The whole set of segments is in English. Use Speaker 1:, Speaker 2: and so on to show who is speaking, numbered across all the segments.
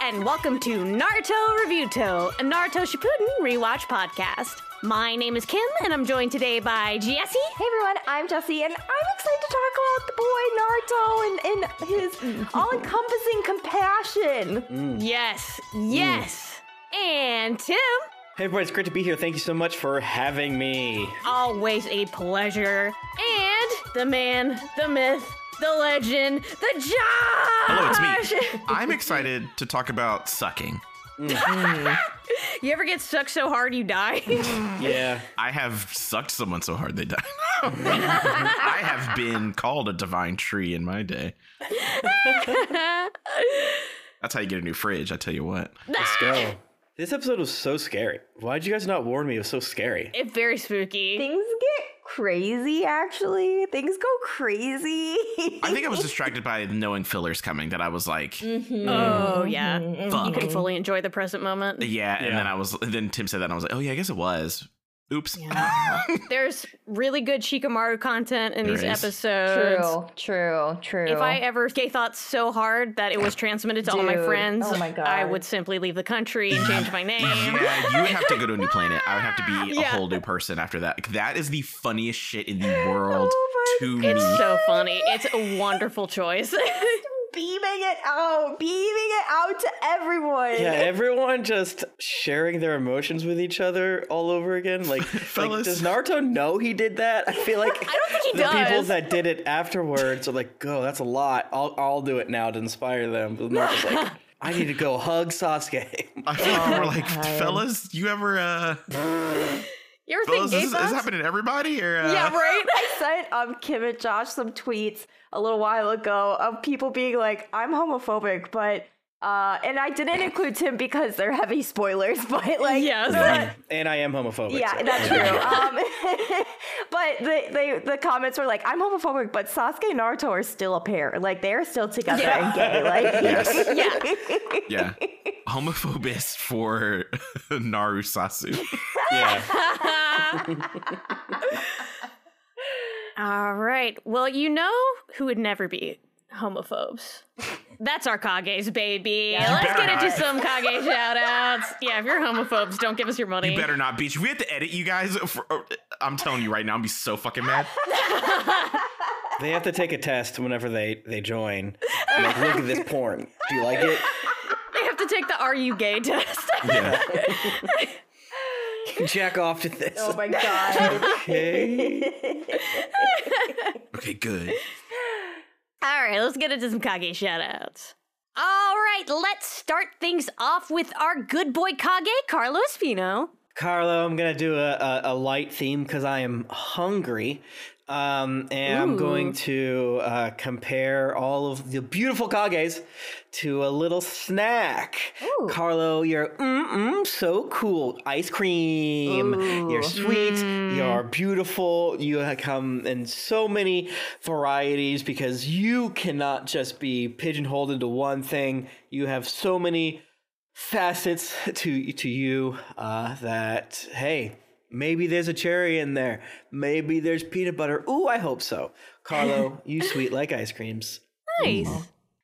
Speaker 1: and welcome to Naruto Revuto, a Naruto Shippuden rewatch podcast. My name is Kim, and I'm joined today by Jesse
Speaker 2: Hey everyone, I'm Jessie, and I'm excited to talk about the boy Naruto and, and his all-encompassing compassion.
Speaker 1: Mm.
Speaker 2: Mm.
Speaker 1: Yes, yes, and Tim.
Speaker 3: Hey everybody, it's great to be here. Thank you so much for having me.
Speaker 1: Always a pleasure. And the man, the myth, the legend, the Josh.
Speaker 4: Hello, it's me. I'm excited to talk about sucking.
Speaker 1: You ever get sucked so hard you die?
Speaker 3: Yeah.
Speaker 4: I have sucked someone so hard they died. I have been called a divine tree in my day. That's how you get a new fridge, I tell you what.
Speaker 3: Let's go. This episode was so scary. Why did you guys not warn me? It was so scary.
Speaker 1: it's very spooky.
Speaker 2: Things get crazy, actually. Things go crazy.
Speaker 4: I think I was distracted by knowing fillers coming that I was like,
Speaker 1: Oh yeah, you
Speaker 2: Mm-hmm.
Speaker 4: fuck.
Speaker 1: can fully enjoy the present moment.
Speaker 4: Yeah, and
Speaker 3: Yeah.
Speaker 4: then I was then Tim said that and I was like, "Oh yeah, I guess it was." Oops.
Speaker 1: There's really good Shikamaru content in
Speaker 4: There
Speaker 1: these
Speaker 4: is.
Speaker 1: episodes.
Speaker 2: true, true, true.
Speaker 1: If I ever gay thought so hard that it was transmitted to all my
Speaker 2: Dude,
Speaker 1: friends,
Speaker 2: oh my God.
Speaker 1: I would simply leave the country and change my name.
Speaker 4: yeah, you would have to go to a new planet. I would have to be
Speaker 1: Yeah.
Speaker 4: a whole new person after that. Like, That is the funniest shit in the world
Speaker 2: Oh my
Speaker 4: to me.
Speaker 1: It's so funny. It's a wonderful choice.
Speaker 2: beaming it out, beaming it out to everyone.
Speaker 3: Yeah, everyone just sharing their emotions with each other all over again. Like, like
Speaker 4: Fellas.
Speaker 3: does Naruto know he did that? I feel like
Speaker 1: I don't think he
Speaker 3: the people
Speaker 1: does.
Speaker 3: that did it afterwards are like, "Go, that's a lot. I'll I'll do it now to inspire them." But Naruto's like, "I need to go hug Sasuke."
Speaker 4: I feel like we're like,
Speaker 1: Um,
Speaker 4: fellas, you ever, uh,
Speaker 1: you ever think
Speaker 4: fellas,
Speaker 1: gay
Speaker 4: is this, is this
Speaker 1: thoughts?
Speaker 4: happening to everybody? Or, uh,
Speaker 1: yeah, right.
Speaker 2: I sent um, Kim and Josh some tweets a little while ago of people being like, "I'm homophobic," but uh, and I didn't include Tim because they're heavy spoilers. But like,
Speaker 1: yes.
Speaker 3: and I am homophobic.
Speaker 2: yeah,
Speaker 3: so-
Speaker 2: that's true. Um, but the they, the comments were like, "I'm homophobic," but Sasuke and Naruto are still a pair. Like they're still together
Speaker 1: Yeah.
Speaker 2: and gay. Like,
Speaker 4: Yes.
Speaker 1: yeah.
Speaker 4: Yeah. Homophobist for Naru Sasu.
Speaker 3: yeah.
Speaker 1: All right. Well, you know who would never be homophobes. That's our Kages, baby. Let's
Speaker 4: better
Speaker 1: get into
Speaker 4: not.
Speaker 1: some Kage shout outs. Yeah, if you're homophobes, don't give us your money.
Speaker 4: You better not, bitch. We have to edit you guys. For, oh, I'm telling you right now, I'm gonna be so fucking mad.
Speaker 3: They have to take a test whenever they they join. Like, look at this porn. Do you like it?
Speaker 1: They have to take the Are You Gay test.
Speaker 4: Yeah.
Speaker 3: Jack off to this.
Speaker 2: oh my god.
Speaker 3: okay.
Speaker 4: Okay, good.
Speaker 1: All right, let's get into some Kage shoutouts. All right, let's start things off with our good boy Kage, Carlos Fino.
Speaker 3: Carlo, I'm gonna do a, a, a light theme because I am hungry. Um, and I'm going to uh, compare all of the beautiful kages to a little snack. Carlo, you're mm-mm, so cool. Ice cream. You're sweet. You're beautiful. You have come in so many varieties because you cannot just be pigeonholed into one thing. You have so many facets to to you uh, that hey maybe there's a cherry in there maybe there's peanut butter ooh i hope so carlo you sweet like ice creams
Speaker 1: Nice.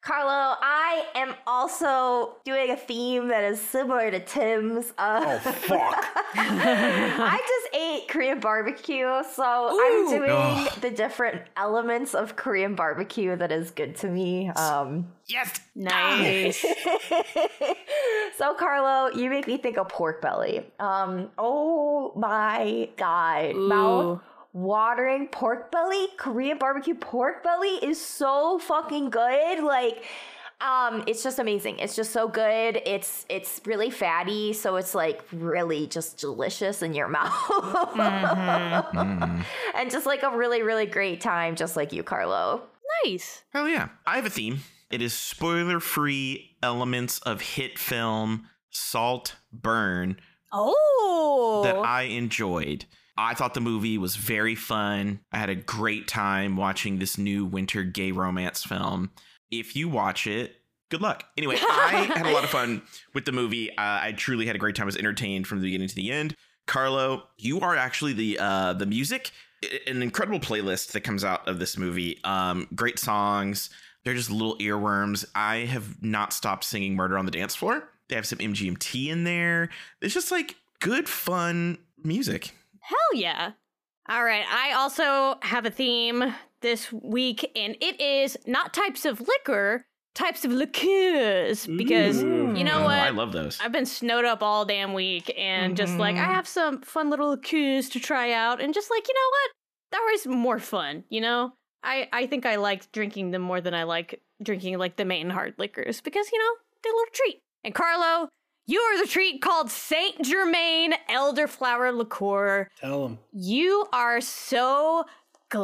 Speaker 2: Carlo, I am also doing a theme that is similar to Tim's. Uh,
Speaker 3: oh fuck
Speaker 2: I just ate Korean barbecue, so
Speaker 1: Ooh.
Speaker 2: I'm doing
Speaker 4: Ugh.
Speaker 2: the different elements of Korean barbecue that is good to me. Um,
Speaker 4: Yes.
Speaker 1: Nice.
Speaker 2: so, Carlo, you make me think of pork belly. Um, oh my god, mouth watering pork belly, Korean barbecue pork belly is so fucking good. Like, um, it's just amazing. It's just so good. It's it's really fatty, so it's like really just delicious in your mouth. and just like a really really great time just like you carlo
Speaker 1: nice.
Speaker 4: Hell yeah. I have a theme. It is spoiler free elements of hit film Salt Burn
Speaker 1: Oh.
Speaker 4: that I enjoyed. I thought the movie was very fun. I had a great time watching this new winter gay romance film. If you watch it, good luck. Anyway, I had a lot of fun with the movie. Uh, I truly had a great time. I was entertained from the beginning to the end. Carlo, you are actually the uh, the music. I- An incredible playlist that comes out of this movie. Um, great songs. They're just little earworms. I have not stopped singing Murder on the Dance Floor. They have some MGMT in there. It's just like good, fun music.
Speaker 1: Hell yeah. All right. I also have a theme this week, and it is not types of liquor, types of liqueurs. Because
Speaker 3: Ooh.
Speaker 1: you know
Speaker 4: Oh, I
Speaker 1: what?
Speaker 4: love those.
Speaker 1: I've been snowed up all damn week, and just like, I
Speaker 2: Mhm.
Speaker 1: have some fun little liqueurs to try out, and just like, you know what? That was more fun, you know? I, I think I like drinking them more than I like drinking like the main hard liquors because, you know, they're a little treat. And Carlo, you are the treat called Saint Germain Elderflower Liqueur.
Speaker 3: Tell them.
Speaker 1: You are so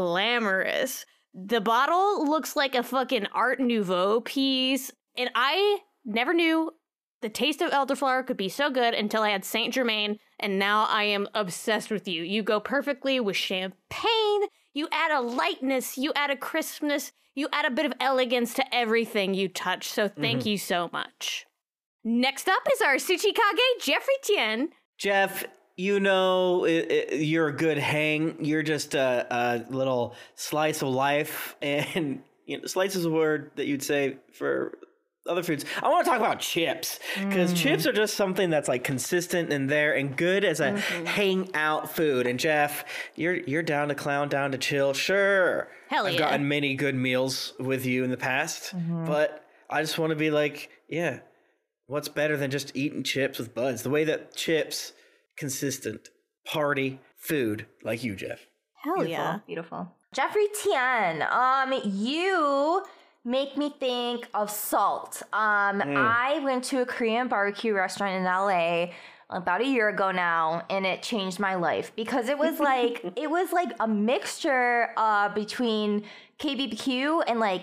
Speaker 1: glamorous. The bottle looks like a fucking Art Nouveau piece. And I never knew the taste of elderflower could be so good until I had Saint Germain. And now I am obsessed with you. You go perfectly with champagne. You add a lightness, you add a crispness, you add a bit of elegance to everything you touch. So thank you so much. Next up is our Tsuchikage, Jeffrey Tien.
Speaker 3: Jeff, you know it, it, you're a good hang. You're just a, a little slice of life, and you know, slice is a word that you'd say for other foods. I want to talk about chips because
Speaker 1: Mm.
Speaker 3: chips are just something that's like consistent and there and good as a
Speaker 1: Mm-hmm.
Speaker 3: hangout food. And Jeff, you're you're down to clown, down to chill. Sure,
Speaker 1: Hell
Speaker 3: I've
Speaker 1: yeah. Mm-hmm.
Speaker 3: gotten many good meals with you in the past, but I just want to be like, yeah, what's better than just eating chips with buds? The way that chips consistent party food like you, Jeff.
Speaker 1: Hell yeah.
Speaker 2: Beautiful. Jeffrey Tian, um, you make me think of salt. Um, I went to a Korean barbecue restaurant in LA about a year ago now, and it changed my life because it was like it was like a mixture uh, between KBBQ and like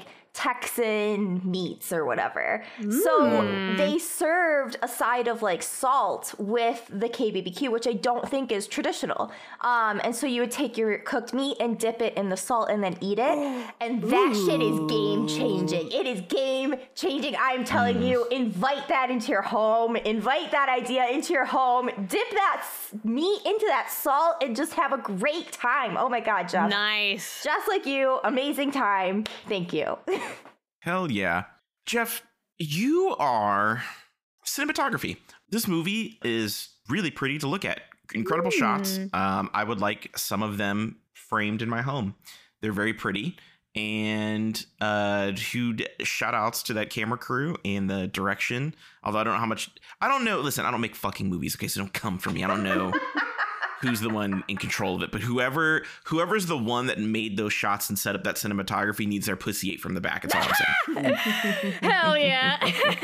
Speaker 2: Texan meats or whatever. So they served a side of like salt with the KBBQ, which I don't think is traditional. Um, and so you would take your cooked meat and dip it in the salt and then eat it. And that shit is game changing. It is game changing. I'm telling you, invite that into your home, invite that idea into your home, dip that s- meat into that salt, and just have a great time. Oh my God, Jeff.
Speaker 1: Nice.
Speaker 2: Just like you, amazing time. Thank you.
Speaker 4: Hell yeah. Jeff, you are cinematography. This movie is really pretty to look at. Incredible shots. Um, I would like some of them framed in my home. They're very pretty. And uh, huge shout outs to that camera crew and the direction. Although I don't know how much. I don't know. Listen, I don't make fucking movies. Okay, so don't come for me. I don't know. who's the one in control of it. But whoever whoever's the one that made those shots and set up that cinematography needs their pussy ate from the back. That's all I'm saying.
Speaker 1: Hell yeah.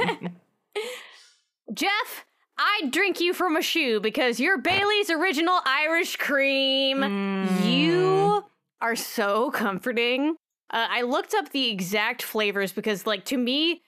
Speaker 1: Jeff, I'd drink you from a shoe because you're Bailey's original Irish cream. You are so comforting. Uh, I looked up the exact flavors because, like, to me,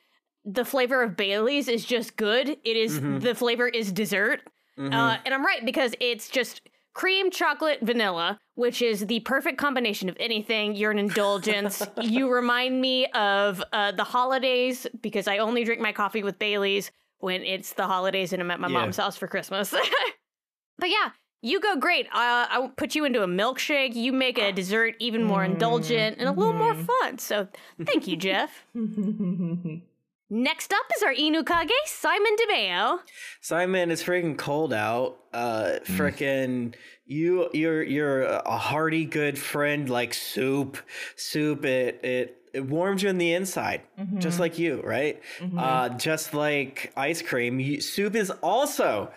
Speaker 1: the flavor of Bailey's is just good. It is- the flavor is dessert. Uh, and I'm right because it's just cream, chocolate, vanilla, which is the perfect combination of anything. You're an indulgence. you remind me of uh, the holidays because I only drink my coffee with Bailey's when it's the holidays and I'm at my
Speaker 3: Yeah.
Speaker 1: mom's house for Christmas. but yeah, you go great. Uh, I'll put you into a milkshake. You make a dessert even more indulgent and a little more fun. So thank you, Jeff. Next up is our Inukage, Simon DeMeo.
Speaker 3: Simon, it's freaking cold out. Uh, freaking you, you're you're a hearty good friend like soup. Soup it it it warms you in the inside, just like you, right? Uh, just like ice cream, you, soup is also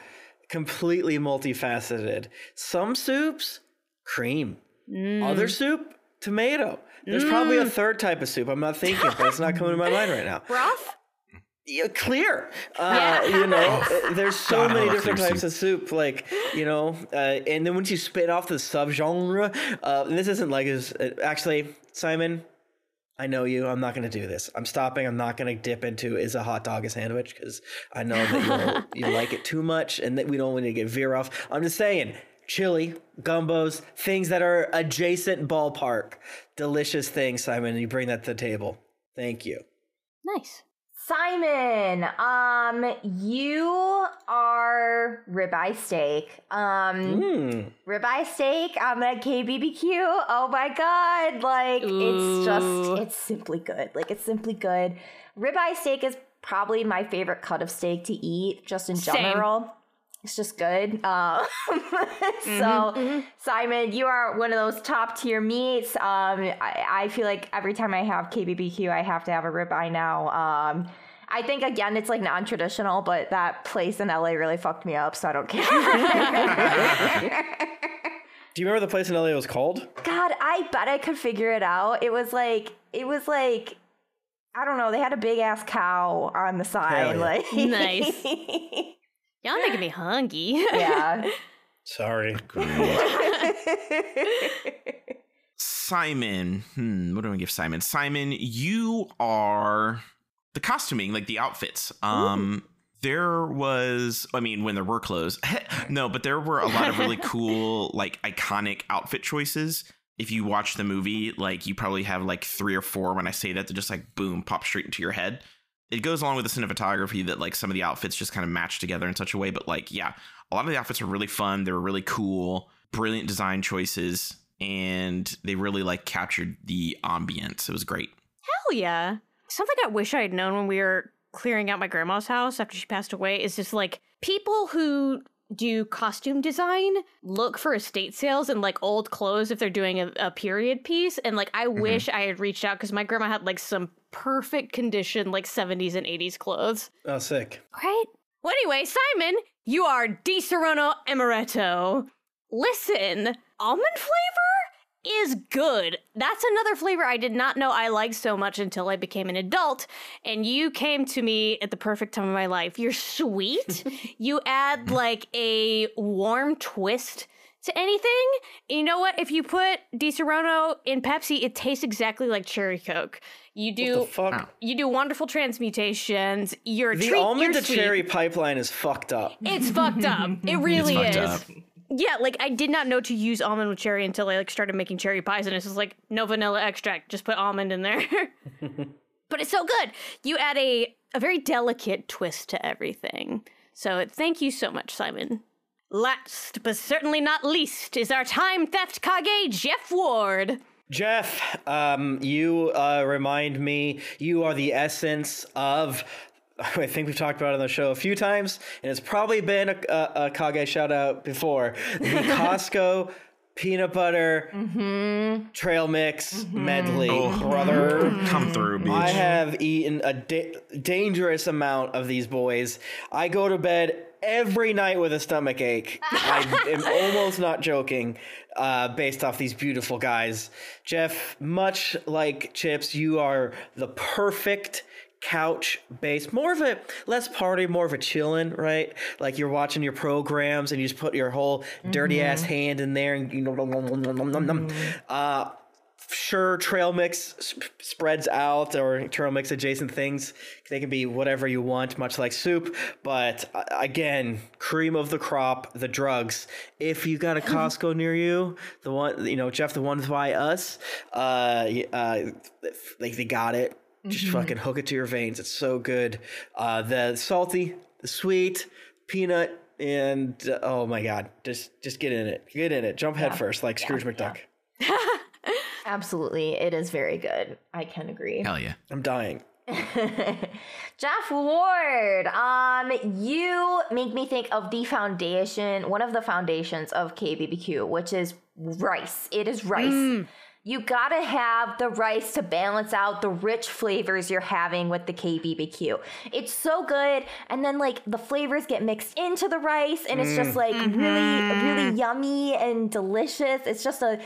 Speaker 3: completely multifaceted. Some soups, cream. Other soup, tomato. There's probably a third type of soup I'm not thinking, but it's not coming to my mind right now
Speaker 1: Broth?
Speaker 3: yeah, clear. Uh,
Speaker 1: Yeah.
Speaker 3: You know, uh, there's so
Speaker 4: God, I
Speaker 3: many
Speaker 4: love
Speaker 3: different
Speaker 4: clear
Speaker 3: types of soup. Like, you know, uh, and then once you spin off the subgenre, uh, and this isn't like as uh, actually, Simon. I know you. I'm not going to do this. I'm stopping. I'm not going to dip into is a hot dog a sandwich because I know that you you like it too much and that we don't want to get veer off. I'm just saying, chili, gumbos, things that are adjacent ballpark, delicious things, Simon. You bring that to the table. Thank you.
Speaker 1: Nice.
Speaker 2: Simon, um, you are ribeye steak. Um,
Speaker 1: Hmm.
Speaker 3: Mm.
Speaker 2: ribeye steak um, on that KBBQ. Oh my god! Like it's
Speaker 1: Ooh.
Speaker 2: just, it's simply good. Like it's simply good. Ribeye steak is probably my favorite cut of steak to eat, just in
Speaker 1: Same.
Speaker 2: general. It's just good. Uh, so, Simon, you are one of those top tier meats. Um, I, I feel like every time I have KBBQ, I have to have a ribeye now. Um, I think again, it's like non traditional, but that place in LA really fucked me up, so I don't care.
Speaker 3: Do you remember the place in LA it was called?
Speaker 2: God, I bet I could figure it out. It was like it was like I don't know, they had a big ass cow on the
Speaker 3: Hell
Speaker 2: side.
Speaker 3: yeah.
Speaker 2: Like
Speaker 1: Nice. Y'all making me hungry.
Speaker 2: yeah.
Speaker 3: Sorry.
Speaker 4: Simon, hmm, what do I give Simon? Simon, you are the costuming, like the outfits. Um, there was, I mean, when there were clothes, no, but there were a lot of really cool, like iconic outfit choices. If you watch the movie, like you probably have like three or four when I say that, that just like boom, pop straight into your head. It goes along with the cinematography that like some of the outfits just kind of match together in such a way, but like, yeah, a lot of the outfits are really fun. They were really cool, brilliant design choices, and they really like captured the ambience. It was great.
Speaker 1: Hell yeah. Something I wish I had known when we were clearing out my grandma's house after she passed away is just like people who do costume design look for estate sales and like old clothes if they're doing a, a period piece. And like, I wish I had reached out because my grandma had like some perfect condition, like 70s and 80s clothes.
Speaker 3: Oh, sick.
Speaker 1: Right? Well, anyway, Simon, you are Di Serono Amaretto. Listen, almond flavor is good. That's another flavor I did not know I liked so much until I became an adult, and you came to me at the perfect time of my life. You're sweet. you add like a warm twist to anything. And you know what? If you put Di Serono in Pepsi, it tastes exactly like cherry coke. You do
Speaker 3: What the fuck?
Speaker 1: you do wonderful transmutations. You're a
Speaker 3: The
Speaker 1: treat,
Speaker 3: almond
Speaker 1: you're
Speaker 3: to
Speaker 1: sweet.
Speaker 3: cherry pipeline is fucked up.
Speaker 1: It's fucked up. It really is.
Speaker 4: fucked up.
Speaker 1: Yeah, like I did not know to use almond with cherry until I like started making cherry pies, and it's just like no vanilla extract, just put almond in there. but it's so good. You add a a very delicate twist to everything. So thank you so much, Simon. Last but certainly not least is our time theft kage, Jeff Ward.
Speaker 3: Jeff, um, you uh, remind me you are the essence of. I think we've talked about it on the show a few times, and it's probably been a, a, a Kage shout out before. The Costco peanut butter trail mix medley, brother.
Speaker 4: Come through, bitch.
Speaker 3: I have eaten a da- dangerous amount of these boys. I go to bed every night with a stomach ache. I am almost not joking, uh, based off these beautiful guys. Jeff, much like Chips, you are the perfect couch base more of a less party more of a chillin right like you're watching your programs and you just put your whole dirty ass hand in there and you know nom, nom, nom, nom, nom, nom, nom. uh sure trail mix sp- spreads out or trail mix adjacent things they can be whatever you want much like soup but uh, again cream of the crop the drugs if you got a costco near you the one you know jeff the ones by us uh, y- uh like they got it just fucking hook it to your veins it's so good uh the salty the sweet peanut and uh, oh my god just just get in it get in it jump head first like scrooge mcduck
Speaker 2: Absolutely. It is very good. I can agree.
Speaker 4: Hell yeah.
Speaker 3: i'm dying
Speaker 2: Jeff Ward, um, you make me think of the foundation, one of the foundations of KBBQ, which is rice. It is rice. You gotta have the rice to balance out the rich flavors you're having with the KBBQ. It's so good, and then like the flavors get mixed into the rice, and it's
Speaker 1: Mm.
Speaker 2: just like really,
Speaker 1: Mm-hmm.
Speaker 2: really yummy and delicious. It's just a,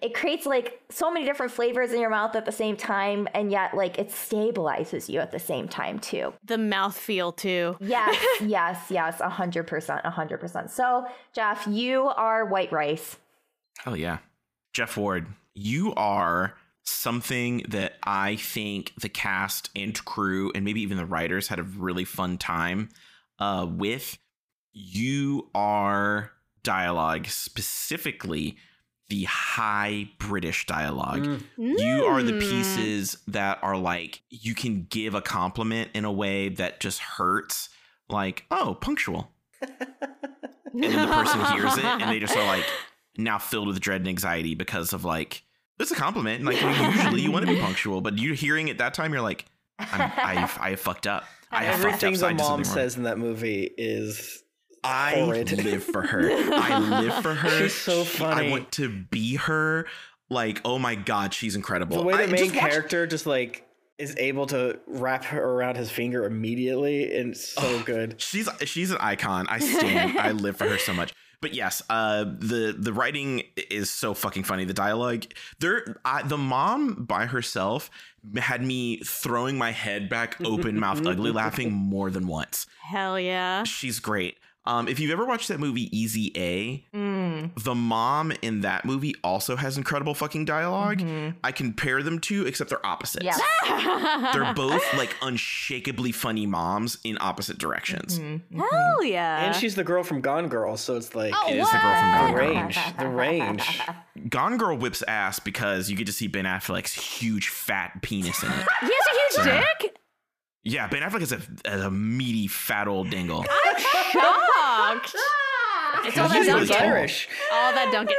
Speaker 2: it creates like so many different flavors in your mouth at the same time, and yet like it stabilizes you at the same time too.
Speaker 1: The mouthfeel too.
Speaker 2: Yes, yes, yes, a hundred percent, a hundred percent. So Jeff, you are white rice.
Speaker 4: Hell yeah. Jeff Ward, you are something that I think the cast and crew and maybe even the writers had a really fun time uh, with. You are dialogue, specifically the high British dialogue.
Speaker 3: Mm.
Speaker 4: You are
Speaker 1: Hmm. Mm.
Speaker 4: the pieces that are like, you can give a compliment in a way that just hurts. Like, oh, punctual. And then the person hears it and they just are like, now filled with dread and anxiety because of like, it's a compliment. Like, usually you want to be punctual, but you hearing it that time, you're like, I'm, I've, I have fucked up. I have fucked up.
Speaker 3: Everything
Speaker 4: so I
Speaker 3: the
Speaker 4: did
Speaker 3: mom
Speaker 4: something wrong.
Speaker 3: says in that movie is
Speaker 4: I
Speaker 3: horrid.
Speaker 4: live for her. I live for her.
Speaker 3: She's so
Speaker 4: She-
Speaker 3: funny.
Speaker 4: I want to be her. Like, oh my god, she's incredible.
Speaker 3: the way
Speaker 4: I-
Speaker 3: the main
Speaker 4: just watch-
Speaker 3: character just like is able to wrap her around his finger immediately and it's so good.
Speaker 4: she's she's an icon. I stand. I live for her so much. But yes, uh, the the writing is so fucking funny. The dialogue, there, I, the mom by herself had me throwing my head back, open mouth, ugly laughing more than once.
Speaker 1: Hell yeah.
Speaker 4: She's great. Um, if you've ever watched that movie Easy A,
Speaker 2: Mm.
Speaker 4: the mom in that movie also has incredible fucking dialog
Speaker 2: Mhm.
Speaker 4: I compare them to, except they're opposites.
Speaker 2: Yes.
Speaker 4: They're both like unshakably funny moms in opposite directions.
Speaker 1: Mm-hmm. Hell yeah.
Speaker 3: and she's the girl from Gone Girl, so it's like
Speaker 1: Uh-huh. Oh,
Speaker 4: It is the girl from
Speaker 1: what?
Speaker 3: the
Speaker 4: Gone Girl.
Speaker 3: range. The range.
Speaker 4: Gone Girl whips ass because you get to see Ben Affleck's huge fat penis in it.
Speaker 1: He has a huge dick?
Speaker 4: yeah, Ben Affleck is a, is a meaty, fat old dingle.
Speaker 1: Shocked. It's all that
Speaker 4: He's
Speaker 1: don't
Speaker 4: really
Speaker 1: get.
Speaker 4: tall.
Speaker 3: Irish.
Speaker 1: All that don't get.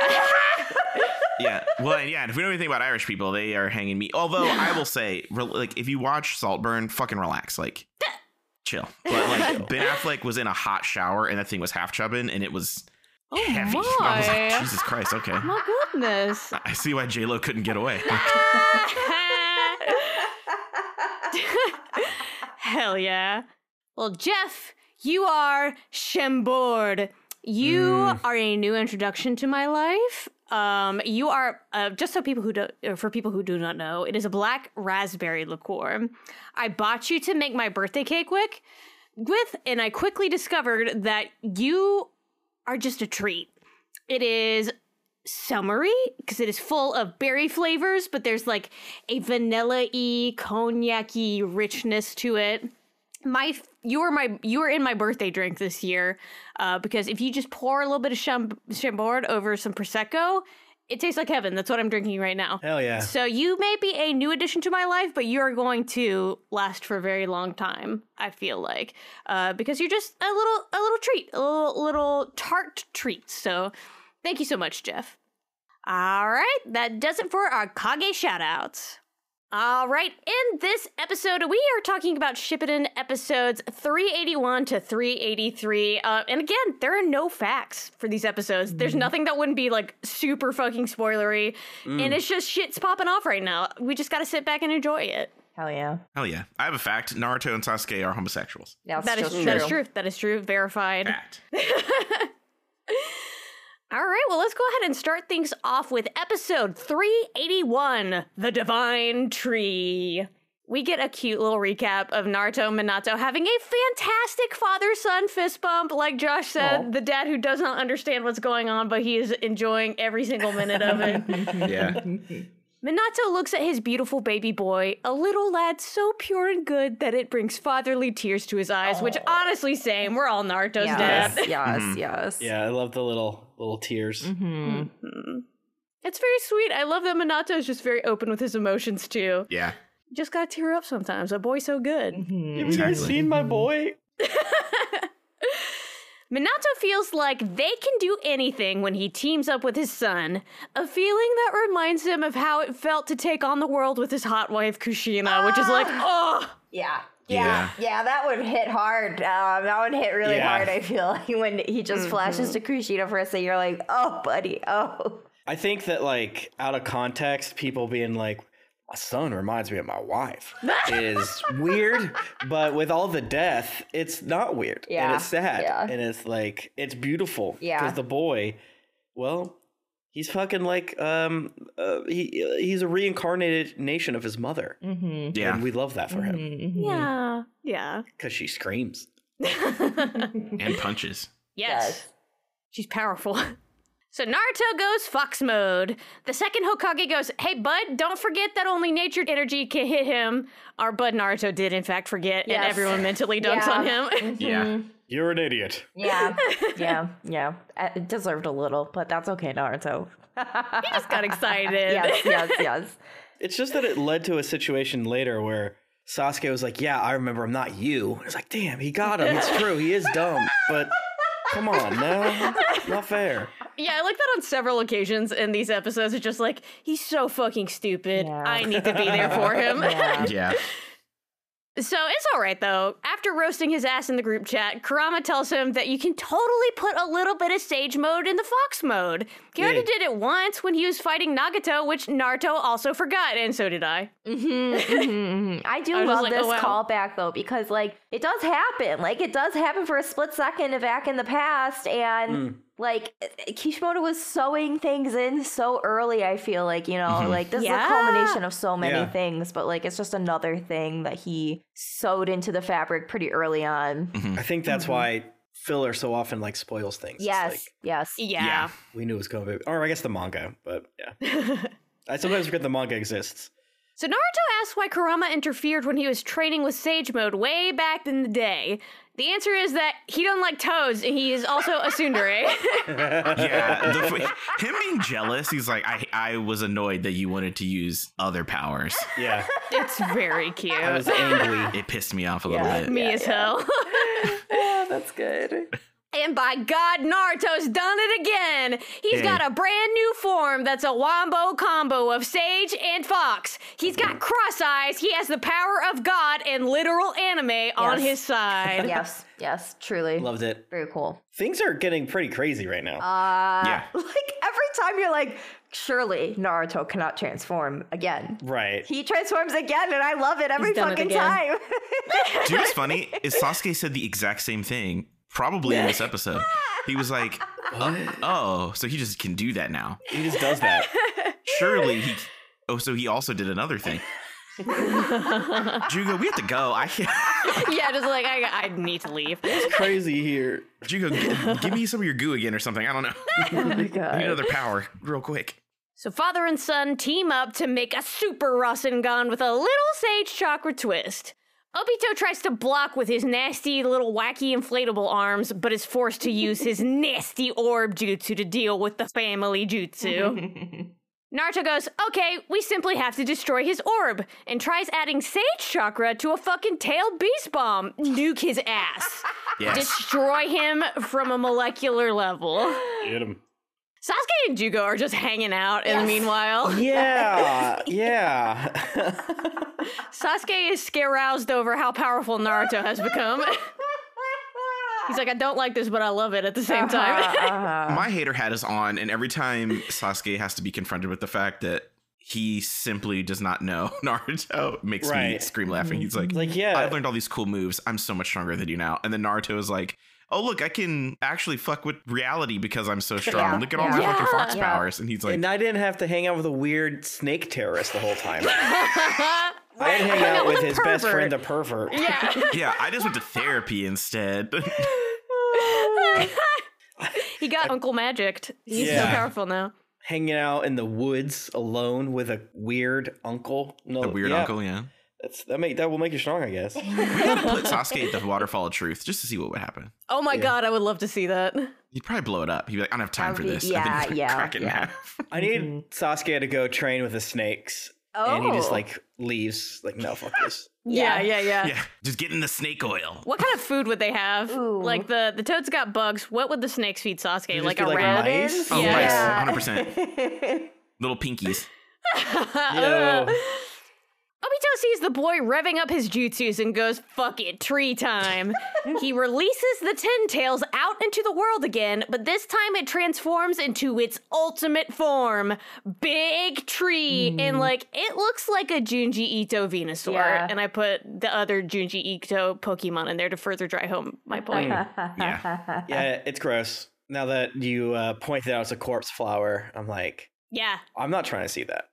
Speaker 4: yeah. Well, and yeah. If we know anything about Irish people, they are hanging meat. Although I will say, re- like, if you watch Saltburn, fucking relax, like, chill. But like, Ben Affleck was in a hot shower, and that thing was half chubbing, and it was
Speaker 1: Oh
Speaker 4: heavy. I was like,
Speaker 1: my.
Speaker 4: Jesus Christ. Okay.
Speaker 1: My goodness.
Speaker 4: I see why J Lo couldn't get away.
Speaker 1: Hell yeah. Well, Jeff, you are Shemboard. You are a new introduction to my life. Um, you are uh, just so people who do, uh, for people who do not know, it is a black raspberry liqueur. I bought you to make my birthday cake with, with, and I quickly discovered that you are just a treat. It is summery because it is full of berry flavors, but there's like a vanilla y, cognac y richness to it. My f- you were my you were in my birthday drink this year uh, because if you just pour a little bit of cham- chambord over some prosecco, it tastes like heaven. That's what I'm drinking right now.
Speaker 3: Hell yeah.
Speaker 1: So you may be a new addition to my life, but you're going to last for a very long time. I feel like, uh, because you're just a little, a little treat, a little, little tart treat. So, thank you so much, Jeff. All right, that does it for our Kage shoutouts. All right, in this episode, we are talking about Shippuden episodes 381 to 383. Uh, and again, there are no facts for these episodes.
Speaker 2: Mm-hmm.
Speaker 1: There's nothing that wouldn't be like super fucking spoilery.
Speaker 2: Mm.
Speaker 1: And it's just shit's popping off right now. We just got to sit back and enjoy it.
Speaker 2: Hell yeah.
Speaker 4: Hell yeah. I have a fact Naruto and Sasuke are homosexuals.
Speaker 2: That's
Speaker 1: That is,
Speaker 2: just
Speaker 1: that is true. That is true. Verified.
Speaker 4: Fact.
Speaker 1: All right, well, let's go ahead and start things off with episode 381 The Divine Tree. We get a cute little recap of Naruto and Minato having a fantastic father son fist bump. Like Josh said, the dad who does not understand what's going on, but he is enjoying every single minute of it.
Speaker 4: Yeah.
Speaker 1: Minato looks at his beautiful baby boy, a little lad so pure and good that it brings fatherly tears to his eyes, which honestly, same. We're all Naruto's dad.
Speaker 2: Yes, yes, yes.
Speaker 3: Yeah, I love the little little tears.
Speaker 1: Mm-hmm.
Speaker 2: Mhm.
Speaker 1: It's very sweet. I love that Minato is just very open with his emotions too.
Speaker 4: Yeah.
Speaker 1: Just gotta tear up sometimes. A boy's so good.
Speaker 3: Have you guys
Speaker 4: Exactly.
Speaker 3: seen
Speaker 1: Mm-hmm.
Speaker 3: my boy?
Speaker 1: Minato feels like they can do anything when he teams up with his son. A feeling that reminds him of how it felt to take on the world with his hot wife Kushina, which is like, oh,
Speaker 2: Yeah. Yeah, yeah, that would hit hard. Um, that would hit really
Speaker 3: Yeah.
Speaker 2: hard. I feel like when he just flashes to Kushida for a second, you're like, "Oh, buddy, oh,
Speaker 3: I think that like out of context, people being like, "My son reminds me of my wife," is weird. But with all the death, it's not weird, and
Speaker 2: Yeah,
Speaker 3: it's sad,
Speaker 2: yeah.
Speaker 3: and it's like it's beautiful.
Speaker 2: Yeah.
Speaker 3: because the boy, well, he's fucking like um, uh, he he's a reincarnated nation of his mother,
Speaker 4: Yeah.
Speaker 2: Mm-hmm.
Speaker 3: and we love that for him
Speaker 1: yeah, yeah.
Speaker 3: because she screams.
Speaker 4: and punches.
Speaker 1: Yes. She's powerful. So Naruto goes fox mode. The second Hokage goes, Hey, bud, don't forget that only nature energy can hit him. Our bud Naruto did, in fact, forget, and
Speaker 2: Yes.
Speaker 1: everyone mentally dunks
Speaker 2: Yeah.
Speaker 1: on him.
Speaker 4: Yeah.
Speaker 3: You're an idiot.
Speaker 2: Mm-hmm. yeah, yeah, yeah." Uh, It deserved a little, but that's okay, Naruto.
Speaker 1: He just got excited.
Speaker 2: yes, yes, yes.
Speaker 3: It's just that it led to a situation later where Sasuke was like, "Yeah, I remember. I'm not you." It's like, damn, he got him. It's true. He is dumb, but come on, no, not fair.
Speaker 1: Yeah, I like that on several occasions in these episodes. It's just like, he's so fucking stupid.
Speaker 2: Yeah.
Speaker 1: I need to be there for him.
Speaker 2: Yeah.
Speaker 4: Yeah.
Speaker 1: So it's all right though. After roasting his ass in the group chat, Kurama tells him that you can totally put a little bit of sage mode in the fox mode. He already
Speaker 3: Yeah.
Speaker 1: did it once when he was fighting Nagato, which Naruto also forgot, and so did I.
Speaker 2: Mhm, mhm, mhm. I do
Speaker 1: Mm-hmm, I was just
Speaker 2: love
Speaker 1: like,
Speaker 2: this
Speaker 1: oh, wow.
Speaker 2: callback though because like it does happen. Like it does happen for a split second back in the past and
Speaker 3: Mm.
Speaker 2: like eh, Kishimoto was sewing things in so early I feel like, you know,
Speaker 4: Mhm.
Speaker 2: like this
Speaker 1: Yeah.
Speaker 2: is a culmination of so many
Speaker 3: Mm-hmm. Yeah.
Speaker 2: things, but like it's just another thing that he sewed into the fabric pretty early on.
Speaker 4: Mhm.
Speaker 3: I think that's why filler so often like spoils things. It's
Speaker 2: Mm-hmm. Yes.
Speaker 3: like,
Speaker 2: yes.
Speaker 1: Yeah.
Speaker 3: we knew it was going to be, or I guess the manga, but yeah. I sometimes forget the manga exists.
Speaker 1: So Naruto asks why Kurama interfered when he was training with sage mode way back in the day. The answer is that he doesn't like toads, and he is also a tsundere.
Speaker 4: yeah. The f- him being jealous, he's like, I I was annoyed that you wanted to use other powers.
Speaker 3: Yeah,
Speaker 1: it's very cute.
Speaker 3: I was angry.
Speaker 4: It pissed me off a little
Speaker 2: Yeah.
Speaker 4: bit.
Speaker 1: Me
Speaker 2: Yeah,
Speaker 1: as
Speaker 2: yeah.
Speaker 1: hell.
Speaker 2: Yeah, that's good.
Speaker 1: And by God, Naruto's done it again. He's
Speaker 4: Yeah.
Speaker 1: got a brand new form that's a wombo combo of sage and fox. He's got cross eyes. He has the power of God and literal anime on
Speaker 2: Yes.
Speaker 1: his side.
Speaker 2: yes, yes, truly.
Speaker 3: Loved it.
Speaker 2: Very cool.
Speaker 3: Things are getting pretty crazy right now.
Speaker 2: Uh,
Speaker 4: Yeah.
Speaker 2: Like every time you're like, surely Naruto cannot transform again.
Speaker 3: right.
Speaker 2: He transforms again, and I love it every
Speaker 1: He's done it
Speaker 2: fucking
Speaker 1: again.
Speaker 2: time.
Speaker 4: Do you know what's funny? Is Sasuke said the exact same thing, probably in this episode. He was like,
Speaker 3: What?
Speaker 4: "Oh, so he just can do that now?
Speaker 3: He just does that.
Speaker 4: Surely he." Oh, so he also did another thing. Jugo, we have to go. I can't.
Speaker 1: yeah, just like I, I need to leave.
Speaker 3: It's crazy here.
Speaker 4: Jugo, g- give me some of your goo again or something. I don't know.
Speaker 2: oh my
Speaker 4: I need
Speaker 2: god.
Speaker 4: another power, real quick.
Speaker 1: So father and son team up to make a super Rasengan with a little sage chakra twist. Obito tries to block with his nasty little wacky inflatable arms, but is forced to use his nasty orb jutsu to deal with the family jutsu. Naruto goes, okay, we simply have to destroy his orb, and tries adding Sage Chakra to a fucking tail beast bomb. Nuke his ass.
Speaker 4: Yes.
Speaker 1: Destroy him from a molecular level.
Speaker 3: Get him.
Speaker 1: Sasuke and Jugo are just hanging out, and
Speaker 2: Yes.
Speaker 1: meanwhile,
Speaker 3: Yeah, yeah.
Speaker 1: Sasuke is scaroused over how powerful Naruto has become. He's like, I don't like this, but I love it at the same time.
Speaker 2: Uh-huh,
Speaker 4: My hater hat is on, and every time Sasuke has to be confronted with the fact that he simply does not know Naruto, it makes me
Speaker 3: Right.
Speaker 4: scream laughing. He's like,
Speaker 3: like, yeah.
Speaker 4: I've learned all these cool moves. I'm so much stronger than you now. And then Naruto is like, Oh look, I can actually fuck with reality because I'm so strong.
Speaker 2: Yeah.
Speaker 4: Look at all my
Speaker 1: Yeah.
Speaker 4: fucking fox
Speaker 2: Yeah.
Speaker 4: powers. And he's like,
Speaker 3: and I didn't have to hang out with a weird snake terrorist the whole time. I had to hang
Speaker 1: Hang
Speaker 3: out with
Speaker 1: a
Speaker 3: his best friend, the
Speaker 1: pervert.
Speaker 3: pervert.
Speaker 1: yeah.
Speaker 4: Yeah, I just went to therapy instead.
Speaker 1: He got Uncle Magicked. He's so
Speaker 3: Yeah.
Speaker 1: powerful now.
Speaker 3: Hanging out in the woods alone with a weird uncle. No,
Speaker 4: the weird
Speaker 3: Oh, yeah,
Speaker 4: uncle, yeah.
Speaker 3: That's that make that will make you strong, I guess.
Speaker 4: We gotta put Sasuke at the waterfall of truth just to see what would happen.
Speaker 1: Oh my god, I would love to see that.
Speaker 4: He'd probably blow it up. He'd be like, I don't have time
Speaker 2: That
Speaker 4: for
Speaker 2: would be-
Speaker 4: this. and then
Speaker 2: yeah,
Speaker 4: he'd
Speaker 2: yeah,
Speaker 4: crack it in
Speaker 2: yeah.
Speaker 4: half.
Speaker 3: I need Sasuke to go train with the snakes, and he just
Speaker 2: Oh.
Speaker 3: like leaves. Like, no, fuck this.
Speaker 1: Yeah,
Speaker 2: Yeah.
Speaker 1: Oh. yeah, yeah.
Speaker 4: Yeah, just get in the snake oil.
Speaker 1: What kind of food would they have?
Speaker 2: Ooh.
Speaker 1: Like the the toads got bugs. What would the snakes feed Sasuke?
Speaker 3: It'd
Speaker 1: Like a
Speaker 3: just be
Speaker 1: rat?
Speaker 3: mice?
Speaker 4: Oh,
Speaker 1: Yeah.
Speaker 4: rice,
Speaker 2: Yeah.
Speaker 4: 100%. Little pinkies.
Speaker 3: Yo.
Speaker 1: Obito sees the boy revving up his jutsus and goes, fuck it, tree time. he releases the Ten Tails out into the world again, but this time it transforms into its ultimate form big tree.
Speaker 3: Hmm.
Speaker 1: And like, it looks like a Junji Ito Venusaur.
Speaker 2: Yeah.
Speaker 1: And I put the other Junji Ito Pokemon in there to further drive home my point.
Speaker 4: Yeah.
Speaker 3: Yeah, it's gross. Now that you uh, pointed out it's a corpse flower, I'm like,
Speaker 1: yeah.
Speaker 3: I'm not trying to see that.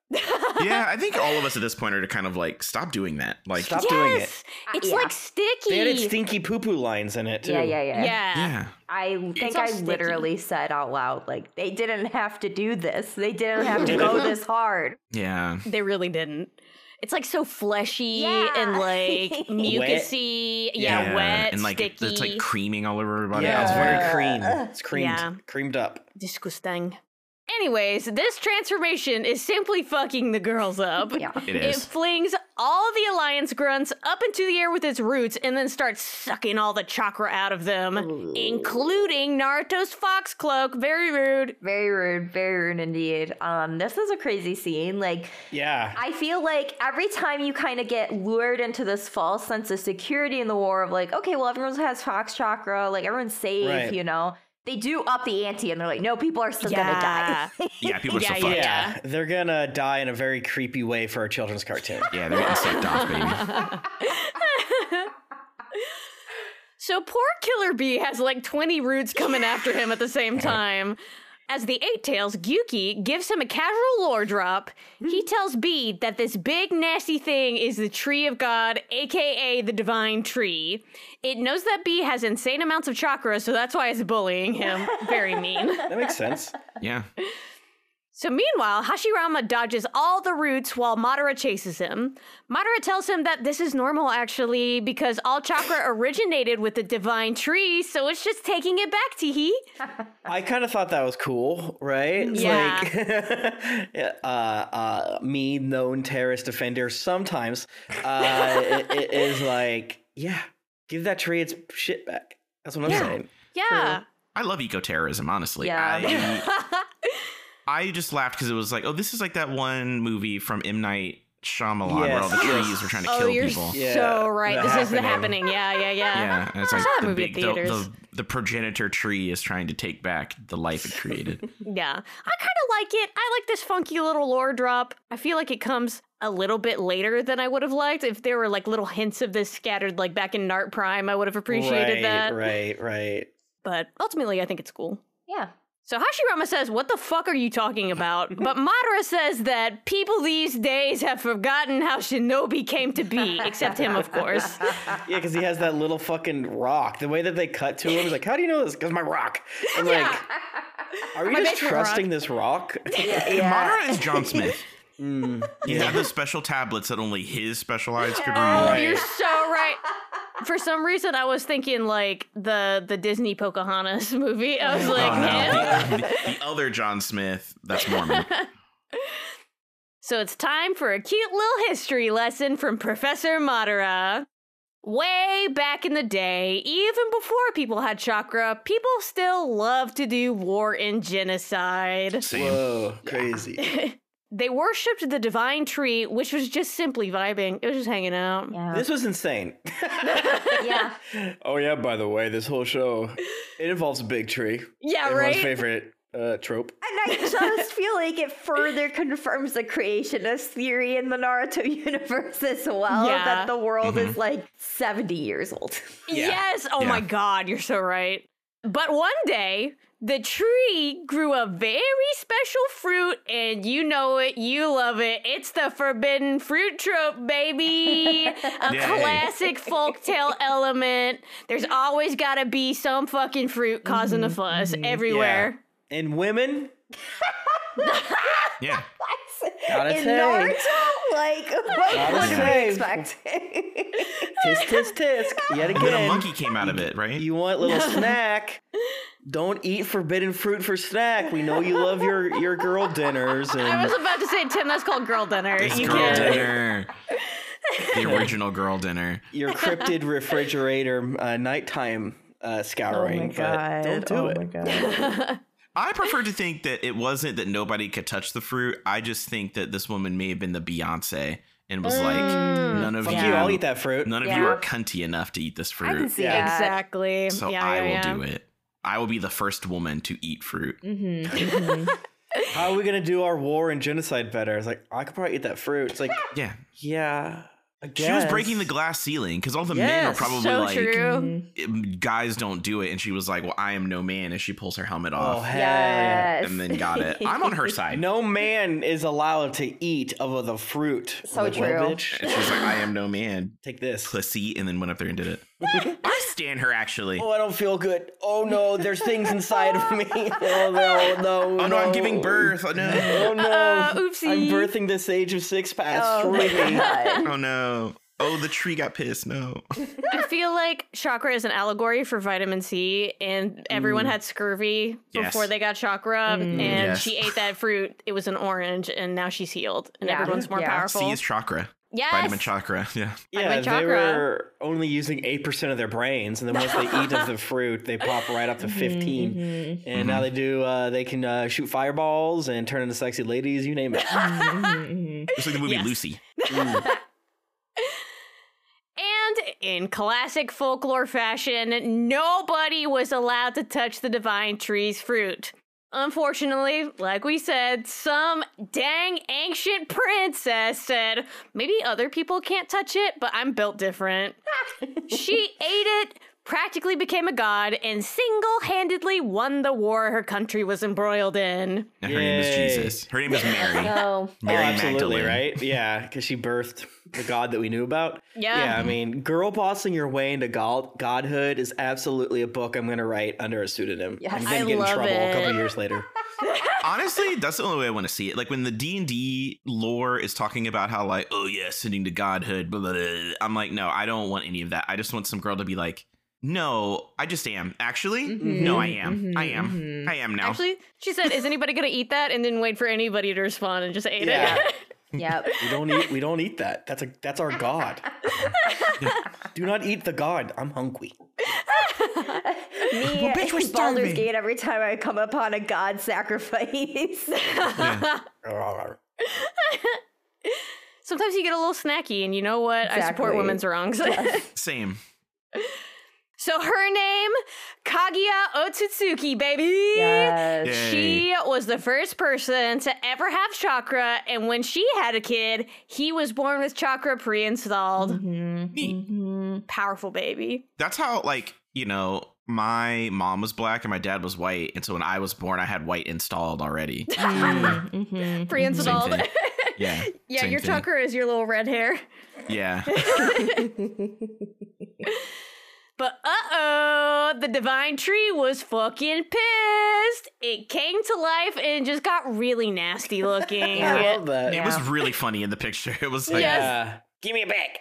Speaker 4: Yeah, I think all of us at this point are to kind of like stop doing that. Like,
Speaker 3: Stop doing it.
Speaker 1: Yes! It's
Speaker 2: Yeah.
Speaker 1: like sticky.
Speaker 3: They added stinky poo poo lines in it too.
Speaker 2: yeah, yeah, yeah.
Speaker 1: yeah.
Speaker 4: yeah.
Speaker 2: I think
Speaker 1: all
Speaker 2: I
Speaker 1: sticky.
Speaker 2: literally said out loud, like, they didn't have to do this. They didn't have to go this hard.
Speaker 4: Yeah.
Speaker 1: They really didn't. It's like so fleshy
Speaker 2: Yeah.
Speaker 1: and like mucusy. Yeah, wet,
Speaker 4: and like
Speaker 1: sticky.
Speaker 4: it's like creaming all over everybody.
Speaker 3: Yeah,
Speaker 4: I was
Speaker 3: it's
Speaker 4: wondering-
Speaker 3: very cream. It's creamed,
Speaker 1: Yeah.
Speaker 3: creamed up.
Speaker 1: disgusting. Anyways, this transformation is simply fucking the girls up.
Speaker 2: Yeah.
Speaker 4: It is.
Speaker 1: It flings all the alliance grunts up into the air with its roots and then starts sucking all the chakra out of them, including Naruto's fox cloak. Very rude.
Speaker 2: Very rude, very rude indeed. Um, this is a crazy scene. Like,
Speaker 3: Yeah.
Speaker 2: I feel like every time you kind of get lured into this false sense of security in the war of like, okay, well, everyone has Fox Chakra, like everyone's safe,
Speaker 3: Right.
Speaker 2: you know. They do up the ante and they're like, no, people are still gonna die.
Speaker 1: Yeah.
Speaker 4: yeah, people are
Speaker 1: Yeah,
Speaker 4: so fucked. Yeah,
Speaker 1: yeah.
Speaker 3: They're gonna die in a very creepy way for a children's cartoon.
Speaker 4: they're getting sucked off, baby.
Speaker 1: So poor Killer Bee has like 20 roots coming after him at the same time. As the Eight Tails, Gyuki gives him a casual lore drop. He tells Bee that this big nasty thing is the Tree of God, aka the Divine Tree. It knows that Bee has insane amounts of chakra, so that's why it's bullying him. Very mean.
Speaker 3: That makes sense.
Speaker 4: Yeah.
Speaker 1: So meanwhile, Hashirama dodges all the roots while Madara chases him. Madara tells him that this is normal actually because all chakra originated with the divine tree, so it's just taking it back to he.
Speaker 3: I kind of thought that was cool, right? It's Like, uh, uh, me, known terrorist offender, sometimes uh, it, it is like, yeah, give that tree its shit back. That's what I'm saying.
Speaker 1: Yeah.
Speaker 4: I love eco-terrorism, honestly.
Speaker 2: Yeah.
Speaker 4: I, I just laughed because it was like, oh, this is like that one movie from M. Night Shyamalan where all the
Speaker 3: Yes, yes.
Speaker 4: trees were trying to
Speaker 1: Oh,
Speaker 4: kill
Speaker 1: you're
Speaker 4: people.
Speaker 3: Yeah,
Speaker 1: so right.
Speaker 3: The
Speaker 1: this is the
Speaker 3: Happening.
Speaker 1: happening. Yeah, yeah, yeah.
Speaker 4: Yeah, and it's like
Speaker 1: saw that
Speaker 4: the
Speaker 1: movie at
Speaker 4: big the,
Speaker 1: theaters.
Speaker 4: the the progenitor tree is trying to take back the life it created.
Speaker 1: Yeah. I kind of like it. I like this funky little lore drop. I feel like it comes a little bit later than I would have liked. If there were like little hints of this scattered like back in Nart Prime, I would have appreciated
Speaker 3: right,
Speaker 1: that.
Speaker 3: Right, right.
Speaker 1: But ultimately, I think it's cool.
Speaker 2: yeah.
Speaker 1: So Hashirama says, What the fuck are you talking about? But Madara says that people these days have forgotten how shinobi came to be, except him, of course.
Speaker 3: Yeah, because he has that little fucking rock. The way that they cut to him is like, how do you know this? Because my rock. I'm like, are we just
Speaker 1: basement rock.
Speaker 3: trusting this rock?
Speaker 4: Madara is John Smith. He had those special tablets that only his special eyes could read.
Speaker 1: Oh,
Speaker 3: Right.
Speaker 1: you're so right. For some reason, I was thinking like the the Disney Pocahontas movie. I was like, him?
Speaker 4: The, the- the other John Smith, that's Mormon.
Speaker 1: So it's time for a cute little history lesson from Professor Madara. Way back in the day, even before people had chakra, people still loved to do war and genocide.
Speaker 4: Same.
Speaker 3: Whoa, crazy.
Speaker 1: They worshipped the divine tree, which was just simply vibing. It was just hanging out.
Speaker 2: Yeah.
Speaker 3: This was insane.
Speaker 2: yeah.
Speaker 3: Oh yeah, by the way, this whole show it involves a big tree.
Speaker 1: Yeah,
Speaker 3: Everyone's
Speaker 1: right?
Speaker 3: favorite uh, trope.
Speaker 2: And I just feel like it further confirms the creationist theory in the Naruto universe as well
Speaker 1: Yeah.
Speaker 2: that the world is
Speaker 3: Mm-hmm.
Speaker 2: like 70 years old.
Speaker 3: Yeah.
Speaker 1: Yes. Oh my
Speaker 4: Yeah.
Speaker 1: God, you're so right. But one day, the tree grew a very special fruit, and you know it, you love it. It's the forbidden fruit trope, baby. A classic folktale element. There's always gotta be some fucking fruit causing a fuss everywhere.
Speaker 3: Yeah. And women,
Speaker 4: Yeah.
Speaker 3: gotta
Speaker 2: in
Speaker 3: say,
Speaker 2: Naruto, like what
Speaker 3: Gotta
Speaker 2: would we
Speaker 3: say.
Speaker 2: expect?
Speaker 3: tisk tisk tisk. Yet
Speaker 4: And then a
Speaker 3: again,
Speaker 4: monkey came out of it, right?
Speaker 3: you want little snack? Don't eat forbidden fruit for snack. We know you love your your girl dinners
Speaker 1: I was
Speaker 3: and
Speaker 1: about to say, Tim, that's called girl dinner.
Speaker 4: It's
Speaker 1: you
Speaker 4: girl
Speaker 1: can.
Speaker 4: dinner. The original girl dinner.
Speaker 3: your cryptid refrigerator uh, nighttime uh,
Speaker 2: Oh
Speaker 3: scouring. But don't do it.
Speaker 2: god.
Speaker 4: I prefer to think that it wasn't that nobody could touch the fruit. I just think that this woman may have been the Beyonce and was like, none of
Speaker 3: Fuck
Speaker 4: you,
Speaker 3: you! I'll eat that fruit.
Speaker 4: none of
Speaker 2: Yeah.
Speaker 4: you are cunty enough to eat this
Speaker 2: I can
Speaker 4: fruit.
Speaker 2: see
Speaker 3: Yeah.
Speaker 2: that.
Speaker 1: Exactly.
Speaker 4: So
Speaker 1: yeah,
Speaker 4: I
Speaker 1: yeah,
Speaker 4: will
Speaker 1: yeah. Mm.
Speaker 4: do it. I will be the first woman to eat fruit.
Speaker 3: How are we gonna do our war and genocide better? It's like I could probably eat that fruit. It's like
Speaker 4: Yeah.
Speaker 3: yeah. I
Speaker 4: She was
Speaker 3: guess.
Speaker 4: breaking the glass ceiling because all the men are
Speaker 3: Yes.
Speaker 4: probably
Speaker 1: So
Speaker 4: like,
Speaker 1: true.
Speaker 4: "Mm, guys don't do it. And she was like, well, I am no man. And she pulls her helmet
Speaker 3: Oh
Speaker 4: off
Speaker 3: hell yeah.
Speaker 2: Yes.
Speaker 4: and then got it. I'm on her side.
Speaker 3: No man is allowed to eat of the fruit.
Speaker 2: So
Speaker 3: Like, well,
Speaker 2: true.
Speaker 3: bitch,
Speaker 4: And she was like, I am no man.
Speaker 3: Take this.
Speaker 4: Pussy. And then went up there and did it. I stand her actually.
Speaker 3: Oh, I don't feel good. Oh no, there's things inside of me. Oh no, no.
Speaker 4: Oh no, I'm giving birth. Oh no.
Speaker 3: Oh no.
Speaker 1: Uh, oopsie.
Speaker 3: I'm birthing this age of six pass.
Speaker 2: Oh,
Speaker 3: Surely.
Speaker 2: God.
Speaker 4: oh no. Oh, the tree got pissed. No.
Speaker 1: I feel like chakra is an allegory for vitamin C, and everyone had scurvy
Speaker 4: Mm. Yes. Mm.
Speaker 1: before they got chakra, and
Speaker 4: Yes.
Speaker 1: she ate that fruit. It was an orange, and now she's healed, and
Speaker 2: Yeah.
Speaker 1: everyone's more
Speaker 2: Yeah.
Speaker 1: powerful.
Speaker 4: C is chakra.
Speaker 1: yes,
Speaker 4: Vitamin chakra. Yeah.
Speaker 1: Vitamin
Speaker 3: Yeah, they
Speaker 1: chakra.
Speaker 3: were only using 8% of their brains, and then once they eat of the fruit, they pop right up to
Speaker 1: Mm-hmm,
Speaker 3: 15. And now they do, uh, they can uh, shoot fireballs and turn into sexy ladies, you name it.
Speaker 4: It's like the movie
Speaker 1: Yes.
Speaker 4: Lucy.
Speaker 3: Mm.
Speaker 1: And in classic folklore fashion, nobody was allowed to touch the divine tree's fruit. Unfortunately, like we said, some dang ancient princess said, maybe other people can't touch it, but I'm built different. she ate it, practically became a god, and single handedly won the war her country was embroiled in.
Speaker 4: And her name is
Speaker 3: Yay.
Speaker 4: Jesus. Her name is Mary.
Speaker 2: So
Speaker 3: Oh,
Speaker 4: Mary
Speaker 3: absolutely,
Speaker 4: Magdalene.
Speaker 3: right? Yeah, because she birthed the god that we knew about.
Speaker 1: Yeah.
Speaker 3: Yeah, I mean, girl bossing your way into god- godhood is absolutely a book I'm going to write under a pseudonym.
Speaker 2: Yes.
Speaker 3: I'm
Speaker 1: I
Speaker 3: going to get in
Speaker 1: love
Speaker 3: trouble a couple
Speaker 1: it.
Speaker 3: years later.
Speaker 4: Honestly, that's the only way I want to see it. Like when the D and D lore is talking about how like, oh yeah, ascending to godhood. Blah, blah, blah. I'm like, no, I don't want any of that. I just want some girl to be like, no, I just am. Actually,
Speaker 3: Mm-hmm.
Speaker 4: no, I am. I am. I am now.
Speaker 1: Actually, she said, Is anybody gonna eat that? And didn't wait for anybody to respond and just ate
Speaker 3: Yeah.
Speaker 1: it.
Speaker 2: yep.
Speaker 3: We don't eat. We don't eat that. That's a. That's our god. Do not eat the god. I'm hungry.
Speaker 2: Me well, bitch, we're Baldur's Gate every time I come upon a god sacrifice.
Speaker 1: Sometimes you get a little snacky, and you know what? I support
Speaker 2: Exactly.
Speaker 1: women's wrongs.
Speaker 4: Same.
Speaker 1: so her name, Kaguya Otsutsuki, baby.
Speaker 2: yes.
Speaker 4: Yeah.
Speaker 1: She was the first person to ever have chakra, and when she had a kid, he was born with chakra pre-installed.
Speaker 2: Mm-hmm.
Speaker 4: Neat.
Speaker 1: Powerful baby.
Speaker 4: That's how like you know my mom was black and my dad was white, and so when I was born, I had white installed already.
Speaker 2: Mm-hmm.
Speaker 4: Same
Speaker 1: Pre-installed.
Speaker 4: thing. Yeah.
Speaker 1: yeah,
Speaker 4: same
Speaker 1: your
Speaker 4: thing.
Speaker 1: chakra is your little red hair.
Speaker 4: Yeah.
Speaker 1: But uh oh, the divine tree was fucking pissed. It came to life and just got really nasty looking.
Speaker 3: I love that. uh,
Speaker 4: It was really funny in the picture. It was like,
Speaker 1: Yes.
Speaker 3: Yeah. Give me it back.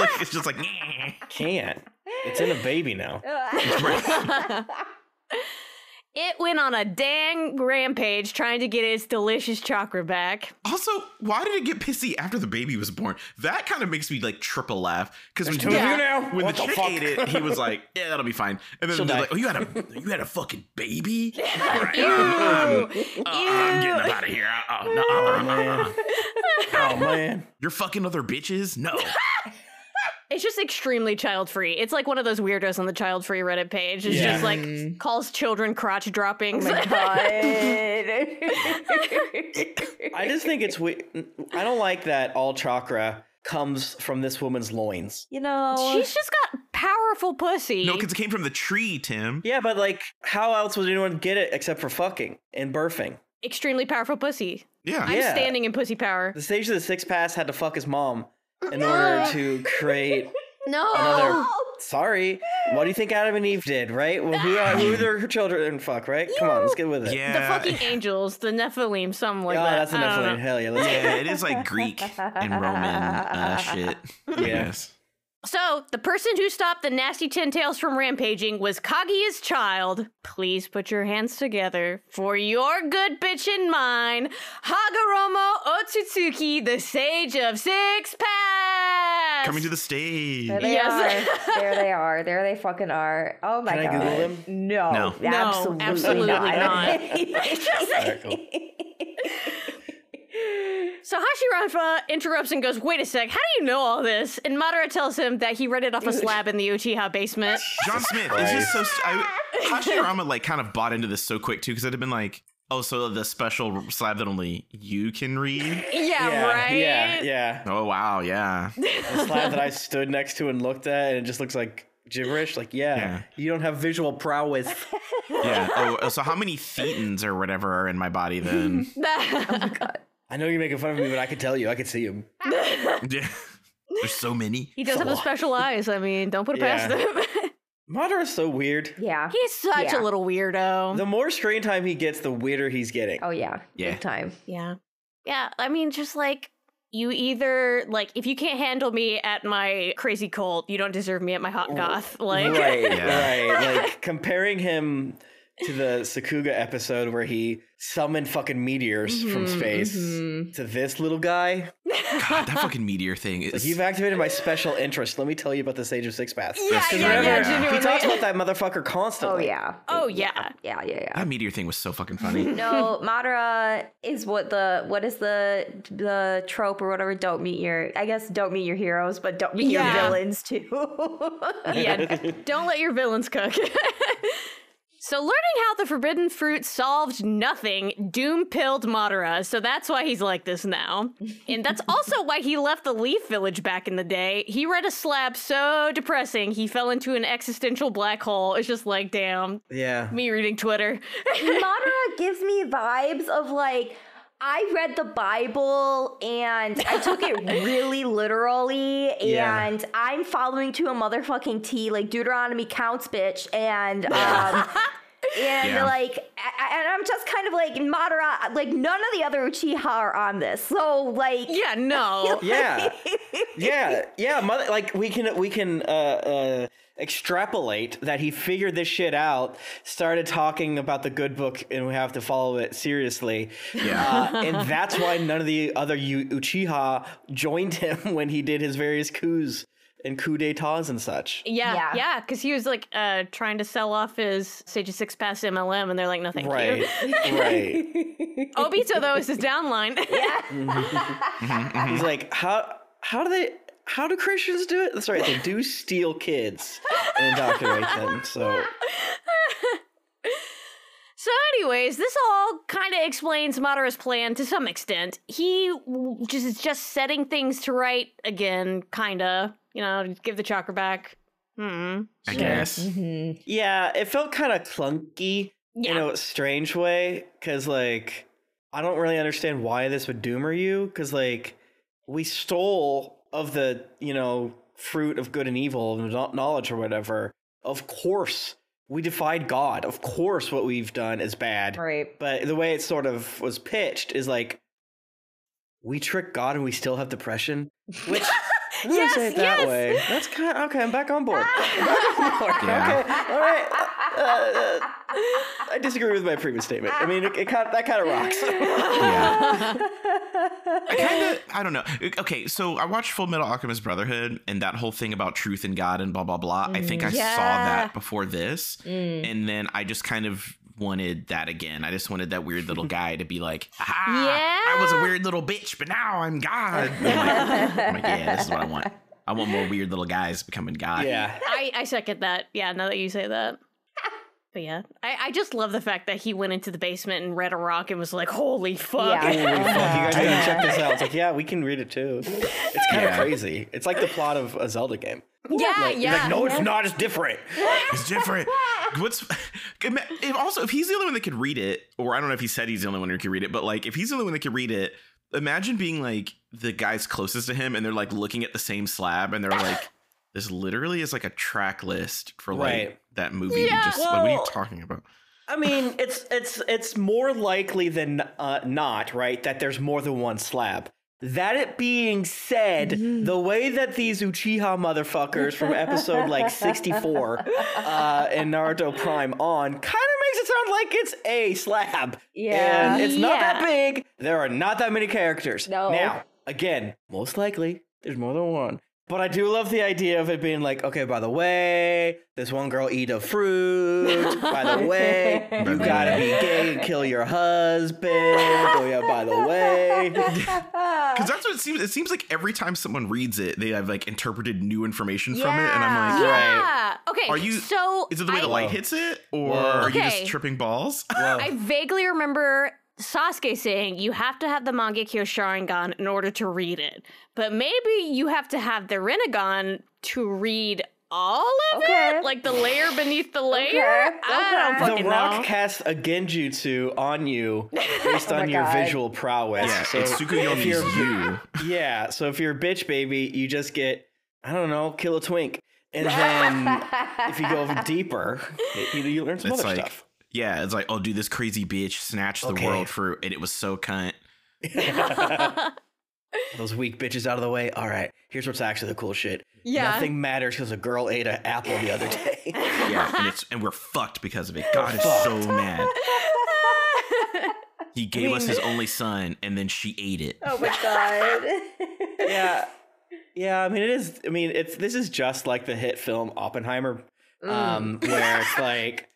Speaker 4: like, it's just like, "Nyeh."
Speaker 3: Can't. It's in a baby now.
Speaker 1: It went on a dang rampage trying to get its delicious chakra back.
Speaker 4: also, why did it get pissy after the baby was born? That kind of makes me like triple laugh because when
Speaker 3: Two of
Speaker 4: Jake-
Speaker 3: you now.
Speaker 4: when
Speaker 3: What
Speaker 4: the chick
Speaker 3: fuck?
Speaker 4: ate it, he was like, "Yeah, that'll be fine." And then
Speaker 3: She'll
Speaker 4: they're
Speaker 3: die.
Speaker 4: like, "Oh, you had a you had a fucking baby? All right,
Speaker 1: Ew.
Speaker 4: um, uh,
Speaker 1: Ew.
Speaker 4: I'm getting up out of here. Uh, uh, no, uh, uh, uh, uh.
Speaker 3: Oh man.
Speaker 4: You're fucking other bitches? No,
Speaker 1: It's just extremely child free. It's like one of those weirdos on the child free Reddit page. It's
Speaker 3: Yeah.
Speaker 1: just
Speaker 3: Mm.
Speaker 1: like calls children crotch droppings.
Speaker 3: Oh
Speaker 2: God.
Speaker 3: I just think it's. We- I don't like that all chakra comes from this woman's loins.
Speaker 2: you know,
Speaker 1: She's just got powerful pussy.
Speaker 4: no, because it came from the tree, Tim.
Speaker 3: Yeah, but like, how else would anyone get it except for fucking and burfing?
Speaker 1: extremely powerful pussy.
Speaker 4: Yeah,
Speaker 1: I'm
Speaker 3: Yeah.
Speaker 1: standing in pussy power.
Speaker 3: The stage of the six pass had to fuck his mom in order to create
Speaker 1: No.
Speaker 3: another. Sorry. What do you think Adam and Eve did, right? Well, who, who their children fuck, right? Come on, let's get with it.
Speaker 1: The
Speaker 4: yeah.
Speaker 1: fucking angels, the Nephilim, something like
Speaker 3: oh,
Speaker 1: that.
Speaker 3: that's
Speaker 1: I
Speaker 3: enough
Speaker 1: don't
Speaker 3: of
Speaker 1: know.
Speaker 3: Hell yeah, let's get
Speaker 4: yeah, it is like Greek and Roman uh, shit. Yes.
Speaker 1: So, the person who stopped the nasty ten tails from rampaging was Kaguya's child. Please put your hands together for your good bitch and mine, Hagoromo Otsutsuki, the sage of Six Paths.
Speaker 4: Coming to the stage.
Speaker 2: there they
Speaker 1: Yes.
Speaker 2: are. There they are. There they fucking are. Oh my
Speaker 3: Can I
Speaker 2: god.
Speaker 3: Google them?
Speaker 2: No.
Speaker 4: No.
Speaker 1: No,
Speaker 2: Absolutely,
Speaker 1: absolutely not. So Hashiranfa interrupts and goes, "Wait a sec, how do you know all this?" And Madara tells him that he read it off a slab in the Uchiha basement.
Speaker 4: John Smith is just so. st- I, Hashirama like kind of bought into this so quick too because I'd have been like, oh, so the special slab that only you can read.
Speaker 1: Yeah,
Speaker 3: yeah,
Speaker 1: right.
Speaker 3: Yeah, yeah.
Speaker 4: Oh wow, yeah,
Speaker 3: The slab that I stood next to and looked at, and it just looks like gibberish. Like, yeah,
Speaker 4: Yeah.
Speaker 3: you don't have visual prowess.
Speaker 4: yeah. Oh, so how many thetans or whatever are in my body then?
Speaker 3: I know you're making fun of me, but I could tell you. I could see him.
Speaker 4: Yeah. There's so many.
Speaker 1: He does have the special eyes. I mean, don't put it past
Speaker 3: Yeah.
Speaker 1: him.
Speaker 3: Madara's so weird.
Speaker 2: yeah.
Speaker 1: He's such a
Speaker 2: Yeah.
Speaker 1: little weirdo.
Speaker 3: The more screen
Speaker 1: Oh,
Speaker 3: time he gets, the weirder he's getting.
Speaker 2: Oh yeah.
Speaker 4: Yeah.
Speaker 2: Big time.
Speaker 1: yeah. Yeah. I mean, just like you either like if you can't handle me at my crazy cult, you don't deserve me at my hot goth. Like
Speaker 3: right,
Speaker 4: Yeah.
Speaker 3: right. Like comparing him to the Sakuga episode where he summoned fucking meteors from
Speaker 1: Mm-hmm,
Speaker 3: space
Speaker 2: Mm-hmm.
Speaker 3: to this little guy.
Speaker 4: God, that fucking meteor thing
Speaker 3: Like,
Speaker 4: is.
Speaker 3: you've activated my special interest. Let me tell you about the Sage of Six Paths.
Speaker 1: yeah,
Speaker 4: That's
Speaker 1: yeah,
Speaker 4: true.
Speaker 1: yeah,
Speaker 4: Yeah.
Speaker 1: genuinely.
Speaker 3: He talks about that motherfucker
Speaker 2: Oh
Speaker 3: constantly.
Speaker 2: yeah.
Speaker 1: oh yeah.
Speaker 2: Yeah, yeah, yeah.
Speaker 4: that meteor thing was so fucking funny.
Speaker 2: No, Madara is what the what is the the trope or whatever. Don't meet your I guess don't meet your heroes, but don't meet
Speaker 1: Yeah.
Speaker 2: your villains too.
Speaker 1: yeah, don't let your villains cook. so, learning how the forbidden fruit solved nothing doom pilled Madara, so that's why he's like this now. And that's also why he left the Leaf Village back in the day. He read a slab so depressing, he fell into an existential black hole. It's just like, damn,
Speaker 3: Yeah.
Speaker 1: me reading Twitter.
Speaker 2: Madara gives me vibes of like I read the Bible and I took it really literally
Speaker 3: Yeah.
Speaker 2: and I'm following to a motherfucking T like Deuteronomy counts bitch and um And
Speaker 4: Yeah.
Speaker 2: like, I, I- and I'm just kind of like Madara. Like none of the other Uchiha are on this, so like,
Speaker 1: yeah, no.
Speaker 3: Yeah. Yeah. Yeah. Mother, like we can we can uh, uh, extrapolate that he figured this shit out, started talking about the good book, and we have to follow it seriously.
Speaker 4: Yeah.
Speaker 3: Uh, and that's why none of the other U- Uchiha joined him when he did his various coups and coup d'etats and such.
Speaker 1: Yeah,
Speaker 2: Yeah.
Speaker 1: yeah, because he was like uh, trying to sell off his Sage of Six Pass MLM, and they're like, no, thank
Speaker 3: Right.
Speaker 1: you.
Speaker 3: right.
Speaker 1: Obito, though, is his downline.
Speaker 4: Mm-hmm,
Speaker 3: He's like, how how do they how do Christians do it? That's right, they do steal kids and indoctrinate them. So
Speaker 1: So, anyways, this all kind of explains Madara's plan to some extent. He w- just is just setting things to right again, kinda. You know, give the chakra back. Hmm.
Speaker 4: I guess.
Speaker 2: Mm-hmm.
Speaker 3: Mm-hmm. yeah, it felt kind of clunky
Speaker 1: Yeah.
Speaker 3: in a strange way because like I don't really understand why this would doomer you because like we stole of the you know fruit of good and evil and kno- knowledge or whatever. Of course, we defied God. Of course, what we've done is bad.
Speaker 2: right.
Speaker 3: but the way it sort of was pitched is like we trick god and we still have depression which I wouldn't say it that
Speaker 1: yes. Ah.
Speaker 3: way that's kind of, okay i'm back on board, I'm back on board. okay all right Uh, uh, i disagree with my previous statement i mean it, it kind of, that kind of rocks
Speaker 4: Yeah. I kind of, I don't know. Okay, so I watched Full Metal Alchemist Brotherhood and that whole thing about truth and God and blah, blah, blah. I think I
Speaker 1: Mm. Yeah. Mm.
Speaker 4: saw that before this. And then I just kind of wanted that again. I just wanted that weird little guy to be like, ah, I was a
Speaker 1: Yeah.
Speaker 4: weird little bitch, but now I'm God. I'm like, I'm like, yeah, this is what I want. I want more weird little guys becoming God.
Speaker 3: yeah
Speaker 1: I, I second that. Yeah, now that you say that. But yeah, I, I just love the fact that he went into the basement and read a rock and was like, holy fuck.
Speaker 2: Yeah.
Speaker 3: Holy fuck, you guys gotta check this out. It's like, yeah, we can read it too. It's kind of
Speaker 4: Yeah.
Speaker 3: crazy. It's like the plot of a Zelda game.
Speaker 1: Yeah, yeah.
Speaker 3: Like, no, it's not. It's different.
Speaker 4: It's different. What's if also if he's the only one that could read it, or I don't know if he said he's the only one who could read it, but like if he's the only one that could read it, imagine being like the guys closest to him and they're like looking at the same slab and they're like, this literally is like a track list for like
Speaker 3: Right.
Speaker 4: that
Speaker 1: Yeah.
Speaker 4: movie. we just like, what are you
Speaker 3: Well-
Speaker 4: talking about?
Speaker 3: I mean, it's it's it's more likely than uh, not, right, that there's more than one slab. That it being said,
Speaker 2: Mm-hmm.
Speaker 3: the way that these Uchiha motherfuckers from episode like 64 uh, in Naruto Prime on kind of makes it sound like it's a slab.
Speaker 2: Yeah.
Speaker 3: And it's not
Speaker 1: Yeah.
Speaker 3: that big. There are not that many characters.
Speaker 2: No.
Speaker 3: Now, again, most likely there's more than one. But I do love the idea of it being like, okay, by the way, this one girl eat a fruit. by the way, you gotta be gay and kill your husband. Oh yeah, by the way.
Speaker 4: Because that's what it seems. It seems like every time someone reads it, they have like interpreted new information from it, and I'm like,
Speaker 2: Yeah.
Speaker 1: Yeah. Okay.
Speaker 4: Are you-
Speaker 1: so
Speaker 4: is it the way
Speaker 1: I,
Speaker 4: the light hits it, or are you
Speaker 1: Okay.
Speaker 4: just tripping balls?
Speaker 2: Oh.
Speaker 1: I vaguely remember Sasuke saying you have to have the Mangekyo Sharingan in order to read it, but maybe you have to have the Rinnegan to read all of
Speaker 2: Okay.
Speaker 1: it, like the layer beneath the layer.
Speaker 2: okay.
Speaker 1: I don't
Speaker 3: The
Speaker 1: fucking
Speaker 3: Rock
Speaker 1: know. Oh
Speaker 3: casts a genjutsu on you based on your
Speaker 2: God.
Speaker 3: visual prowess.
Speaker 4: Yeah,
Speaker 3: So
Speaker 4: it's Tsukuyomi's
Speaker 3: if you're-
Speaker 4: you.
Speaker 3: Yeah, so if you're a bitch baby, you just get I don't know, kill a twink, and then if you go deeper, you, you learn some
Speaker 4: it's
Speaker 3: other
Speaker 4: like
Speaker 3: stuff.
Speaker 4: yeah it's like oh dude this crazy bitch snatched
Speaker 3: Okay.
Speaker 4: the world fruit and it was so cunt
Speaker 3: Those weak bitches out of the way. All right, here's what's actually the cool shit.
Speaker 1: Yeah.
Speaker 3: Nothing matters because a girl ate an apple the other day.
Speaker 4: Yeah, and, it's, and we're fucked because of it. God is so mad. He gave us his only son, and then she ate it.
Speaker 2: Oh my god.
Speaker 3: yeah. Yeah, I mean it is I mean it's this is just like the hit film Oppenheimer um where it's like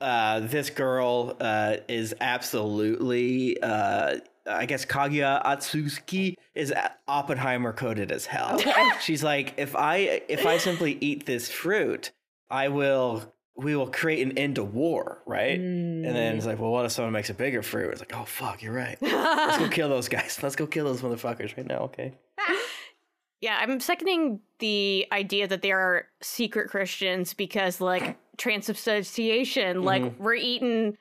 Speaker 3: uh this girl uh is absolutely uh I guess Kaguya Atsuki is a- Oppenheimer coded as hell. She's like if I if I simply eat this fruit, I will we will create an end to war, right?
Speaker 1: Mm.
Speaker 3: And then it's like, well, what if someone makes a bigger fruit? It's like, oh fuck, you're right. Let's go kill those guys. Let's go kill those motherfuckers right now. Okay.
Speaker 1: Yeah, I'm seconding the idea that they are secret Christians because, like,
Speaker 3: Mm-hmm.
Speaker 1: transubstantiation, like, we're eating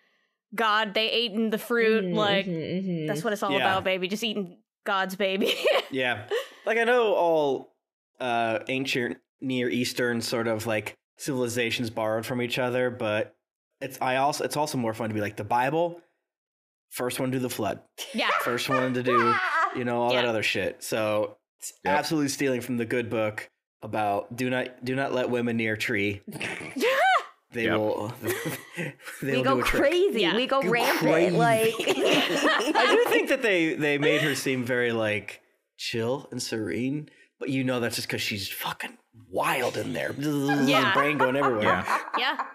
Speaker 1: God, they eating the fruit.
Speaker 3: Mm-hmm,
Speaker 1: like, that's what it's all
Speaker 3: Yeah.
Speaker 1: about, baby. Just eating God's baby.
Speaker 3: Yeah. Like I know all uh ancient Near Eastern sort of like civilizations borrowed from each other, but it's I also it's also more fun to be like the Bible, first one to do the flood.
Speaker 1: yeah.
Speaker 3: First one to do, you know, all that
Speaker 1: Yeah.
Speaker 3: other shit. So it's
Speaker 4: Yep.
Speaker 3: absolutely stealing from the good book about do not do not let women near tree. They
Speaker 4: Yep.
Speaker 3: will they
Speaker 2: we
Speaker 3: will
Speaker 2: go
Speaker 3: do a trick.
Speaker 2: crazy.
Speaker 1: Yeah.
Speaker 2: We go
Speaker 3: Go
Speaker 2: rampant.
Speaker 3: crazy.
Speaker 2: Like
Speaker 3: I do think that they they made her seem very like chill and serene, but you know that's just because she's fucking wild in there.
Speaker 1: Yeah.
Speaker 3: brain going everywhere.
Speaker 4: Yeah.
Speaker 1: Yeah.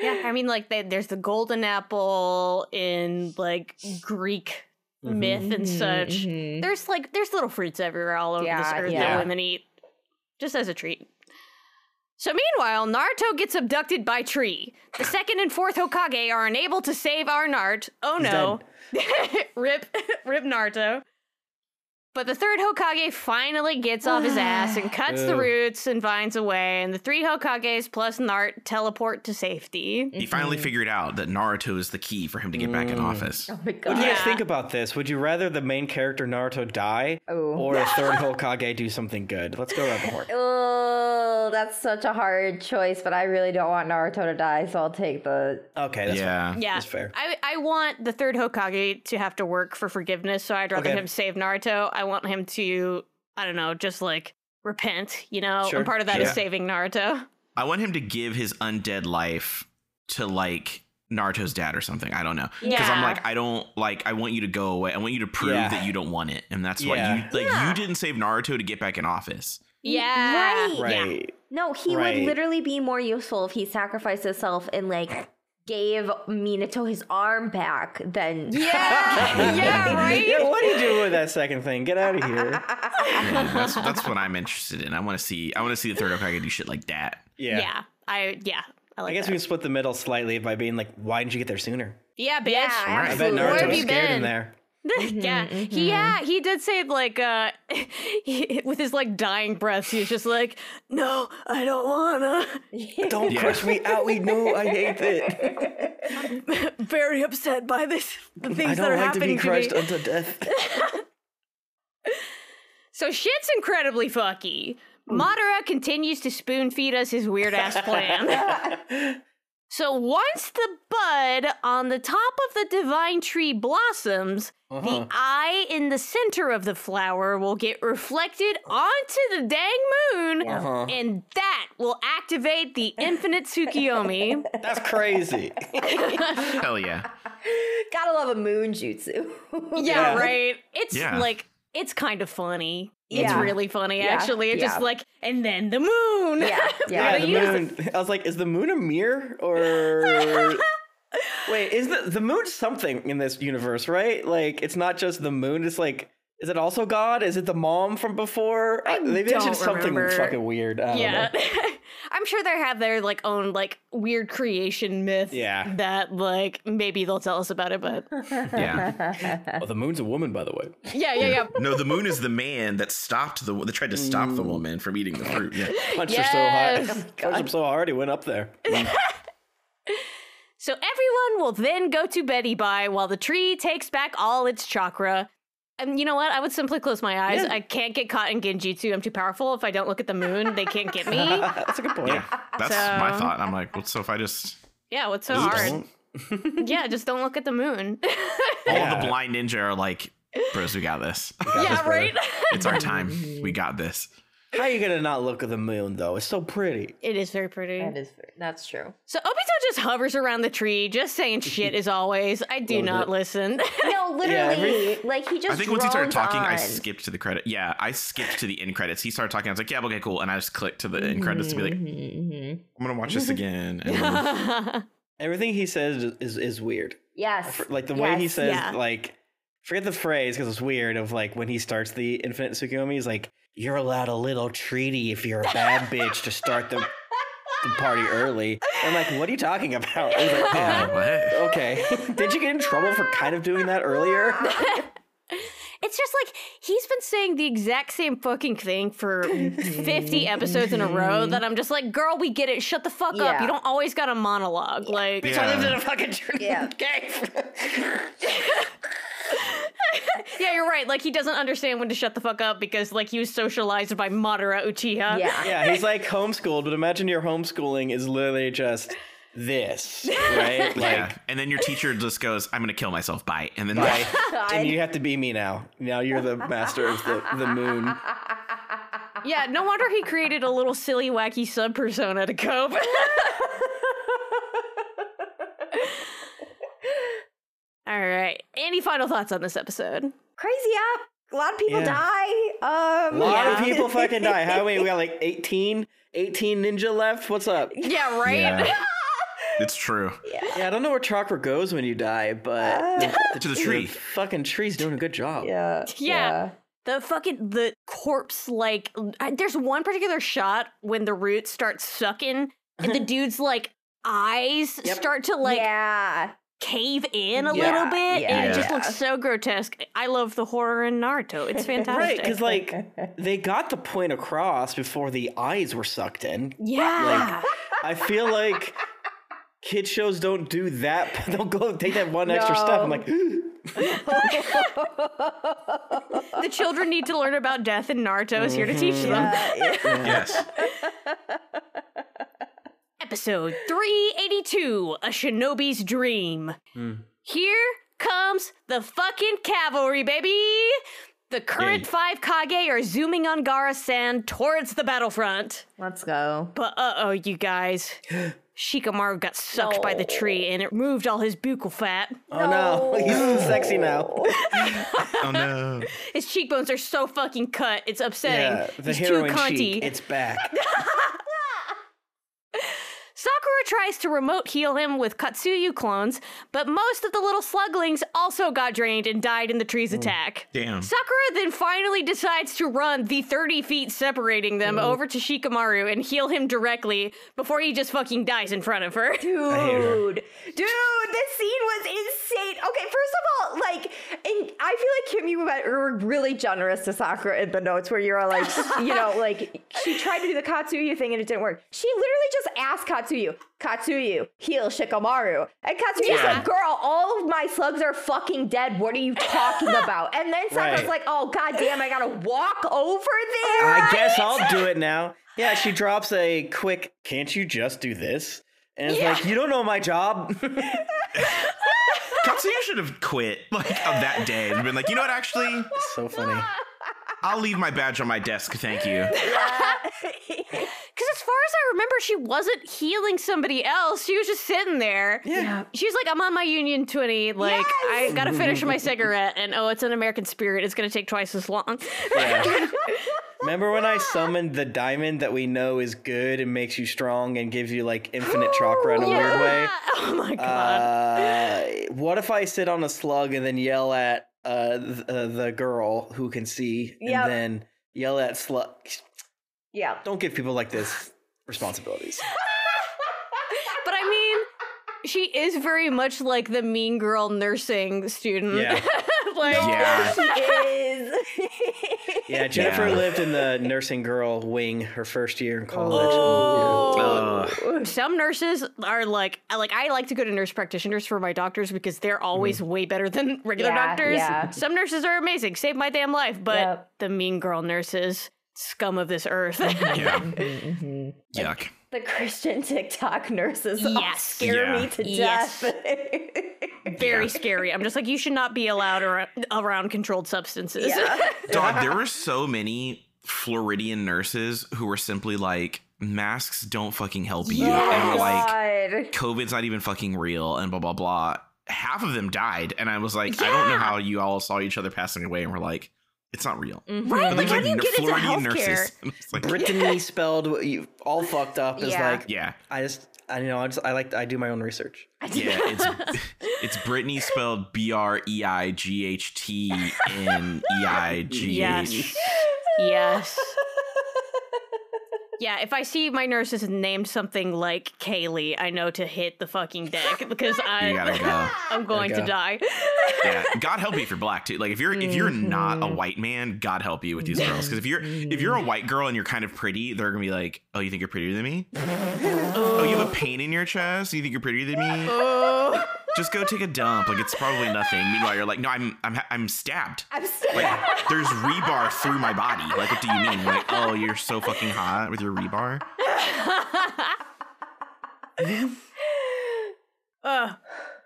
Speaker 1: Yeah, I mean, like, they, there's the golden apple in, like, Greek
Speaker 3: Mhm.
Speaker 1: myth and
Speaker 2: Mm-hmm.
Speaker 1: such.
Speaker 3: Mm-hmm.
Speaker 1: There's, like, there's little fruits everywhere all over
Speaker 2: Yeah,
Speaker 1: this earth
Speaker 2: yeah.
Speaker 1: that women eat just as a treat. So, meanwhile, Naruto gets abducted by Tree. The second and fourth Hokage are unable to save our Nart. Oh
Speaker 3: He's
Speaker 1: no. rip, rip Naruto. But the third Hokage finally gets off his ass and cuts the
Speaker 3: Ew.
Speaker 1: roots and finds a way, and the three Hokages plus Nart teleport to safety.
Speaker 4: He finally figured out that Naruto is the key for him to get back in office.
Speaker 2: Oh my
Speaker 3: What do
Speaker 2: god.
Speaker 3: you guys
Speaker 1: Yeah.
Speaker 3: think about this? Would you rather the main character Naruto die
Speaker 2: Oh.
Speaker 3: or a third Hokage do something good? Let's go around the horn.
Speaker 2: Oh, that's such a hard choice, but I really don't want Naruto to die, so I'll take the.
Speaker 3: Okay, that's fine.
Speaker 4: Yeah.
Speaker 1: Yeah.
Speaker 3: That's fair.
Speaker 1: I, I want the third Hokage to have to work for forgiveness, so I'd rather
Speaker 3: Okay.
Speaker 1: him save Naruto. I want him to, I don't know, just like repent, you know?
Speaker 3: Sure,
Speaker 1: And part of that is
Speaker 4: sure.
Speaker 1: saving Naruto.
Speaker 4: I want him to give his undead life to like Naruto's dad or something. I don't know. Because
Speaker 1: Yeah.
Speaker 4: I'm like, I don't like I want you to go away. I want you to prove
Speaker 3: Yeah.
Speaker 4: that you don't want it. And that's why
Speaker 3: Yeah.
Speaker 4: you like you didn't save Naruto to get back in office.
Speaker 1: Yeah.
Speaker 2: Right.
Speaker 3: Right.
Speaker 2: No, he
Speaker 3: Right.
Speaker 2: would literally be more useful if he sacrificed himself and like gave Minato his arm back than.
Speaker 1: Yeah, yeah, right?
Speaker 3: Yeah, what do you do with that second thing? Get out of here.
Speaker 4: Yeah, that's that's what I'm interested in. I want to see I want to see the third Hokage do shit like that.
Speaker 1: Yeah. I yeah. I like
Speaker 3: I guess
Speaker 1: that.
Speaker 3: we can split the middle slightly by being like, why didn't you get there sooner?
Speaker 1: Yeah, bitch.
Speaker 2: Yeah,
Speaker 4: Right.
Speaker 3: I bet
Speaker 2: absolutely.
Speaker 1: Where
Speaker 3: Naruto
Speaker 1: have
Speaker 3: was
Speaker 1: you
Speaker 3: scared in
Speaker 1: been?
Speaker 3: there.
Speaker 1: yeah. He yeah, he did say like uh he, with his like dying breaths, he was just like, No, I don't wanna.
Speaker 3: Don't
Speaker 4: Yeah.
Speaker 3: crush me out. We know I hate it.
Speaker 1: Very upset by this the things
Speaker 3: I
Speaker 1: that are
Speaker 3: don't like to be
Speaker 1: happening to,
Speaker 3: crushed
Speaker 1: me.
Speaker 3: unto death.
Speaker 1: So shit's incredibly fucky.
Speaker 2: Hmm.
Speaker 1: Madara continues to spoon feed us his weird ass plan. so once the bud on the top of the divine tree blossoms,
Speaker 2: Uh-huh.
Speaker 1: the eye in the center of the flower will get reflected onto the dang moon,
Speaker 3: Uh-huh.
Speaker 1: and that will activate the infinite Tsukiyomi.
Speaker 3: That's crazy.
Speaker 4: Hell yeah.
Speaker 2: Gotta love a moon jutsu.
Speaker 1: Yeah,
Speaker 3: Yeah.
Speaker 1: right. It's
Speaker 4: Yeah.
Speaker 1: like it's kind of funny. It's
Speaker 2: Yeah.
Speaker 1: really funny,
Speaker 2: Yeah,
Speaker 1: actually. It's just
Speaker 2: yeah.
Speaker 1: like, and then the moon.
Speaker 2: yeah,
Speaker 3: Yeah,
Speaker 2: yeah.
Speaker 3: the moon. I was like, is the moon a mirror or? Wait, is the the moon something in this universe? Right? Like, it's not just the moon. It's like, is it also God? Is it the mom from before?
Speaker 1: I
Speaker 3: Uh, they mentioned
Speaker 1: don't
Speaker 3: something
Speaker 1: remember.
Speaker 3: fucking weird. I don't
Speaker 1: yeah.
Speaker 3: know.
Speaker 1: I'm sure they have their like own like weird creation myth.
Speaker 3: Yeah.
Speaker 1: That like maybe they'll tell us about it, but
Speaker 4: Yeah.
Speaker 3: Oh, the moon's a woman, by the way.
Speaker 1: yeah, yeah, yeah.
Speaker 4: No, the moon is the man that stopped the that tried to stop the woman from eating the fruit. Yeah.
Speaker 3: Punched
Speaker 1: Yes.
Speaker 3: her so hard. Punched him so hard he went up there.
Speaker 1: So everyone will then go to Betty Bye while the tree takes back all its chakra. And you know what? I would simply close my eyes.
Speaker 3: Yeah.
Speaker 1: I can't get caught in Genjutsu. I'm too powerful. If I don't look at the moon, they can't get me.
Speaker 3: That's a good point.
Speaker 4: Yeah. That's
Speaker 1: So-
Speaker 4: my thought. I'm like, well, so if I just
Speaker 1: Yeah, what's so
Speaker 4: Oops.
Speaker 1: hard? Yeah, just don't look at the moon.
Speaker 4: all
Speaker 3: Yeah.
Speaker 4: the blind ninja are like Bros, we got this.
Speaker 1: yeah, right?
Speaker 4: It's our time. We got this.
Speaker 3: How you gonna not look at the moon though? It's so pretty.
Speaker 1: it is very pretty.
Speaker 2: That is that's true.
Speaker 1: So Obito just hovers around the tree, just saying shit as always. I do
Speaker 3: Love
Speaker 1: not
Speaker 3: it.
Speaker 1: listen.
Speaker 2: No, literally, like he just.
Speaker 4: I think once he started
Speaker 2: drones
Speaker 4: talking, I
Speaker 2: on.
Speaker 4: skipped to the credit. Yeah, I skipped to the end credits. He started talking. I was like, yeah, okay, cool. And I just clicked to the end credits to be like, I'm going to watch this again. And
Speaker 3: Everything he says is is, is weird.
Speaker 2: Yes,
Speaker 3: Like the way he
Speaker 2: yes.
Speaker 3: says,
Speaker 1: yeah.
Speaker 3: like forget the phrase because it's weird. Of like when he starts the Infinite Tsukuyomi, he's like, "You're allowed a little treaty if you're a bad bitch to start the, the party early." I'm like, "What are you talking about?" I was like,
Speaker 4: I'm
Speaker 3: "Oh,
Speaker 4: like, what?
Speaker 3: okay. Did you get in trouble for kind of doing that earlier?
Speaker 1: it's just like he's been saying the exact same fucking thing for 50 episodes in a row that I'm just like, girl, we get it. Shut the fuck up.
Speaker 2: Yeah.
Speaker 1: You don't always got a monologue. Like,
Speaker 4: Yeah.
Speaker 3: So I lived in a fucking tree.
Speaker 2: Yeah.
Speaker 1: yeah, you're right. Like, he doesn't understand when to shut the fuck up because, like, he was socialized by Madara Uchiha.
Speaker 2: yeah.
Speaker 3: yeah, he's like homeschooled, but imagine your homeschooling is literally just this, right? Like,
Speaker 4: yeah. And then your teacher just goes, I'm going to kill myself. Bye. And then
Speaker 3: like,
Speaker 2: God.
Speaker 3: and you have to be me now. Now you're the master of the, the moon.
Speaker 1: Yeah, no wonder he created a little silly, wacky sub persona to cope. All right. Any final thoughts on this episode?
Speaker 2: Crazy up. A lot of people
Speaker 3: Yeah.
Speaker 2: die.
Speaker 3: A
Speaker 2: Um,
Speaker 3: lot
Speaker 1: Yeah.
Speaker 3: of people fucking die. How many? We got like 18, 18 ninja left. What's up?
Speaker 1: Yeah, right?
Speaker 4: Yeah. it's true.
Speaker 3: Yeah, I don't know where chakra goes when you die, but the,
Speaker 4: To the tree.
Speaker 3: the fucking tree's doing a good job.
Speaker 2: yeah,
Speaker 1: Uh, Yeah. The fucking the corpse like I- there's one particular shot when the roots start sucking and the dude's like eyes
Speaker 3: Yep.
Speaker 1: start to like
Speaker 2: yeah.
Speaker 1: cave in a
Speaker 3: Yeah,
Speaker 1: little bit and it just
Speaker 2: yeah.
Speaker 1: looks so grotesque. I love the horror in Naruto. It's
Speaker 3: Right,
Speaker 1: fantastic.
Speaker 3: because like they got the point across before the eyes were sucked in.
Speaker 1: yeah.
Speaker 3: I feel like kid shows don't do that. They'll go take that one extra step. I'm like,
Speaker 1: the children need to learn about death and Naruto is here to teach them.
Speaker 2: Uh,
Speaker 4: Yes.
Speaker 1: Episode 382 A Shinobi's Dream.
Speaker 3: Hmm.
Speaker 1: Here comes the fucking cavalry, baby! The current
Speaker 3: Yay.
Speaker 1: five Kage are zooming on Gara San towards the battlefront.
Speaker 2: Let's go.
Speaker 1: But uh oh, you guys. Shikamaru got sucked by the tree and it moved all his buccal fat.
Speaker 3: oh no, he's sexy now.
Speaker 4: oh, no.
Speaker 1: His cheekbones are so fucking cut, it's upsetting.
Speaker 3: Yeah, the
Speaker 1: He's too
Speaker 3: heroin
Speaker 1: conti.
Speaker 3: chic. It's back.
Speaker 1: Sakura tries to remote heal him with Katsuyu clones, but most of the little sluglings also got drained and died in the tree's
Speaker 3: Mm.
Speaker 1: attack.
Speaker 4: Damn.
Speaker 1: Sakura then finally decides to run the 30 feet separating them
Speaker 3: Mm.
Speaker 1: over to Shikamaru and heal him directly before he just fucking dies in front of her.
Speaker 3: hate her.
Speaker 2: Dude, dude, this scene was insane. Okay, first of all, like, and I feel like Kim, you went- were really generous to Sakura in the notes where you're like, you know, like she tried to do the Katsuyu thing and it didn't work. She literally just asked Katsuyu, Katsuyu, heal Shikamaru, and Katsuyu
Speaker 1: Yeah.
Speaker 2: said, "Girl, all of my slugs are fucking dead. What are you talking about?" And then Sakura's
Speaker 3: Right.
Speaker 2: like, "Oh goddamn, I gotta walk over there."
Speaker 3: I guess I'll do it now. Yeah, she drops a quick, can't you just do this? And it's like, you don't know my job.
Speaker 4: Katsuya should have quit like on that day and been like, you know what, actually,
Speaker 3: so funny.
Speaker 4: I'll leave my badge on my desk. Thank you.
Speaker 1: Because as far as I remember, she wasn't healing somebody else. She was just sitting there.
Speaker 3: Yeah.
Speaker 1: She's like, I'm on my Union 20. Like, I gotta finish my cigarette. And oh, it's an American spirit. It's gonna take twice as long.
Speaker 3: Yeah. Remember when I summoned the diamond that we know is good and makes you strong and gives you like infinite chakra in a weird way?
Speaker 1: Oh my god.
Speaker 3: Uh, what if I sit on a slug and then yell at uh, th- uh, the girl who can see,
Speaker 2: Yep.
Speaker 3: and then yell at slug?
Speaker 2: yeah.
Speaker 3: Don't give people like this responsibilities.
Speaker 1: but I mean, she is very much like the mean girl nursing student.
Speaker 3: Yeah,
Speaker 1: like,
Speaker 4: Yeah.
Speaker 2: She is.
Speaker 3: yeah. Jennifer
Speaker 4: Yeah.
Speaker 3: lived in the nursing girl wing her first year in college.
Speaker 1: Oh.
Speaker 4: Uh,
Speaker 1: Some nurses are like, I- like I like to go to nurse practitioners for my doctors because they're always way better than regular
Speaker 2: Mm. Yeah,
Speaker 1: doctors.
Speaker 2: yeah.
Speaker 1: Some nurses are amazing, save my damn life. But
Speaker 2: Yep. Oh
Speaker 1: the mean girl nurses, scum of this earth.
Speaker 4: yeah. Yuck.
Speaker 2: The Christian TikTok nurses all
Speaker 1: Yes.
Speaker 2: scare
Speaker 4: Yeah.
Speaker 2: me to
Speaker 1: Yes.
Speaker 2: death.
Speaker 1: very scary. I'm just like, you should not be allowed ar- around controlled substances.
Speaker 2: Yeah.
Speaker 4: Dog, there were so many Floridian nurses who were simply like, masks don't fucking help you. And were like,
Speaker 2: Oh God.
Speaker 4: COVID's not even fucking real and blah, blah, blah. Half of them died. And I was like, I don't know
Speaker 1: Yeah.
Speaker 4: how you all saw each other passing away and were like, it's not real.
Speaker 2: Mm.
Speaker 1: Right? Like,
Speaker 4: there's
Speaker 1: how Mm-hmm. do you
Speaker 4: n-
Speaker 1: get into healthcare?
Speaker 4: And it's like,
Speaker 3: Brittany spelled what you- all fucked up is
Speaker 2: Yeah.
Speaker 3: like
Speaker 4: yeah.
Speaker 3: I just I don't know I just I like I do my own research.
Speaker 4: Yeah, it's it's Brittany spelled B R E I G H T N E I G H.
Speaker 1: Yes. Yes. Yeah, if I see my nurses named something like Kaylee, I know to hit the fucking deck because
Speaker 4: You gotta
Speaker 1: I
Speaker 4: go.
Speaker 1: I'm going
Speaker 3: Gotta
Speaker 1: to
Speaker 3: go.
Speaker 1: die.
Speaker 4: Yeah, God help you if you're black too. Like if you're if you're not a
Speaker 2: Mm-hmm.
Speaker 4: white man, God help you with these girls. Because if you're if you're a white girl and you're kind of pretty, they're gonna be like, oh, you think you're prettier than me? Oh, you have a pain in your chest. You think you're prettier than me?
Speaker 2: Oh.
Speaker 4: Just go take a dump. Like it's probably nothing. Meanwhile, you're like, no, I'm I'm ha- I'm stabbed.
Speaker 2: I'm still.
Speaker 4: Like there's rebar through my body. Like what do you mean? Like oh, you're so fucking hot with your rebar.
Speaker 1: Ugh.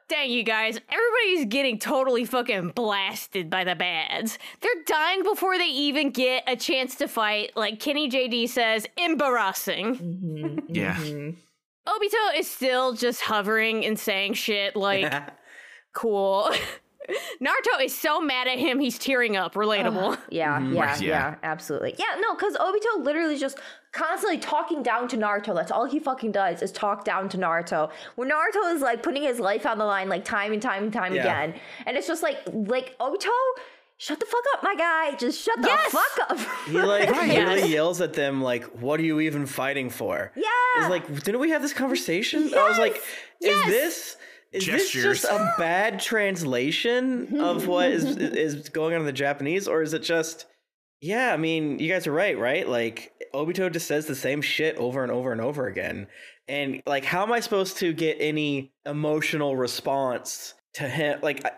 Speaker 1: Dang, you guys. Everybody's getting totally fucking blasted by the bads. They're dying before they even get a chance to fight. Like Kenny JD says, embarrassing.
Speaker 4: Yeah.
Speaker 2: Mm-hmm.
Speaker 1: Obito is still just hovering and saying shit like, cool. Naruto is so mad at him, he's tearing up. Relatable.
Speaker 2: Yeah, yeah,
Speaker 4: Right,
Speaker 2: yeah,
Speaker 4: yeah.
Speaker 2: absolutely. Yeah, no, because Obito literally just constantly talking down to Naruto. That's all he fucking does is talk down to Naruto. When Naruto is like putting his life on the line, like time and time and time
Speaker 3: Yeah.
Speaker 2: again, and it's just like, like Obito, shut the fuck up, my guy. Just shut the
Speaker 1: Yes!
Speaker 2: fuck up.
Speaker 3: He like
Speaker 1: Yes.
Speaker 3: really yells at them like, "What are you even fighting for?"
Speaker 2: Yeah.
Speaker 3: it's like, didn't we have this conversation? I was like, is this is this
Speaker 4: Gestures.
Speaker 3: just a bad translation of what is is going on in the Japanese, or is it just? Yeah, I mean, you guys are right, right? Like Obito just says the same shit over and over and over again, and like, how am I supposed to get any emotional response to him? Like. I,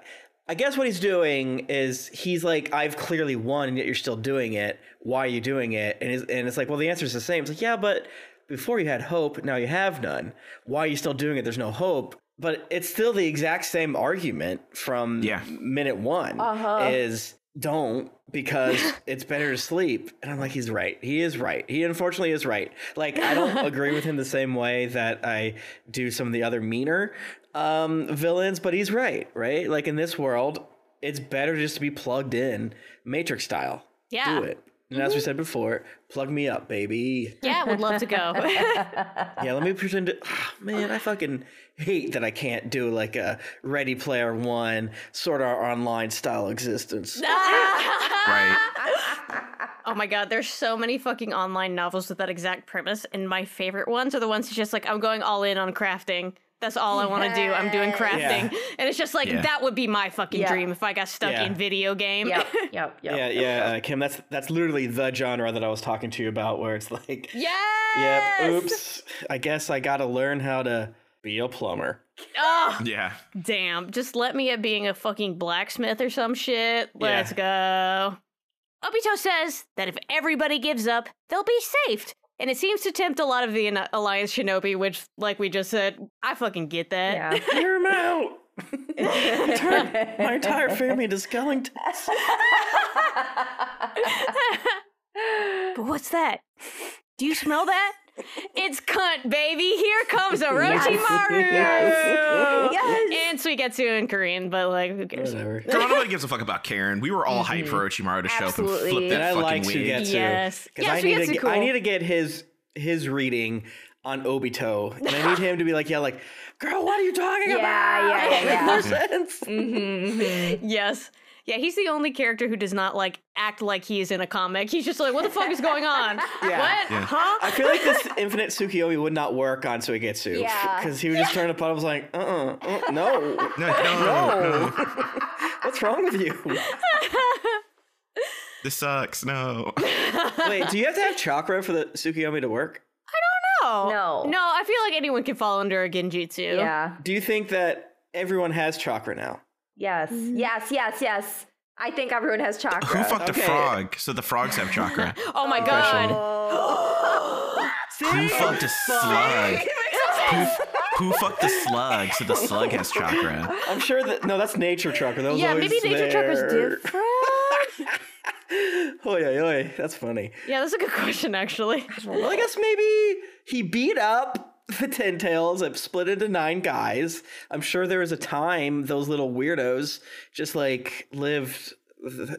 Speaker 3: I guess what he's doing is he's like, I've clearly won, and yet you're still doing it. Why are you doing it? And it's, and it's like, well, the answer's the same. It's like, yeah, but before you had hope, now you have none. Why are you still doing it? There's no hope. But it's still the exact same argument from
Speaker 4: Yeah.
Speaker 3: minute one
Speaker 2: Uh-huh.
Speaker 3: is don't because it's better to sleep. And I'm like, he's right. He is right. He unfortunately is right. Like, I don't agree with him the same way that I do some of the other meaner um, villains, but he's right, right? Like, in this world, it's better just to be plugged in, Matrix style.
Speaker 1: Yeah.
Speaker 3: Do it. And as we said before, plug me up, baby.
Speaker 1: Yeah, would love to go.
Speaker 3: Yeah, let me pretend to. ah, man, I fucking hate that I can't do like a Ready Player One sort of online style existence.
Speaker 4: Right.
Speaker 1: Oh my god, there's so many fucking online novels with that exact premise, and my favorite ones are the ones that's just like, I'm going all in on crafting. That's all I want to do. I'm doing crafting. And it's just like,
Speaker 4: Yeah.
Speaker 1: that would be my fucking
Speaker 2: Yeah.
Speaker 1: dream if I got stuck
Speaker 3: Yeah.
Speaker 1: in video game.
Speaker 2: yep, yep, yep.
Speaker 3: Yeah, yeah, uh, Kim. That's that's literally the genre that I was talking to you about, where it's like,
Speaker 1: yes!
Speaker 3: yep, oops. I guess I gotta learn how to be a plumber.
Speaker 1: Oh,
Speaker 4: Yeah.
Speaker 1: damn. Just let me at being a fucking blacksmith or some shit. Let's go. Obito says that if everybody gives up, they'll be saved. And it seems to tempt a lot of the An- Alliance Shinobi, which, like we just said, I fucking get that.
Speaker 2: Yeah.
Speaker 3: Hear him out. Turn my entire family into skeletons.
Speaker 1: But what's that? Do you smell that? It's cunt, baby. Here comes Orochimaru.
Speaker 2: Yes. Yes.
Speaker 1: And Suigetsu in Korean, but like, who cares?
Speaker 3: Whatever.
Speaker 4: Girl, nobody gives a fuck about Karen. We were all hyped for Orochimaru to show up and
Speaker 2: Mm-hmm. Absolutely.
Speaker 4: flip that
Speaker 3: And I
Speaker 4: fucking
Speaker 3: like
Speaker 4: wig.
Speaker 3: Sugetsu.
Speaker 1: Yes.
Speaker 3: Because
Speaker 1: Yeah,
Speaker 3: I, need to
Speaker 1: Sugetsu
Speaker 3: get- I
Speaker 1: cool.
Speaker 3: need to get his his reading on Obito. And I need him to be like, yeah, like, girl, what are you talking
Speaker 2: Yeah,
Speaker 3: about?
Speaker 2: yeah, yeah.
Speaker 3: Makes no sense.
Speaker 1: Yes. Yeah, he's the only character who does not like act like he is in a comic. He's just like, what the fuck is going on? What?
Speaker 4: Yeah.
Speaker 1: Huh?
Speaker 3: I feel like this infinite Tsukiyomi would not work on Suigetsu.
Speaker 2: Yeah.
Speaker 3: Because he would just turn upon him and was like, uh-uh, uh, no.
Speaker 4: No, no, no, no.
Speaker 3: What's wrong with you?
Speaker 4: This sucks. No.
Speaker 3: Wait, do you have to have chakra for the Tsukiyomi to work? Oh.
Speaker 1: No.
Speaker 2: No.
Speaker 1: No, I feel like anyone can fall under a Genjutsu.
Speaker 2: yeah.
Speaker 3: Do you think that everyone has chakra now?
Speaker 2: Yes.
Speaker 1: Mm-hmm.
Speaker 2: Yes. Yes. Yes. I think everyone has chakra.
Speaker 4: Who fucked
Speaker 3: Okay.
Speaker 4: a frog? So the frogs have chakra.
Speaker 1: Oh my god.
Speaker 2: Oh,
Speaker 4: Who fucked a slug? Who, Who fucked the slug? So the slug has chakra.
Speaker 3: I'm sure that no, that's nature trucker. That was
Speaker 1: yeah,
Speaker 3: always
Speaker 1: maybe nature trucker's
Speaker 3: there.
Speaker 1: different.
Speaker 3: Oy, oy, oy. That's funny.
Speaker 1: yeah, that's a good question, actually.
Speaker 3: Well, I guess maybe he beat up the Ten Tails and split into nine guys. I'm sure there was a time those little weirdos just like lived,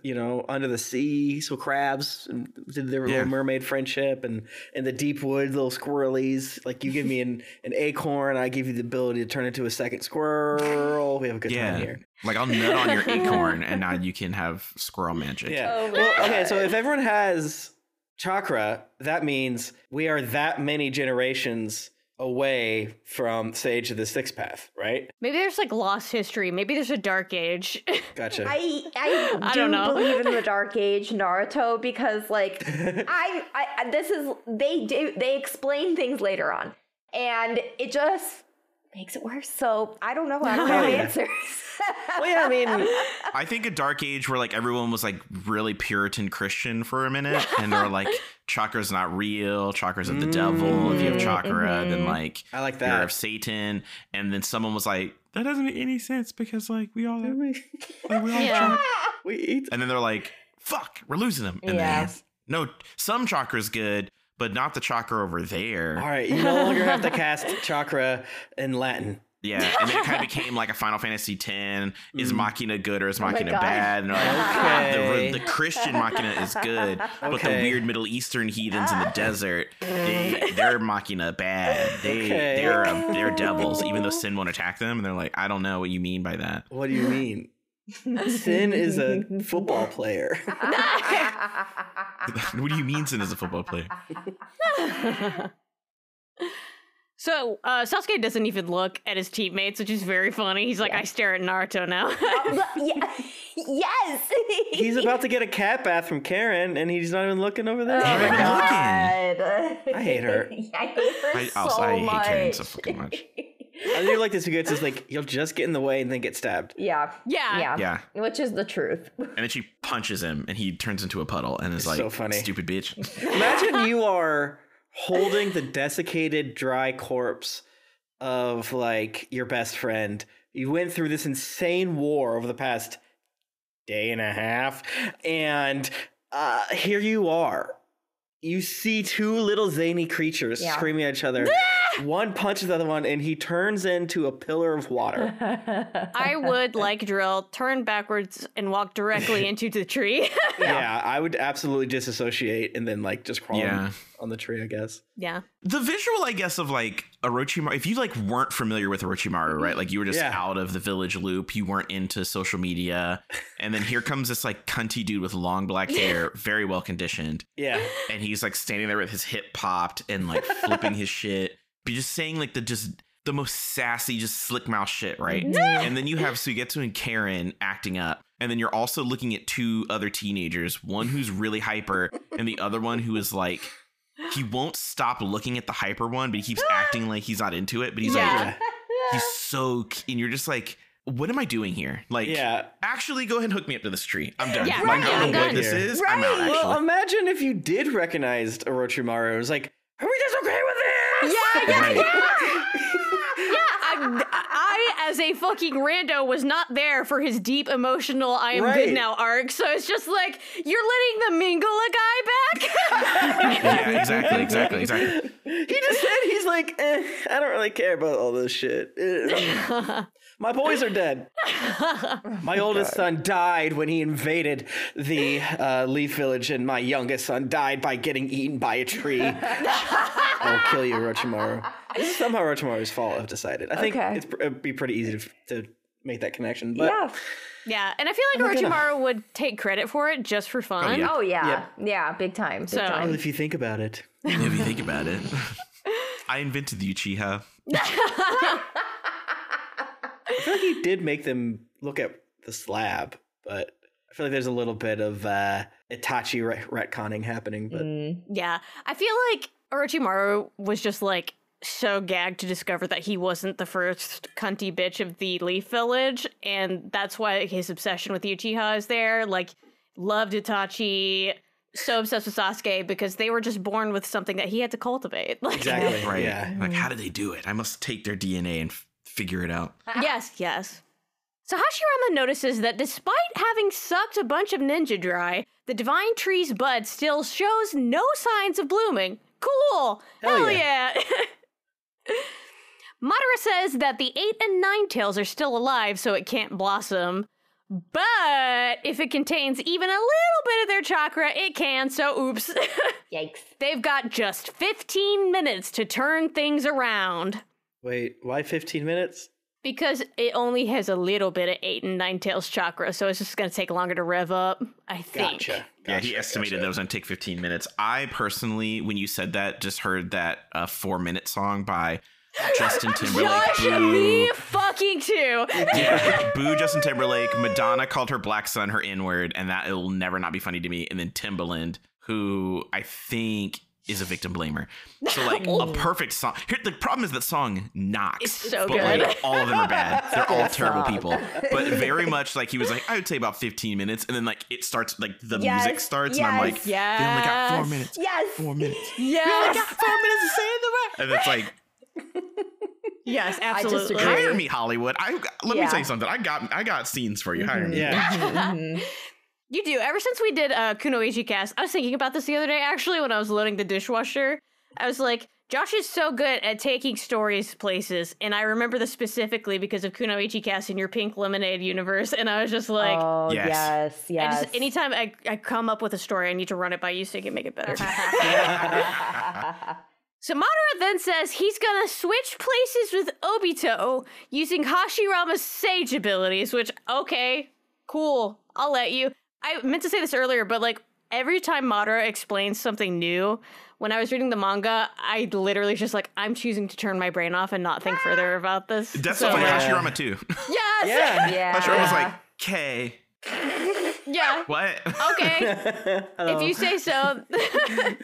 Speaker 3: you know, under the sea, so crabs and did their
Speaker 4: Yeah.
Speaker 3: little mermaid friendship and in the deep wood, little squirrelies. Like you give me an, an acorn, I give you the ability to turn into a second squirrel. We have a good time
Speaker 4: Yeah.
Speaker 3: here.
Speaker 4: Like I'll nut on your acorn and now you can have squirrel magic.
Speaker 3: Yeah.
Speaker 2: Oh my
Speaker 3: well, okay, so
Speaker 2: God.
Speaker 3: if everyone has chakra, that means we are that many generations away from Sage of the Sixth Path, right?
Speaker 1: Maybe there's like lost history. Maybe there's a dark age.
Speaker 3: Gotcha.
Speaker 2: I I,
Speaker 1: I
Speaker 2: do
Speaker 1: don't know.
Speaker 2: believe in the Dark Age Naruto because like I, I I- this is they do they explain things later on and it just makes it worse. So I don't know. I don't have
Speaker 3: Yeah.
Speaker 2: answers.
Speaker 3: well, yeah, I mean,
Speaker 4: I think a dark age where like everyone was like really Puritan Christian for a minute and they're like chakra's not real, chakra's of the devil. If you have chakra, then like
Speaker 3: I like
Speaker 4: you're of
Speaker 3: that.
Speaker 4: Satan. And then someone was like, That doesn't make any sense because like we all have like, we all have
Speaker 1: yeah.
Speaker 4: chakra.
Speaker 3: We eat.
Speaker 4: And then they're like, Fuck, we're losing them. And then
Speaker 2: Yes.
Speaker 4: no some chakra's good, but not the chakra over there.
Speaker 3: All right, you no longer have to cast chakra in Latin.
Speaker 4: Yeah, and then it kind of became like a Final Fantasy X. Is Machina good or is
Speaker 2: Oh my
Speaker 4: Machina
Speaker 2: God.
Speaker 4: bad? And like,
Speaker 3: Mm.
Speaker 4: "Ah,
Speaker 3: Okay.
Speaker 4: the, the Christian Machina is good, but the
Speaker 3: Okay.
Speaker 4: weird Middle Eastern heathens in the desert, they, they're Machina bad. They
Speaker 3: Okay.
Speaker 4: they're um, they're devils, even though sin won't attack them. And they're like, I don't know what you mean by that.
Speaker 3: What do you mean? Sin is a football player.
Speaker 4: what do you mean sin is a football player?
Speaker 1: So uh, Sasuke doesn't even look at his teammates, which is very funny. He's like, I stare at Naruto now.
Speaker 2: yeah. Yes.
Speaker 3: He's about to get a cat bath from Karen, and he's not even looking over there.
Speaker 4: Oh my God.
Speaker 3: I hate her.
Speaker 2: I hate her
Speaker 4: I,
Speaker 2: so
Speaker 4: also, I hate
Speaker 2: much.
Speaker 4: Karen so fucking much.
Speaker 3: I do like this. Who gets is like, you'll just get in the way and then get stabbed.
Speaker 2: yeah.
Speaker 1: yeah.
Speaker 2: yeah.
Speaker 4: Yeah,
Speaker 2: Which is the truth.
Speaker 4: and then she punches him, and he turns into a puddle, and is like,
Speaker 3: so funny.
Speaker 4: "Stupid bitch."
Speaker 3: Imagine you are holding the desiccated, dry corpse of like your best friend. You went through this insane war over the past day and a half, and uh, here you are. You see two little zany creatures
Speaker 2: Yeah.
Speaker 3: screaming at each other. one punches the other one, and he turns into a pillar of water.
Speaker 1: I would, like Drill, turn backwards and walk directly into the tree.
Speaker 3: yeah. I would absolutely disassociate and then like just crawl
Speaker 4: Yeah.
Speaker 3: on the tree, I guess.
Speaker 1: yeah.
Speaker 4: the visual i guess of like orochimaru if you like weren't familiar with orochimaru right like you were just
Speaker 3: Yeah.
Speaker 4: out of the village loop you weren't into social media and then here comes this like cunty dude with long black hair very well conditioned
Speaker 3: Yeah.
Speaker 4: and he's like standing there with his hip popped and like flipping his shit but just saying like the just the most sassy just slick mouth shit right and then you have sugetsu and karen acting up and then you're also looking at two other teenagers one who's really hyper and the other one who is like he won't stop looking at the hyper one but he keeps acting like he's not into it but he's
Speaker 1: Yeah.
Speaker 4: like he's so c- and you're just like what am i doing here like
Speaker 3: Yeah.
Speaker 4: actually go ahead and hook me up to this tree i'm done
Speaker 1: Yeah,
Speaker 4: like,
Speaker 1: right,
Speaker 4: i
Speaker 1: I'm
Speaker 4: don't know what
Speaker 1: done.
Speaker 4: this is i'm out
Speaker 2: Right.
Speaker 4: actually
Speaker 3: Well, imagine if you did recognize Orochimaru. It was like, are we just okay with this?
Speaker 4: Right.
Speaker 1: I, I, as a fucking rando, was not there for his deep emotional "I am
Speaker 3: Right.
Speaker 1: good now" arc. So it's just like you're letting the Mingala guy back.
Speaker 4: yeah, exactly, exactly, exactly.
Speaker 3: He just said he's like, eh, I don't really care about all this shit. Eh, My boys are dead. My oldest son died when he invaded the uh, Leaf Village, and my youngest son died by getting eaten by a tree. I'll kill you, Orochimaru. This is somehow Orochimaru's fault, I've decided. I think
Speaker 2: Okay.
Speaker 3: it's, pr- it'd be pretty easy to, to make that connection. But
Speaker 2: yeah.
Speaker 1: yeah, and I feel like
Speaker 3: gonna-
Speaker 1: Orochimaru would take credit for it just for fun.
Speaker 4: yeah.
Speaker 2: Oh yeah. Yeah. Big time. Big
Speaker 1: So-
Speaker 2: time.
Speaker 3: if you think about it,
Speaker 4: If you think about it, I invented the Uchiha.
Speaker 3: he did make them look at the slab, but I feel like there's a little bit of uh, Itachi ret- retconning happening. But
Speaker 1: Yeah, I feel like Orochimaru was just like so gagged to discover that he wasn't the first cunty bitch of the Leaf Village, and that's why his obsession with Uchiha is there. Like, loved Itachi, so obsessed with Sasuke because they were just born with something that he had to cultivate. Like,
Speaker 3: Exactly.
Speaker 4: Right.
Speaker 3: Yeah.
Speaker 4: Like, how did they do it? I must take their DNA and f- figure it out.
Speaker 1: yes, yes. So Hashirama notices that despite having sucked a bunch of ninja dry, the divine tree's bud still shows no signs of blooming. Cool!
Speaker 3: Hell
Speaker 1: Hell, yeah! Madara says that the eight and nine tails are still alive, so it can't blossom. But if it contains even a little bit of their chakra, it can, so oops.
Speaker 2: Yikes.
Speaker 1: They've got just 15 minutes to turn things around
Speaker 3: Wait, why 15 minutes?
Speaker 1: because it only has a little bit of eight and nine tails chakra, so it's just going to take longer to rev up, I think.
Speaker 3: Gotcha.
Speaker 4: yeah, he estimated that was going to take 15 minutes. I personally, when you said that, just heard that uh, four minute song by Justin Timberlake.
Speaker 1: Gosh,
Speaker 4: Boo.
Speaker 1: me fucking too.
Speaker 4: Yeah, boo Justin Timberlake. Madonna called her black son her N word, and that it'll never not be funny to me. And then Timbaland, who I think is a victim blamer. So like a perfect song. Here, the problem is that song knocks.
Speaker 1: It's so
Speaker 4: but,
Speaker 1: good.
Speaker 4: Like, all of them are bad. They're all
Speaker 2: That
Speaker 4: terrible
Speaker 2: song.
Speaker 4: people. But very much like he was like, I would say about 15 minutes, and then like it starts like the
Speaker 2: Yes,
Speaker 4: music starts, and I'm
Speaker 2: yes,
Speaker 4: like, they only got four
Speaker 1: yes,
Speaker 4: minutes.
Speaker 2: Yes.
Speaker 4: Four minutes.
Speaker 1: Yes,
Speaker 4: Four minutes to say the word. And it's like,
Speaker 1: yes,
Speaker 2: I
Speaker 1: absolutely.
Speaker 2: disagree.
Speaker 4: hire me, Hollywood. I let me
Speaker 2: Yeah.
Speaker 4: tell you something. I got I got scenes for you. Hire me.
Speaker 3: Yeah.
Speaker 1: You do. Ever since we did uh, Kunoichi cast, I was thinking about this the other day, actually, when I was loading the dishwasher. I was like, Josh is so good at taking stories places. And I remember this specifically because of Kunoichi cast in your pink lemonade universe. And I was just like,
Speaker 2: oh,
Speaker 4: Yes.
Speaker 2: yes,
Speaker 1: I
Speaker 2: yes.
Speaker 1: just, anytime I, I come up with a story, I need to run it by you so you can make it better. so Madara then says he's gonna switch places with Obito using Hashirama's sage abilities, which, okay, cool, I'll let you. I meant to say this earlier, but like every time Madara explains something new, when I was reading the manga, I literally just like, I'm choosing to turn my brain off and not think further about this.
Speaker 4: That's
Speaker 1: so,
Speaker 4: so funny.
Speaker 3: Yeah.
Speaker 4: Hashirama too.
Speaker 1: Yes!
Speaker 3: Yeah.
Speaker 2: yeah. Oh,
Speaker 4: Hashirama was like, "K,
Speaker 1: yeah.
Speaker 4: what?"
Speaker 1: Okay. if you say so.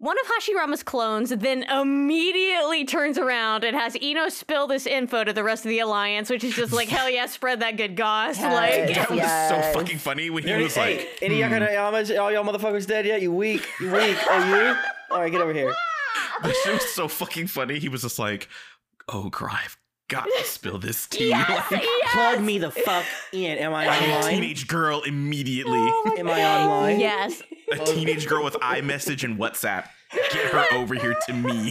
Speaker 1: One of Hashirama's clones then immediately turns around and has Ino spill this info to the rest of the alliance, which is just like, hell yeah, spread that good goss.
Speaker 2: Yes.
Speaker 1: Like,
Speaker 4: That was
Speaker 2: Yes.
Speaker 4: so fucking funny when he
Speaker 3: Any,
Speaker 4: was like, Hmm.
Speaker 3: hey, any Yakarayama's? All y'all motherfuckers dead yet? You weak. You weak. Oh, you? All right, get over here.
Speaker 4: "This shit was so fucking funny." He was just like, "Oh, cry, I've got to spill this tea." like,
Speaker 3: Plug me the fuck in. Am I
Speaker 4: a
Speaker 3: online?
Speaker 4: teenage girl immediately.
Speaker 2: Oh
Speaker 3: Am I online?
Speaker 1: yes,
Speaker 4: a teenage girl with iMessage and WhatsApp. Get her over here to me.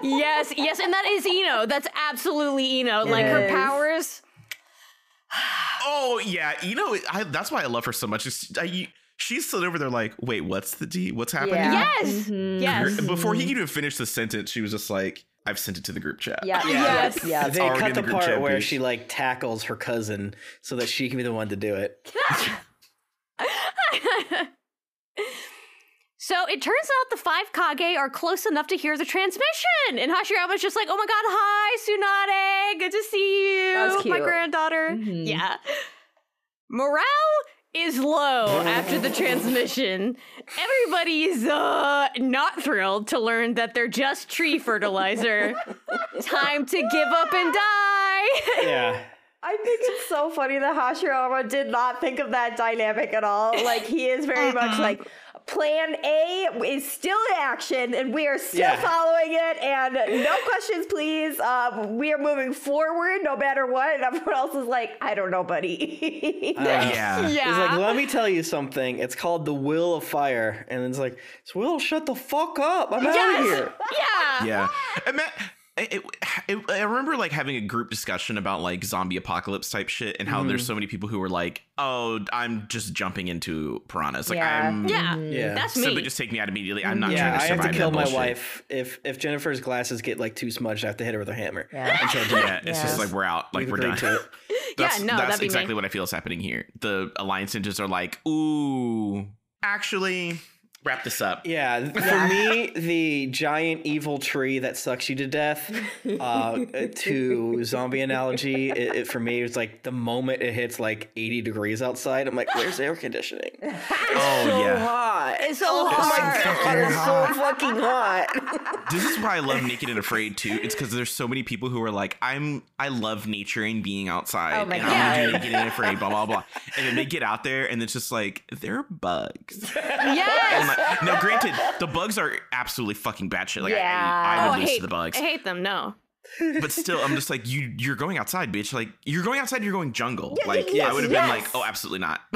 Speaker 1: yes, yes. And that is Ino. That's absolutely Ino. Like, her
Speaker 2: Yes.
Speaker 1: powers.
Speaker 4: Oh yeah, you know I, that's why I love her so much. It's- I- you- she's sitting over there like, "Wait, what's the D? What's happening?"
Speaker 2: Yeah.
Speaker 1: Yes, yes.
Speaker 4: And Before he could even finish the sentence, she was just like, "I've sent it to the group chat."
Speaker 2: yeah,
Speaker 1: Yes.
Speaker 2: yes, yes.
Speaker 3: They
Speaker 4: already
Speaker 3: cut
Speaker 4: in
Speaker 3: the
Speaker 4: the group
Speaker 3: part
Speaker 4: chat,
Speaker 3: where
Speaker 4: bitch.
Speaker 3: she like tackles her cousin so that she can be the one to do it.
Speaker 1: So it turns out the five Kage are close enough to hear the transmission. And Hashirama's just like, oh my god, hi, Tsunade. Good to see you.
Speaker 2: That was
Speaker 1: My
Speaker 2: cute. Mm-hmm.
Speaker 1: granddaughter. Yeah. Morale is low after the transmission. Everybody's uh, not thrilled to learn that they're just tree fertilizer. Time to give up and die.
Speaker 3: Yeah.
Speaker 2: I think it's so funny that Hashirama did not think of that dynamic at all. Like he is very
Speaker 1: Uh-uh.
Speaker 2: much like plan A is still in action and we are still
Speaker 3: Yeah.
Speaker 2: following it and no questions please. Uh, we are moving forward no matter what and everyone else is like, I don't know, buddy.
Speaker 4: yeah.
Speaker 1: yeah.
Speaker 3: It's like, let me tell you something. It's called the will of fire. And it's like, it's will, shut the fuck up. I'm out of here.
Speaker 1: yeah.
Speaker 4: yeah. And that- it- it- I remember like having a group discussion about like zombie apocalypse type shit and how there's so many people who were like, "Oh, I'm just jumping into piranhas. Like
Speaker 2: Yeah.
Speaker 4: I'm
Speaker 1: Yeah.
Speaker 3: Yeah.
Speaker 1: That's me.
Speaker 4: simply just take me out immediately. I'm not
Speaker 3: yeah, I
Speaker 4: trying to survive
Speaker 3: have to kill
Speaker 4: that
Speaker 3: my
Speaker 4: bullshit."
Speaker 3: wife. If if Jennifer's glasses get like too smudged, I have to hit her with a hammer.
Speaker 2: Yeah.
Speaker 3: Until Jen-
Speaker 4: Yeah, it's just like we're out. Like
Speaker 3: we've
Speaker 4: we're
Speaker 3: agreed
Speaker 4: done.
Speaker 3: to it.
Speaker 4: That's,
Speaker 1: no,
Speaker 4: that's
Speaker 1: that'd be me.
Speaker 4: exactly what I feel is happening here. The alliance ninjas are like, "Ooh, actually, wrap this up."
Speaker 3: Yeah, th- for me, the giant evil tree that sucks you to death. Uh, to zombie analogy, it, it- for me, it's like the moment it hits like 80 degrees outside, I'm like, "Where's air conditioning? It's
Speaker 4: Oh
Speaker 3: so
Speaker 4: yeah.
Speaker 3: hot.
Speaker 1: It's so
Speaker 3: Oh my
Speaker 1: hard.
Speaker 3: god, it's so fucking hot."
Speaker 4: this is why I love Naked and Afraid too. It's because there's so many people who are like, I'm I love nature and being outside,
Speaker 2: Oh my
Speaker 4: and I'm gonna do
Speaker 2: God.
Speaker 4: Naked and Afraid, blah blah blah. And then they get out there, and it's just like there are bugs. And
Speaker 1: Yes.
Speaker 4: like, now, granted, the bugs are absolutely fucking batshit. Like I, I
Speaker 2: Yeah.
Speaker 1: Oh,
Speaker 4: would
Speaker 1: I
Speaker 4: lose
Speaker 1: hate
Speaker 4: to the bugs,
Speaker 1: I hate them. No.
Speaker 4: but still, I'm just like you. You're going outside, bitch. Like you're going outside. You're going jungle. like
Speaker 2: yes,
Speaker 4: I would have
Speaker 2: yes.
Speaker 4: been like, oh, absolutely not.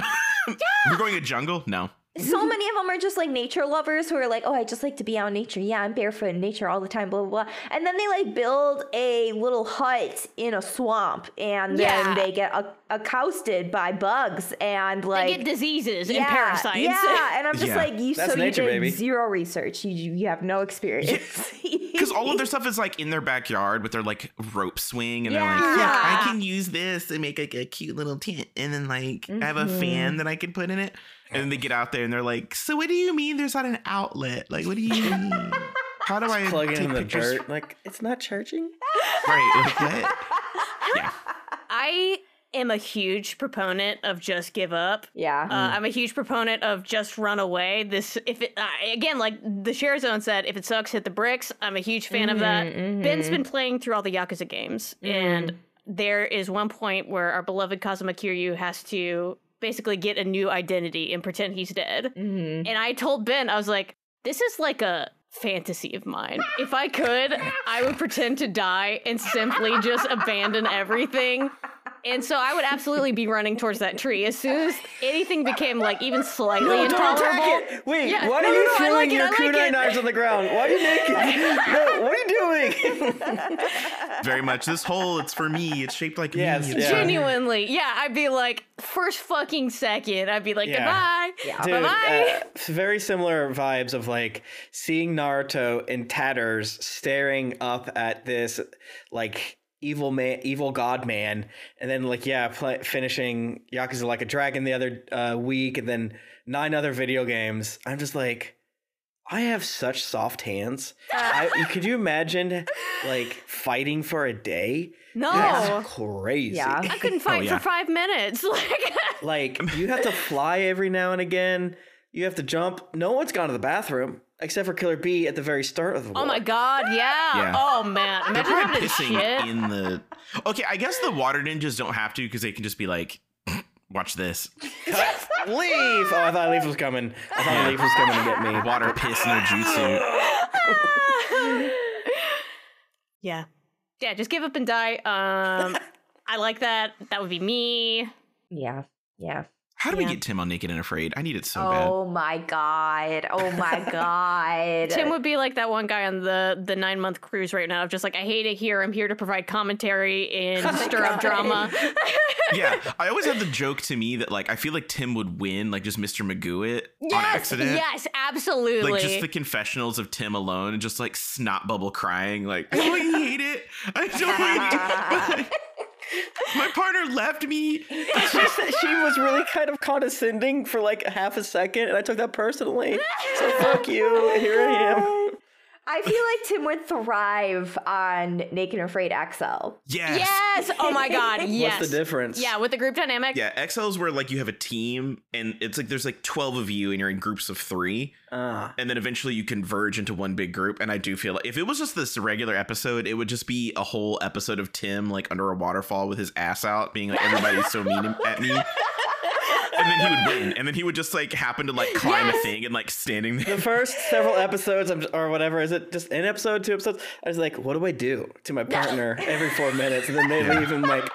Speaker 4: You're going to jungle? No.
Speaker 2: so many of them are just like nature lovers who are like, oh, I just like to be out in nature. Yeah, I'm barefoot in nature all the time, blah, blah, blah. And then they like build a little hut in a swamp and
Speaker 1: Yeah.
Speaker 2: then they get ac- accosted by bugs and like.
Speaker 1: they get diseases and
Speaker 2: yeah,
Speaker 1: parasites.
Speaker 2: Yeah, and I'm just
Speaker 4: Yeah.
Speaker 2: like, you
Speaker 3: That's
Speaker 2: so
Speaker 3: nature,
Speaker 2: you did
Speaker 3: baby.
Speaker 2: zero research. You, you have no experience.
Speaker 4: Because all of their stuff is like in their backyard with their like rope swing, and they're like,
Speaker 1: Yeah.
Speaker 4: yeah, I can use this and make like a cute little tent, and then like I have a
Speaker 3: Mm-hmm.
Speaker 4: fan that I can put in it. And then they get out there and they're like, so what do you mean there's not an outlet? Like, what do you mean? How do I
Speaker 3: Plug it
Speaker 4: take
Speaker 3: in the
Speaker 4: pictures?
Speaker 3: dirt. Like it's not charging.
Speaker 4: Right, like, what? Yeah.
Speaker 1: I am a huge proponent of just give up.
Speaker 2: yeah.
Speaker 1: Uh, I'm a huge proponent of just run away. This, if it, I again, like the share zone said, if it sucks, hit the bricks. I'm a huge fan of that. Ben's been playing through all the Yakuza games, and there is one point where our beloved Kazuma Kiryu has to basically get a new identity and pretend he's dead.
Speaker 2: Mhm.
Speaker 1: And I told Ben, I was like, this is like a fantasy of mine. If I could, I would pretend to die and simply just abandon everything. And so I would absolutely be running towards that tree as soon as anything became like even slightly
Speaker 3: No, don't
Speaker 1: intolerable.
Speaker 3: attack it! Wait,
Speaker 1: Yeah,
Speaker 3: why
Speaker 1: no,
Speaker 3: are
Speaker 1: no,
Speaker 3: you
Speaker 1: no, I
Speaker 3: throwing
Speaker 1: like it,
Speaker 3: your
Speaker 1: I like
Speaker 3: kunai
Speaker 1: it.
Speaker 3: knives on the ground? Why are you naked? no, what are you doing?
Speaker 4: Very much. This hole, it's for me. It's shaped like
Speaker 3: Yes,
Speaker 4: me.
Speaker 3: yeah.
Speaker 1: Genuinely, yeah, I'd be like first fucking second, I'd be like
Speaker 3: Yeah.
Speaker 1: goodbye,
Speaker 2: Yeah.
Speaker 3: Dude,
Speaker 1: bye-bye.
Speaker 3: uh, very similar vibes of like seeing Naruto in tatters staring up at this like evil man, evil god man, and then like yeah, play, finishing Yakuza like a dragon the other uh, week, and then nine other video games. I'm just like, I have such soft hands. I, could you imagine like fighting for a day?
Speaker 1: no,
Speaker 3: That's crazy.
Speaker 2: Yeah.
Speaker 1: I couldn't fight
Speaker 4: Oh, yeah.
Speaker 1: for five minutes. Like,
Speaker 3: Like you have to fly every now and again. You have to jump. No one's gone to the bathroom except for Killer B at the very start of the war.
Speaker 1: oh my god, yeah.
Speaker 4: Yeah.
Speaker 1: Oh man,
Speaker 4: They're
Speaker 1: imagine having
Speaker 4: probably
Speaker 1: to
Speaker 4: pissing
Speaker 1: shit.
Speaker 4: in the. Okay, I guess the water ninjas don't have to because they can just be like, watch this.
Speaker 3: Leaf. Oh, I thought Leaf was coming. I thought Leaf was coming to get me.
Speaker 4: Water piss no jutsu.
Speaker 1: yeah. Yeah, just give up and die. Um I like that. That would be me.
Speaker 2: yeah. Yeah.
Speaker 4: How do
Speaker 1: Yeah.
Speaker 4: we get Tim on Naked and Afraid? I need it so
Speaker 2: Oh my God. Oh my God.
Speaker 1: Tim would be like that one guy on the the nine month cruise right now. Just like I hate it here. I'm here to provide commentary and stir up drama.
Speaker 4: bad. Yeah, I always had the joke to me that like I feel like Tim would win, like just Mr. Magoo it on accident.
Speaker 1: Yes, absolutely.
Speaker 4: Like just the confessionals of Tim alone and just like snot bubble crying, like "Oh, I don't hate it. I don't hate it. My partner left me.
Speaker 3: She said she was really kind of condescending for like half a second, and I took that personally. So fuck you. Here I am.
Speaker 2: I feel like Tim would thrive on Naked and Afraid XL.
Speaker 4: Yes.
Speaker 1: yes. Oh my god. Yes.
Speaker 3: What's the difference?
Speaker 1: Yeah, with the group dynamic.
Speaker 4: Yeah, XL is where like you have a team and it's like there's like 12 of you and you're in groups of 3
Speaker 3: Ah.
Speaker 4: and then eventually you converge into one big group and I do feel like if it was just this regular episode it would just be a whole episode of Tim like under a waterfall with his ass out being like everybody's so mean at me. And then he would win and then he would just like happen to like climb a thing and like standing there.
Speaker 3: the first several episodes, I'm, or whatever is it, just an episode, two episodes, I was like, what do I do to my partner every four minutes? And then they leave and like,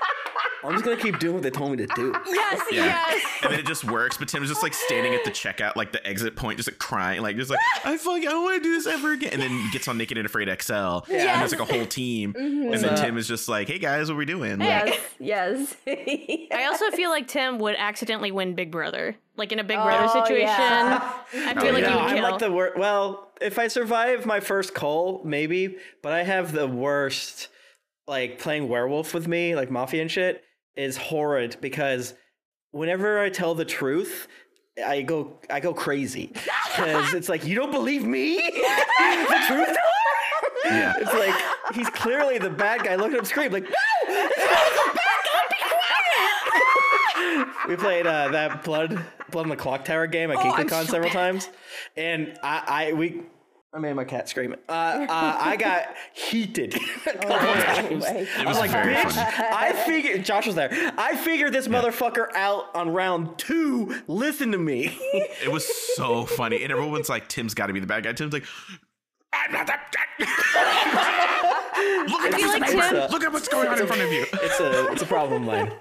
Speaker 3: I'm just gonna keep doing what they told me to do.
Speaker 1: Yes, yes.
Speaker 4: And then it just works, but Tim is just like standing at the checkout, like the exit point, just like crying, like just like I fucking I don't want to do this ever again. And then he gets on Naked and Afraid XL, and there's like a whole team,
Speaker 1: Mm-hmm.
Speaker 4: and then
Speaker 3: What's up?
Speaker 4: Tim is just like, "Hey guys, what are we doing?" Like,
Speaker 2: Yes, yes.
Speaker 1: I also feel like Tim would accidentally win Big Brother. Like in a Big Brother
Speaker 2: Oh,
Speaker 1: situation.
Speaker 2: yeah.
Speaker 1: I feel
Speaker 4: Oh,
Speaker 1: like
Speaker 4: yeah.
Speaker 1: you would
Speaker 3: I'm
Speaker 1: kill.
Speaker 3: like the worst. Well, if I survive my first call, maybe, but I have the worst. Like playing werewolf with me, like mafia and shit, is horrid because whenever I tell the truth, I go I go crazy because it's like you don't believe me, the truth teller.
Speaker 4: Yeah.
Speaker 3: It's like he's clearly the bad guy. Look at him scream like, "No, it's not the bad guy. Be quiet." we played uh, that blood blood on the clock tower game at
Speaker 1: I'm
Speaker 3: GeeklyCon
Speaker 1: so
Speaker 3: several
Speaker 1: bad at
Speaker 3: times, and I, I we I made my cat scream. Uh, uh, I got heated. a couple times.
Speaker 2: my
Speaker 3: I was
Speaker 4: God.
Speaker 3: like,
Speaker 4: Very
Speaker 3: bitch,
Speaker 4: funny.
Speaker 3: I figured, Josh was there. I figured this motherfucker out on round two. Listen to me.
Speaker 4: It was so funny. And everyone's like, Tim's got to be the bad guy. Tim's like, I'm not that. Look at the
Speaker 1: feel
Speaker 4: piece of
Speaker 1: like
Speaker 4: paper.
Speaker 1: Tim-
Speaker 4: Look at what's going on in front of you.
Speaker 3: It's a, it's a problem line.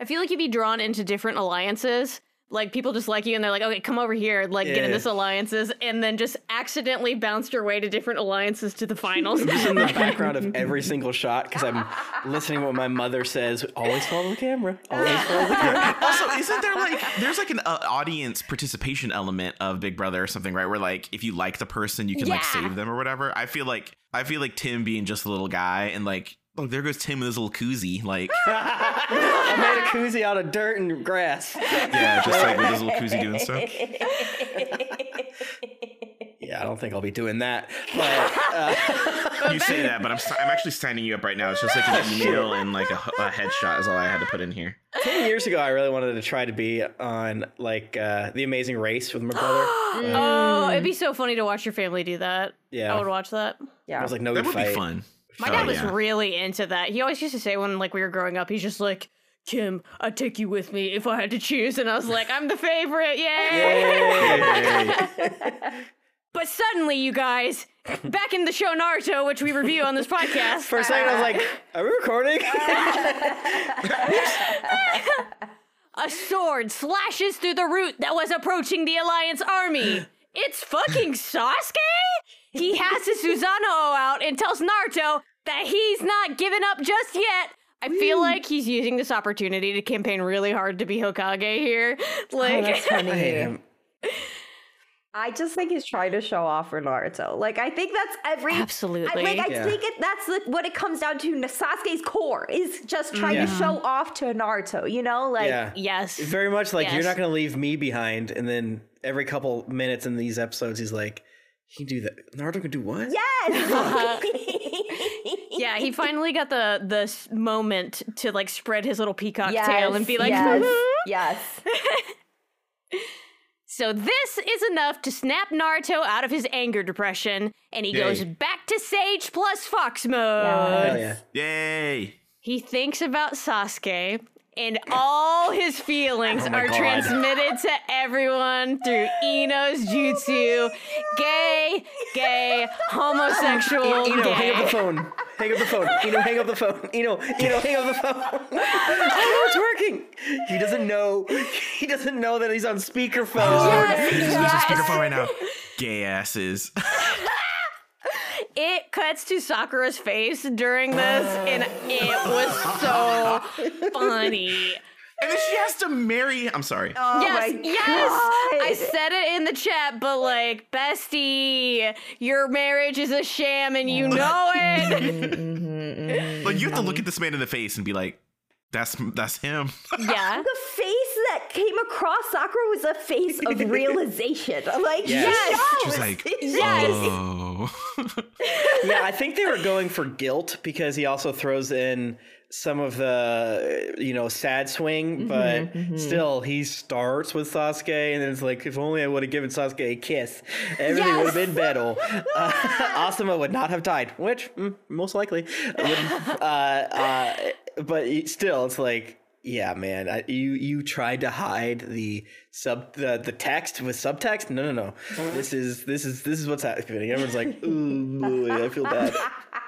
Speaker 1: I feel like you'd be drawn into different alliances. Like people just like you, and they're like, "Okay, come over here, like get in
Speaker 3: Yeah.
Speaker 1: this alliances," and then just accidentally bounced your way to different alliances to the finals.
Speaker 3: Just in the background of every single shot because I'm listening to what my mother says. Always follow the camera. Always follow the camera.
Speaker 4: also, isn't there like there's like an uh, audience participation element of Big Brother or something, right? Where like if you like the person, you can like
Speaker 1: Yeah.
Speaker 4: save them or whatever. I feel like I feel like Tim being just a little guy and like look, there goes Tim with his little koozie, like
Speaker 3: I made a koozie out of dirt and grass.
Speaker 4: yeah, just like with his little koozie doing stuff.
Speaker 3: Yeah, I don't think I'll be doing that. But uh,
Speaker 4: You say that, but I'm si- I'm actually signing you up right now. It's just like an email and like a, a headshot is all I had to put in here.
Speaker 3: ten years ago, I really wanted to try to be on like uh, the Amazing Race with my brother. but
Speaker 1: oh, it'd be so funny to watch your family do that.
Speaker 3: Yeah.
Speaker 1: I would watch that.
Speaker 2: yeah.
Speaker 3: I was like, no,
Speaker 4: That
Speaker 3: we
Speaker 4: would
Speaker 3: fight.
Speaker 4: be fun.
Speaker 1: My
Speaker 4: Oh,
Speaker 1: dad was
Speaker 4: yeah.
Speaker 1: really into that. He always used to say when like we were growing up, he's just like, "Kim, I'd take you with me if I had to choose," and I was like, "I'm the favorite, yay!"
Speaker 3: Yay.
Speaker 1: But suddenly, you guys, back in the show Naruto, which we review on this podcast,
Speaker 3: For a second, I was like, "Are we recording?"
Speaker 1: a sword slashes through the route that was approaching the Alliance army. It's fucking Sasuke? He has his Susanoo out and tells Naruto that he's not giving up just yet. I feel like he's using this opportunity to campaign really hard to be Hokage here.
Speaker 2: Oh,
Speaker 1: Like,
Speaker 2: that's funny.
Speaker 3: I hate him.
Speaker 2: I just think he's trying to show off for Naruto. Like I think that's every I,
Speaker 1: Absolutely.
Speaker 2: like I
Speaker 3: Yeah.
Speaker 2: think it, that's like what it comes down to. Sasuke's core is just trying to
Speaker 3: Yeah.
Speaker 2: show off to Naruto. You know, like
Speaker 3: Yeah,
Speaker 1: yes.
Speaker 3: very much like you're
Speaker 1: Yes.
Speaker 3: not going to leave me behind. And then every couple minutes in these episodes, he's like, "He can do that. Naruto can do what?"
Speaker 2: yes.
Speaker 1: Yeah, he finally got the the s- moment to like spread his little peacock
Speaker 2: yes,
Speaker 1: tail and be like,
Speaker 2: yes, yes.
Speaker 1: So this is enough to snap Naruto out of his anger depression, and he
Speaker 4: Yay.
Speaker 1: goes back to Sage plus Fox mode.
Speaker 3: Hell Oh, yeah.
Speaker 4: Yay!
Speaker 1: He thinks about Sasuke, and all his feelings
Speaker 3: Oh my
Speaker 1: are
Speaker 3: God.
Speaker 1: transmitted to everyone through Ino's jutsu. Gay, gay, homosexual,
Speaker 3: Eno, hang up the
Speaker 1: gay.
Speaker 3: phone. Hang up the phone. Eno, hang up the phone. Eno, Eno, hang up the phone. I know it's working. He doesn't know. He doesn't know that he's on speakerphone.
Speaker 4: He's
Speaker 2: Yes,
Speaker 4: just
Speaker 2: yes.
Speaker 4: on speakerphone right now. Gay asses.
Speaker 1: It cuts to Sakura's face during this, and it was so funny.
Speaker 4: And then she has to marry. I'm sorry.
Speaker 2: Oh
Speaker 1: yes,
Speaker 2: my
Speaker 1: yes.
Speaker 2: God.
Speaker 1: I said it in the chat, but like, bestie, your marriage is a sham and you know it.
Speaker 4: Like you have to look at this man in the face and be like, "That's that's him."
Speaker 1: yeah.
Speaker 2: the face that came across Sakura was a face of realization. Like
Speaker 3: Yes.
Speaker 2: she knows.
Speaker 4: She's like,
Speaker 1: Yes.
Speaker 4: "Oh."
Speaker 3: Yeah, I think they were going for guilt because he also throws in some of the you know sad swing, but still he starts with Sasuke, and it's like if only I would have given Sasuke a kiss, everything would have been better. Uh, Asuma would not have died, which mm, most likely. would- uh, uh, but it- still, it's like. Yeah, man, I, you you tried to hide the sub the, the text with subtext. No, no, no. This is this is this is what's happening. Everyone's like, ooh, I feel bad.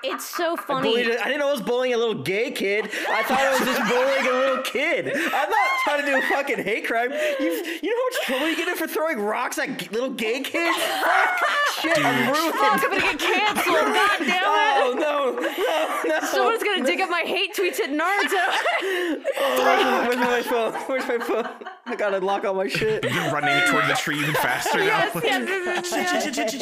Speaker 1: It's so
Speaker 3: Bullied-
Speaker 1: funny.
Speaker 3: I didn't know I was bullying a little gay kid. I thought I was just bullying a little kid. I'm not trying to do a fucking hate crime. You you know how much trouble you get in for throwing rocks at g- little gay kids? Fuck, shit, I'm
Speaker 1: I'm
Speaker 3: ruined.
Speaker 1: Oh, gonna get canceled. God damn it.
Speaker 3: Oh no, no, no!
Speaker 1: Someone's gonna dig up my hate tweets at Naruto.
Speaker 3: Oh, where's my phone? Where's my phone? I gotta lock all my shit.
Speaker 4: You're running toward the tree even faster now.
Speaker 1: yes,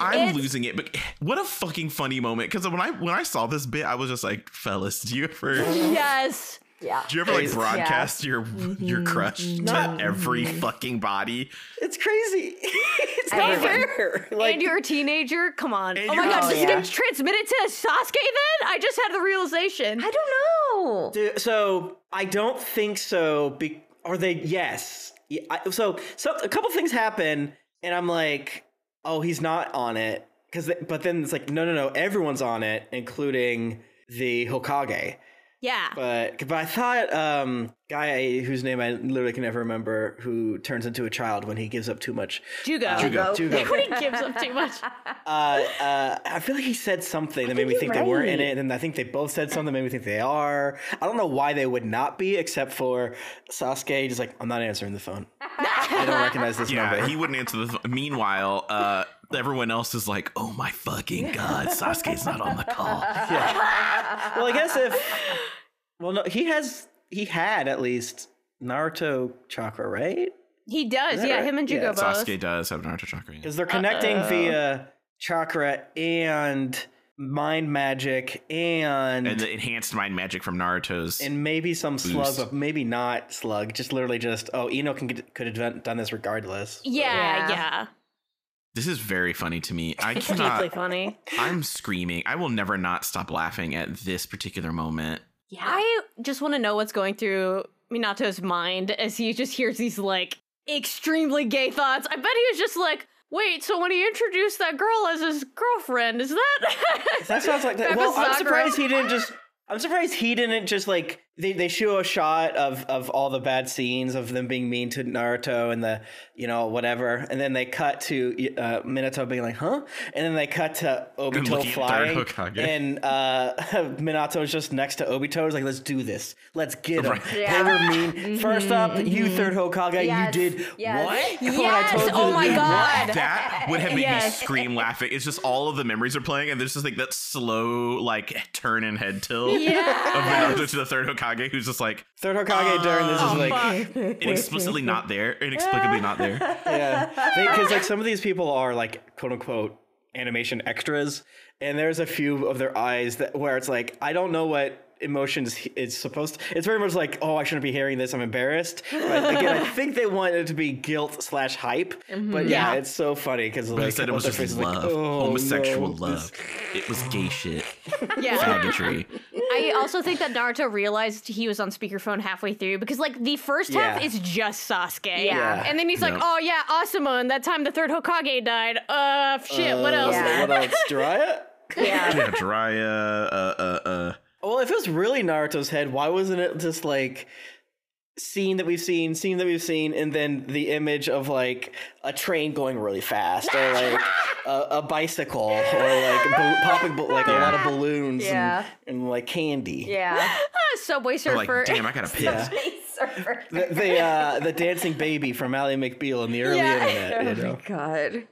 Speaker 4: I'm losing it, but what a fucking funny moment! Because when I when I saw this bit, I was just like, "Fellas, do you ever do
Speaker 1: yes.
Speaker 2: yeah.
Speaker 4: you ever like
Speaker 3: Yeah.
Speaker 4: broadcast your
Speaker 1: Mm-hmm,
Speaker 4: your crush to every fucking body?"
Speaker 3: It's crazy. It's not
Speaker 1: And you're-
Speaker 3: fair. Like,
Speaker 1: and you're a teenager? Come on.
Speaker 4: And
Speaker 1: Oh my
Speaker 4: you're-
Speaker 1: god,
Speaker 4: Oh,
Speaker 1: does it
Speaker 2: yeah.
Speaker 1: get transmitted to Sasuke then? I just had the realization.
Speaker 2: I don't know.
Speaker 3: Do- so I don't think so. Be- are they? Yes. Yeah, I, so so a couple things happen, and I'm like, oh, he's not on it. Cause th- but then it's like, no, no, no, everyone's on it, including the Hokage.
Speaker 1: Yeah.
Speaker 3: But but I thought um guy whose name I literally can never remember who turns into a child when he gives up too much.
Speaker 1: Jugo.
Speaker 3: Uh,
Speaker 4: Jugo.
Speaker 3: Jugo.
Speaker 1: When he gives up too much.
Speaker 3: uh, uh, I feel like he said something that made me
Speaker 2: you're
Speaker 3: think they weren't in
Speaker 2: right.
Speaker 3: it, and I think they both said something that made me think they are. I don't know why they would not be, except for Sasuke. Just like I'm not answering the phone. I don't recognize this
Speaker 4: Yeah,
Speaker 3: number.
Speaker 4: he wouldn't answer the. Th- Meanwhile, uh, everyone else is like, "Oh my fucking god, Sasuke's not on the call."
Speaker 3: Yeah. Well, I guess if well, no, he has he had at least Naruto chakra, right?
Speaker 1: He does.
Speaker 3: Is that
Speaker 1: Yeah,
Speaker 3: right?
Speaker 1: him and Jugo
Speaker 3: Yeah,
Speaker 1: both.
Speaker 4: Sasuke does have Naruto chakra. yeah.
Speaker 3: Because they're connecting via chakra and mind magic and
Speaker 4: And
Speaker 1: Mm.
Speaker 3: and,
Speaker 4: the enhanced mind magic from Naruto's.
Speaker 3: maybe some slug,
Speaker 4: Boost.
Speaker 3: but maybe not slug. Just literally just oh, Eno can get, could have done this regardless.
Speaker 1: Yeah,
Speaker 2: Yeah.
Speaker 1: yeah.
Speaker 4: this is very funny to me. I
Speaker 1: It's deeply
Speaker 4: cannot.
Speaker 1: funny.
Speaker 4: I'm screaming. I will never not stop laughing at this particular moment.
Speaker 2: Yeah.
Speaker 1: I just want to know what's going through Minato's mind as he just hears these like extremely gay thoughts. I bet he was just like, wait, so when he introduced that girl as his girlfriend, is that
Speaker 3: That sounds like that.
Speaker 1: That
Speaker 3: Well,
Speaker 1: was
Speaker 3: I'm
Speaker 1: Sakura.
Speaker 3: surprised he didn't just. I'm surprised he didn't just like they, they show a shot of of all the bad scenes of them being mean to Naruto and the you know whatever, and then they cut to uh, Minato being like, huh, and then they cut to Obito
Speaker 4: looking at
Speaker 3: flying,
Speaker 4: Third Hokage.
Speaker 3: and uh, Minato's just next to Obito. He's like, let's do this, let's get him.
Speaker 4: Right.
Speaker 3: They were mean. First up, you third Hokage,
Speaker 2: Yes,
Speaker 3: you did
Speaker 2: yes.
Speaker 3: what?
Speaker 2: Yes,
Speaker 3: When I told you
Speaker 1: oh
Speaker 3: to
Speaker 1: my
Speaker 3: do what?
Speaker 1: God.
Speaker 4: That would have made
Speaker 1: Yes.
Speaker 4: me scream laughing. It's just all of the memories are playing, and there's just like that slow like turn and head tilt of
Speaker 1: yeah.
Speaker 4: Naruto to the third Hokage, who's just like
Speaker 3: Third Hokage during this is like.
Speaker 4: inexplicably not there, inexplicably not there.
Speaker 3: Yeah, because like some of these people are like quote unquote animation extras, and there's a few of their eyes that where it's like I don't know what emotions he- it's supposed. it's very much like oh I shouldn't be hearing this. I'm embarrassed. But again, I think they want it to be guilt slash hype. But yeah,
Speaker 1: Yeah.
Speaker 3: it's so funny because
Speaker 4: But
Speaker 3: like,
Speaker 4: instead, it
Speaker 3: about
Speaker 4: was
Speaker 3: their
Speaker 4: just
Speaker 3: faces,
Speaker 4: love,
Speaker 3: "Oh,
Speaker 4: homosexual
Speaker 3: no, this-
Speaker 4: love. It was gay shit,
Speaker 1: yeah.
Speaker 4: faggotry.
Speaker 1: I also think that Naruto realized he was on speakerphone halfway through because, like, the first half
Speaker 3: Yeah.
Speaker 1: is just Sasuke.
Speaker 2: Yeah.
Speaker 1: And then he's like,
Speaker 4: Yeah.
Speaker 1: oh, yeah, Asuma, and that time the third Hokage died. Uh, shit, what
Speaker 3: Uh,
Speaker 1: else?
Speaker 2: Yeah.
Speaker 3: What else? Jiraiya.
Speaker 2: Yeah.
Speaker 4: Yeah, Jiraiya, uh, uh, uh.
Speaker 3: Well, if it was really Naruto's head, why wasn't it just like scene that we've seen, scene that we've seen, and then the image of like a train going really fast, or like a, a bicycle, or like bal- popping bal- like a lot of balloons
Speaker 2: Yeah.
Speaker 3: and, and like candy.
Speaker 2: Yeah.
Speaker 1: Ah, Subway
Speaker 4: They're
Speaker 1: Surfer.
Speaker 4: Like, damn, I gotta piss.
Speaker 2: Surfer.
Speaker 3: The the, uh, the dancing baby from Ally McBeal in the early
Speaker 1: Yeah.
Speaker 3: internet. You know?
Speaker 2: God.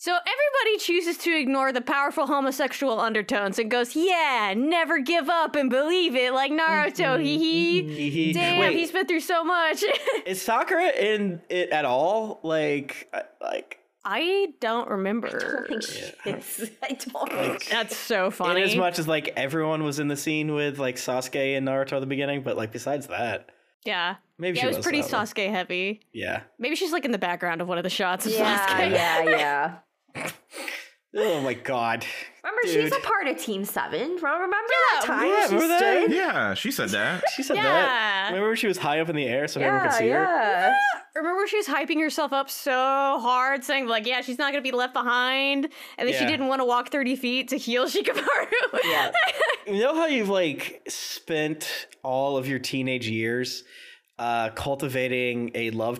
Speaker 1: So everybody chooses to ignore the powerful homosexual undertones and goes, "Yeah, never give up and believe it." Like Naruto, hee hee.
Speaker 3: He- he-
Speaker 1: Damn,
Speaker 3: Mm-hmm. wait,
Speaker 1: he's been through so much.
Speaker 3: is Sakura in it at all? Like, I- like
Speaker 1: I don't remember.
Speaker 2: It's, I don't know.
Speaker 1: That's so funny.
Speaker 3: in as much as like everyone was in the scene with like Sasuke and Naruto at the beginning, but like besides that,
Speaker 1: yeah,
Speaker 3: maybe
Speaker 1: yeah,
Speaker 3: she
Speaker 1: it was pretty
Speaker 3: that one.
Speaker 1: Sasuke heavy.
Speaker 3: Yeah.
Speaker 1: Maybe she's like in the background of one of the shots of
Speaker 2: Yeah,
Speaker 1: Sasuke.
Speaker 2: yeah, yeah.
Speaker 3: Oh my god.
Speaker 2: Remember,
Speaker 3: Dude.
Speaker 2: she's a part of Team Seven. Remember that time
Speaker 3: yeah,
Speaker 2: she
Speaker 3: remember that?
Speaker 2: stood?
Speaker 4: Yeah, she said that.
Speaker 3: She said
Speaker 1: Yeah.
Speaker 3: that. Remember when she was high up in the air so everyone could
Speaker 2: Yeah,
Speaker 3: see her?
Speaker 2: yeah.
Speaker 1: Remember, she was hyping herself up so hard, saying like, "Yeah, she's not gonna be left behind," and then she
Speaker 3: Yeah.
Speaker 1: didn't want to walk thirty feet to heal Shikamaru.
Speaker 2: Yeah.
Speaker 3: You know how you've like spent all of your teenage years uh, cultivating a love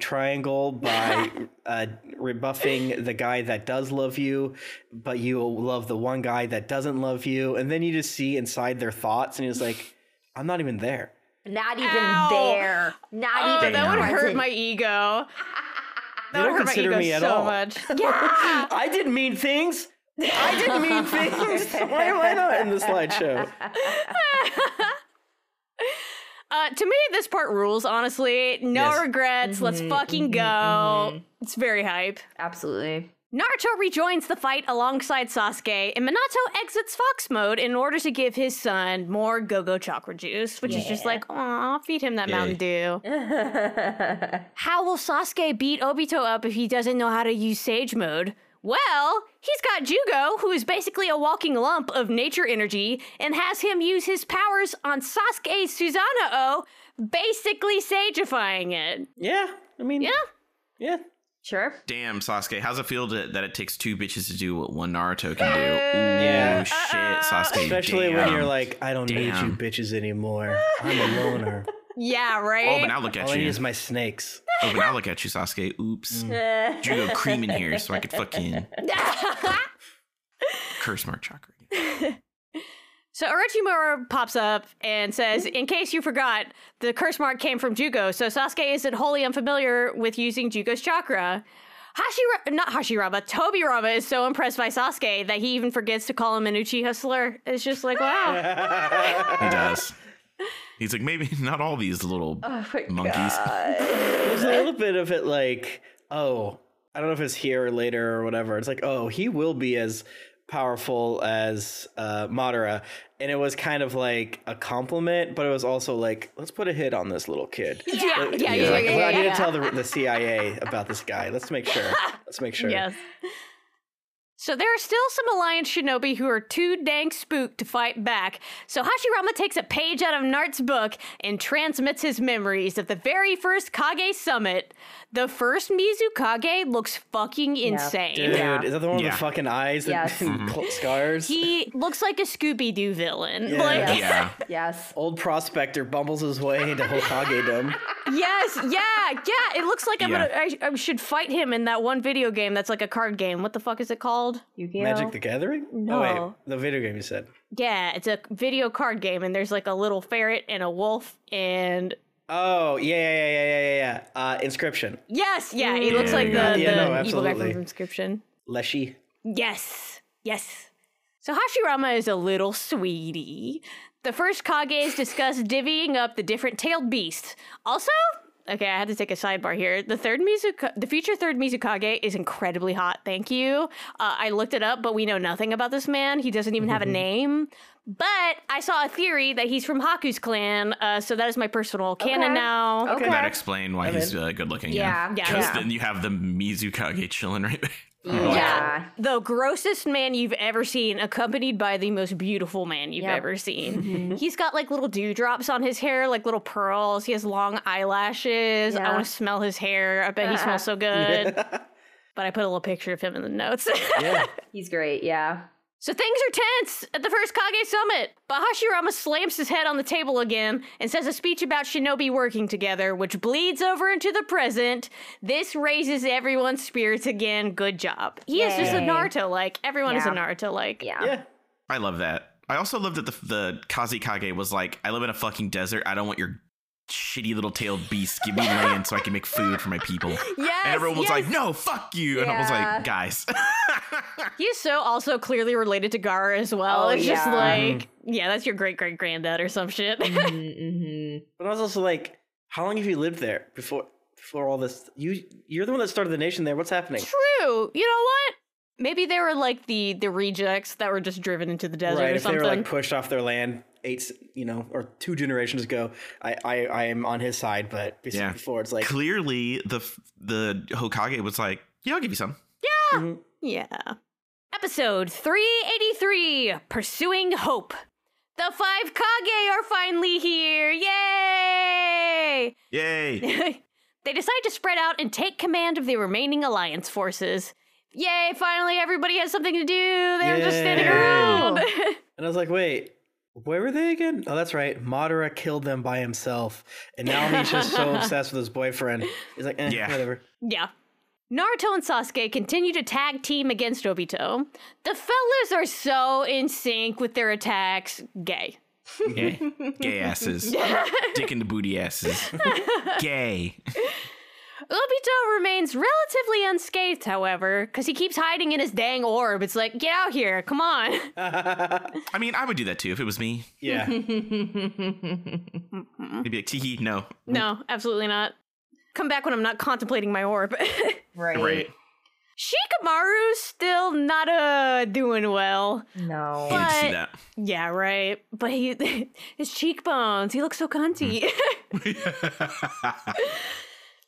Speaker 3: triangle by uh, rebuffing the guy that does love you, but you love the one guy that doesn't love you, and then you just see inside their thoughts, and you're just like, "I'm not even there."
Speaker 2: Not even
Speaker 1: Ow.
Speaker 2: there. Not
Speaker 1: Oh,
Speaker 2: even.
Speaker 1: that would hurt
Speaker 2: present.
Speaker 1: my ego.
Speaker 3: They don't
Speaker 1: hurt my
Speaker 3: consider
Speaker 1: ego
Speaker 3: me at
Speaker 1: so
Speaker 3: all.
Speaker 1: much. Yeah.
Speaker 3: I did mean things. I didn't mean things. Why am I not in the slideshow?
Speaker 1: Uh, to me, this part rules. Honestly, no
Speaker 3: Yes.
Speaker 1: regrets. Let's fucking go. It's very hype.
Speaker 2: Absolutely.
Speaker 1: Naruto rejoins the fight alongside Sasuke, and Minato exits fox mode in order to give his son more Go-Go Chakra Juice, which is just like, aw, feed him that Mountain Dew. how will Sasuke beat Obito up if he doesn't know how to use Sage mode? Well, he's got Jugo, who is basically a walking lump of nature energy, and has him use his powers on Sasuke Susanoo, basically sagifying it.
Speaker 3: Yeah, I mean,
Speaker 1: Yeah.
Speaker 3: yeah.
Speaker 2: Sure.
Speaker 4: Damn, Sasuke, how's it feel to, that it takes two bitches to do what one Naruto can do? Ooh,
Speaker 1: Yeah.
Speaker 4: shit, Sasuke.
Speaker 3: Especially when
Speaker 4: damn.
Speaker 3: you're like, I don't
Speaker 4: Damn.
Speaker 3: need you bitches anymore. I'm a loner.
Speaker 1: Yeah,
Speaker 4: oh, but
Speaker 1: right?
Speaker 4: now look
Speaker 3: All I
Speaker 4: at
Speaker 3: need
Speaker 4: you.
Speaker 3: is my snakes.
Speaker 4: Oh, but now look at you, Sasuke. Oops.
Speaker 3: Mm.
Speaker 2: Eh.
Speaker 4: Jugo cream in here so I could fucking curse mark chakra.
Speaker 1: so Orochimaru pops up and says, in case you forgot, the curse mark came from Jugo, so Sasuke isn't wholly unfamiliar with using Jugo's chakra. Hashira- not Hashirama, Tobirama is so impressed by Sasuke that he even forgets to call him an Uchiha slur. It's just like, wow.
Speaker 4: He does. He's like, maybe not all these little monkeys.
Speaker 3: There's a little bit of it like, oh, I don't know if it's here or later or whatever. It's like, oh, he will be as powerful as uh, Madara. And it was kind of like a compliment, but it was also like, let's put a hit on this little kid.
Speaker 1: yeah, yeah, yeah,
Speaker 3: He's
Speaker 1: yeah,
Speaker 3: like,
Speaker 1: yeah,
Speaker 3: well, I need
Speaker 1: yeah.
Speaker 3: to tell the, the CIA about this guy. Let's make sure. Let's make sure.
Speaker 1: Yes. So there are still some Alliance shinobi who are too dang spooked to fight back. So Hashirama takes a page out of Nart's book and transmits his memories of the very first Kage summit. The first Mizu Kage looks fucking insane.
Speaker 3: Dude,
Speaker 2: Yeah.
Speaker 3: is that the one with
Speaker 4: Yeah.
Speaker 3: the fucking eyes that
Speaker 2: Yes.
Speaker 3: cl- scars?
Speaker 1: He looks like a Scooby Doo villain.
Speaker 3: Yeah.
Speaker 1: Like,
Speaker 4: Yeah.
Speaker 2: yes.
Speaker 3: Old prospector bumbles his way into Hokagedom.
Speaker 1: yes, yeah, yeah. It looks like I'm
Speaker 4: Yeah.
Speaker 1: gonna. I, I should fight him in that one video game that's like a card game. What the fuck is it called?
Speaker 2: Yu-Gi-Oh.
Speaker 3: Magic the Gathering?
Speaker 1: No.
Speaker 3: Oh, wait, the video game you said.
Speaker 1: Yeah, it's a video card game, and there's like a little ferret and a wolf, and
Speaker 3: Oh, yeah, yeah, yeah, yeah, yeah, yeah, yeah. Uh, inscription.
Speaker 1: yes, yeah, he looks
Speaker 4: Yeah,
Speaker 1: like the,
Speaker 4: yeah.
Speaker 1: the
Speaker 3: Yeah, no,
Speaker 1: evil guy from
Speaker 3: absolutely.
Speaker 1: Inscription.
Speaker 3: Leshy.
Speaker 1: Yes, yes. So Hashirama is a little sweetie. The first Kages discuss divvying up the different tailed beasts. Also, okay, I had to take a sidebar here. The third Mizuka, the future third Mizukage is incredibly hot. Thank you. Uh, I looked it up, but we know nothing about this man. He doesn't even have a name. But I saw a theory that he's from Haku's clan, uh, so that is my personal canon
Speaker 2: Okay.
Speaker 1: now.
Speaker 2: Okay.
Speaker 4: That explain why he's uh, good looking. Yeah.
Speaker 2: Yeah.
Speaker 1: Yeah.
Speaker 4: Because
Speaker 1: Yeah.
Speaker 4: then you have the Mizukage chilling right there.
Speaker 2: Yeah.
Speaker 1: the grossest man you've ever seen, accompanied by the most beautiful man you've
Speaker 2: Yep. Mm-hmm.
Speaker 1: ever seen. He's got like little dewdrops on his hair, like little pearls. He has long eyelashes. I
Speaker 2: Yeah.
Speaker 1: want to smell his hair. I bet he smells so good. but I put a little picture of him in the notes.
Speaker 3: Yeah.
Speaker 2: He's great. Yeah.
Speaker 1: so things are tense at the first Kage summit. But Hashirama slams his head on the table again and says a speech about shinobi working together, which bleeds over into the present. This raises everyone's spirits again. Good job. He is just a
Speaker 2: Yay.
Speaker 1: Naruto like. Everyone is a
Speaker 2: Yeah.
Speaker 1: Naruto like.
Speaker 2: Yeah.
Speaker 3: yeah.
Speaker 4: I love that. I also love that the, the Kazikage was like, I live in a fucking desert. I don't want your shitty little tailed beast. Give me land so I can make food for my people.
Speaker 1: Yes.
Speaker 4: and everyone was
Speaker 1: yes.
Speaker 4: like, no, fuck you. And I was
Speaker 2: Yeah.
Speaker 4: like, guys.
Speaker 1: He's so also clearly related to Gara as well.
Speaker 2: Oh,
Speaker 1: it's just
Speaker 2: yeah.
Speaker 1: like, yeah, that's your great great granddad or some shit.
Speaker 2: mm-hmm.
Speaker 3: But I was also like, how long have you lived there before before all this? You you're the one that started the nation there. What's happening?
Speaker 1: True. You know what? Maybe they were like the the rejects that were just driven into the desert
Speaker 3: right.
Speaker 1: or
Speaker 3: If they
Speaker 1: something.
Speaker 3: were like pushed off their land eight, s- you know, or two generations ago, I I, I am on his side. But bes-
Speaker 4: Yeah.
Speaker 3: before it's like,
Speaker 4: Clearly, the f- the Hokage was like, yeah, I'll give you some.
Speaker 3: mhm.
Speaker 1: yeah. Episode 383 Pursuing Hope. The five Kage are finally here. Yay!
Speaker 4: Yay.
Speaker 1: they decide to spread out and take command of the remaining alliance forces. Yay, finally everybody has something to do. They aren't just standing
Speaker 3: Yay.
Speaker 1: around.
Speaker 3: and I was like, wait. Where were they again? Oh, that's right. Madara killed them by himself, and now he's just so obsessed with his boyfriend. He's like, eh,
Speaker 4: Yeah.
Speaker 3: whatever.
Speaker 1: yeah. Naruto and Sasuke continue to tag team against Obito. The fellas are so in sync with their attacks. Gay.
Speaker 4: Gay. Gay asses. Dick in the booty asses. Gay.
Speaker 1: Obito remains relatively unscathed, however, because he keeps hiding in his dang orb. It's like, get out here, come on.
Speaker 4: I mean, I would do that too if it was me.
Speaker 3: Yeah.
Speaker 1: Mm.
Speaker 4: Maybe like, tee hee, no.
Speaker 1: no, absolutely not. Come back when I'm not contemplating my orb.
Speaker 2: Right.
Speaker 4: Right.
Speaker 1: Shikamaru's still not uh doing well.
Speaker 4: I
Speaker 2: No.
Speaker 4: need to see
Speaker 1: But-
Speaker 4: that.
Speaker 1: Yeah, right. But he his cheekbones, he looks so cunty.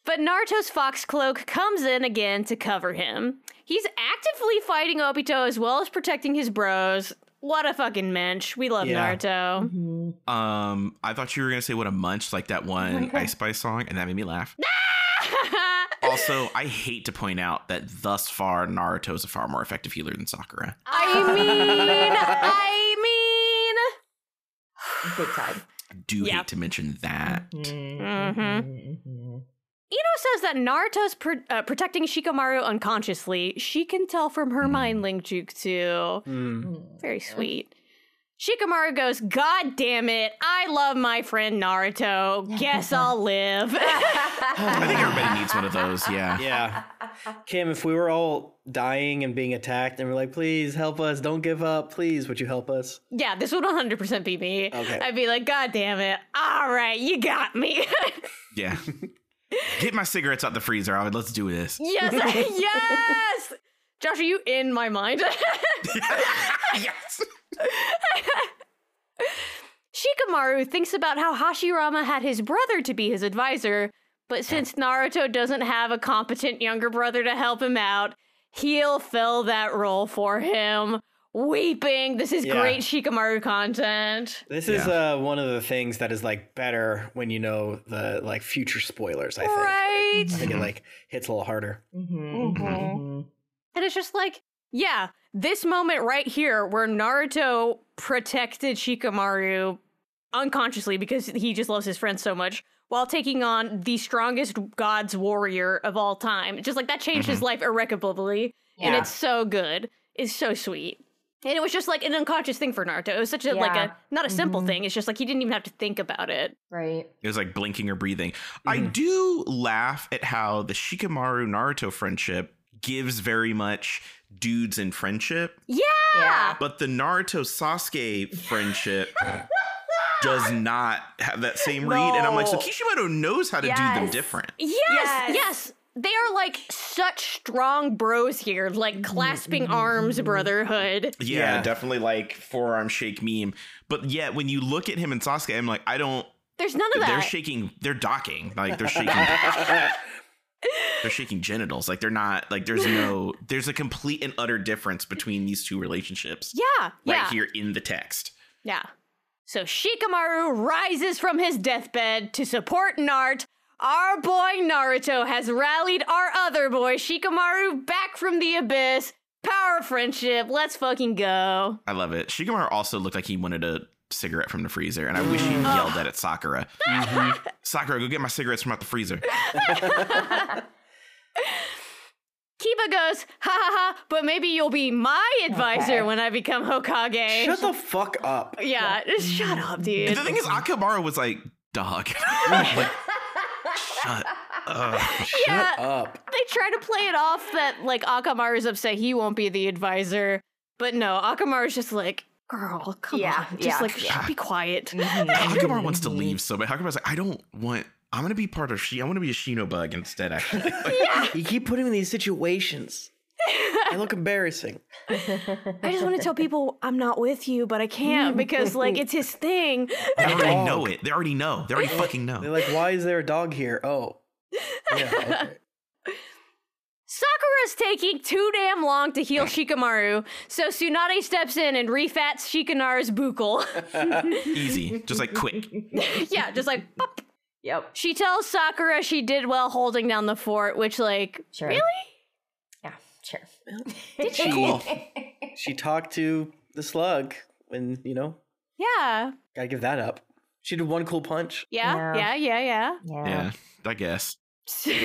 Speaker 1: but Naruto's fox cloak comes in again to cover him. He's actively fighting Obito as well as protecting his bros. What a fucking mensch. We love
Speaker 3: Yeah.
Speaker 1: Naruto.
Speaker 2: Mm-hmm.
Speaker 4: Um, I thought you were gonna say what a munch, like that one Ice Spice song, and that made me laugh. also, I hate to point out that thus far, Naruto is a far more effective healer than Sakura.
Speaker 1: I mean, I
Speaker 2: Big time.
Speaker 4: I do
Speaker 1: Yeah.
Speaker 4: hate to mention that.
Speaker 2: Mm-hmm.
Speaker 1: mean. Mm-hmm. Ino says that Naruto's pr uh, protecting Shikamaru unconsciously. She can tell from her
Speaker 4: Hmm.
Speaker 1: mind link jutsu.
Speaker 3: Mm.
Speaker 1: Very sweet. Shikamaru goes, God damn it, I love my friend Naruto. Guess I'll live.
Speaker 4: I think everybody needs one of those. Yeah.
Speaker 3: Yeah. Kim, if we were all dying and being attacked and we're like, please help us, don't give up, please, would you help us?
Speaker 1: yeah, this would 100% be me.
Speaker 3: Okay.
Speaker 1: I'd be like, God damn it. All right, you got me.
Speaker 4: Yeah. Get my cigarettes out the freezer. I would, let's do this.
Speaker 1: yes, yes. Josh, are you in my mind?
Speaker 4: yes.
Speaker 1: Shikamaru thinks about how Hashirama had his brother to be his advisor, but since Naruto doesn't have a competent younger brother to help him out, he'll fill that role for him. Weeping. This is
Speaker 3: Yeah.
Speaker 1: great Shikamaru content.
Speaker 3: This is uh, one of the things that is like better when you know the like future spoilers, I think. uh,
Speaker 1: Right?
Speaker 3: I
Speaker 4: Mm-hmm.
Speaker 3: think it like hits a little harder.
Speaker 2: Mm-hmm.
Speaker 1: Mm-hmm. And it's just like, yeah, this moment right here where Naruto protected Shikamaru unconsciously because he just loves his friends so much while taking on the strongest God's warrior of all time. Just like that changed his life irrecoverably. And
Speaker 2: Mm-hmm. Yeah.
Speaker 1: it's so good. It's so sweet. And it was just like an unconscious thing for Naruto. It was such a like
Speaker 2: Yeah.
Speaker 1: a not a simple
Speaker 2: Mhm.
Speaker 1: thing. It's just like he didn't even have to think about it.
Speaker 2: Right.
Speaker 4: It was like blinking or breathing. I
Speaker 3: Mhm.
Speaker 4: do laugh at how the Shikamaru Naruto friendship gives very much dudes in friendship,
Speaker 1: Yeah.
Speaker 2: Yeah.
Speaker 4: but the Naruto Sasuke friendship does not have that same read. And I'm like, so
Speaker 2: No.
Speaker 4: Kishimoto knows how to do them
Speaker 2: Yes.
Speaker 4: different.
Speaker 1: Yes, yes.
Speaker 2: Yes.
Speaker 1: They are like such strong bros here, like clasping
Speaker 3: Mm-hmm.
Speaker 1: arms brotherhood.
Speaker 4: Yeah,
Speaker 3: Yeah.
Speaker 4: definitely like forearm shake meme. But yet, when you look at him and Sasuke, I'm like, I don't.
Speaker 1: There's none of
Speaker 4: They're
Speaker 1: that.
Speaker 4: shaking. They're docking. Like they're shaking. they're shaking genitals. Like they're not. Like there's no. There's a complete and utter difference between these two relationships.
Speaker 1: yeah, yeah,
Speaker 4: Right here in the text.
Speaker 1: yeah. So Shikamaru rises from his deathbed to support Nart. Our boy Naruto has rallied our other boy Shikamaru back from the abyss. Power friendship. Let's fucking go.
Speaker 4: I love it. Shikamaru also looked like he wanted a cigarette from the freezer, and I wish
Speaker 1: Mm.
Speaker 4: he yelled that at Sakura.
Speaker 1: Mm-hmm.
Speaker 4: Sakura, go get my cigarettes from out the freezer.
Speaker 1: Kiba goes, ha ha ha, but maybe you'll be my advisor
Speaker 2: Okay.
Speaker 1: when I become Hokage.
Speaker 3: Shut the fuck up.
Speaker 1: yeah, just shut up, dude.
Speaker 4: And the thing is, Akabara was like, "Dog." Like, shut up.
Speaker 1: yeah,
Speaker 3: Up.
Speaker 1: they try to play it off that like Akamaru's upset he won't be the advisor, but no, Akamaru's just like, girl, come
Speaker 2: Yeah,
Speaker 1: on, just
Speaker 2: yeah, Mm-hmm.
Speaker 1: like
Speaker 4: yeah.
Speaker 1: "Shh, be quiet.
Speaker 4: Hakamar wants to leave so bad. Hakamar's like, I don't want. I'm gonna be part of she. I want to be a Shino bug instead. Actually,
Speaker 3: You keep putting me in these situations. I look embarrassing.
Speaker 1: I just want to tell people I'm not with you, but I
Speaker 2: Mm-hmm.
Speaker 1: can't because like it's his thing.
Speaker 4: they already know it. They already know. They already fucking
Speaker 3: They're
Speaker 4: know.
Speaker 3: like, why is there a dog here? Oh. Yeah, okay.
Speaker 1: Sakura's taking too damn long to heal Shikamaru, so Tsunade steps in and refats Shikamaru's buckle.
Speaker 4: Easy, just like quick.
Speaker 1: yeah, just like pop.
Speaker 2: Yep.
Speaker 1: She tells Sakura she did well holding down the fort, which like
Speaker 2: Sure.
Speaker 1: really?
Speaker 2: Yeah. Sure.
Speaker 3: she, she talked to the slug and, you know,
Speaker 1: Yeah.
Speaker 3: gotta give that up. She did one cool punch.
Speaker 1: Yeah. Yeah,
Speaker 2: Yeah.
Speaker 1: yeah, yeah.
Speaker 4: Yeah, I guess.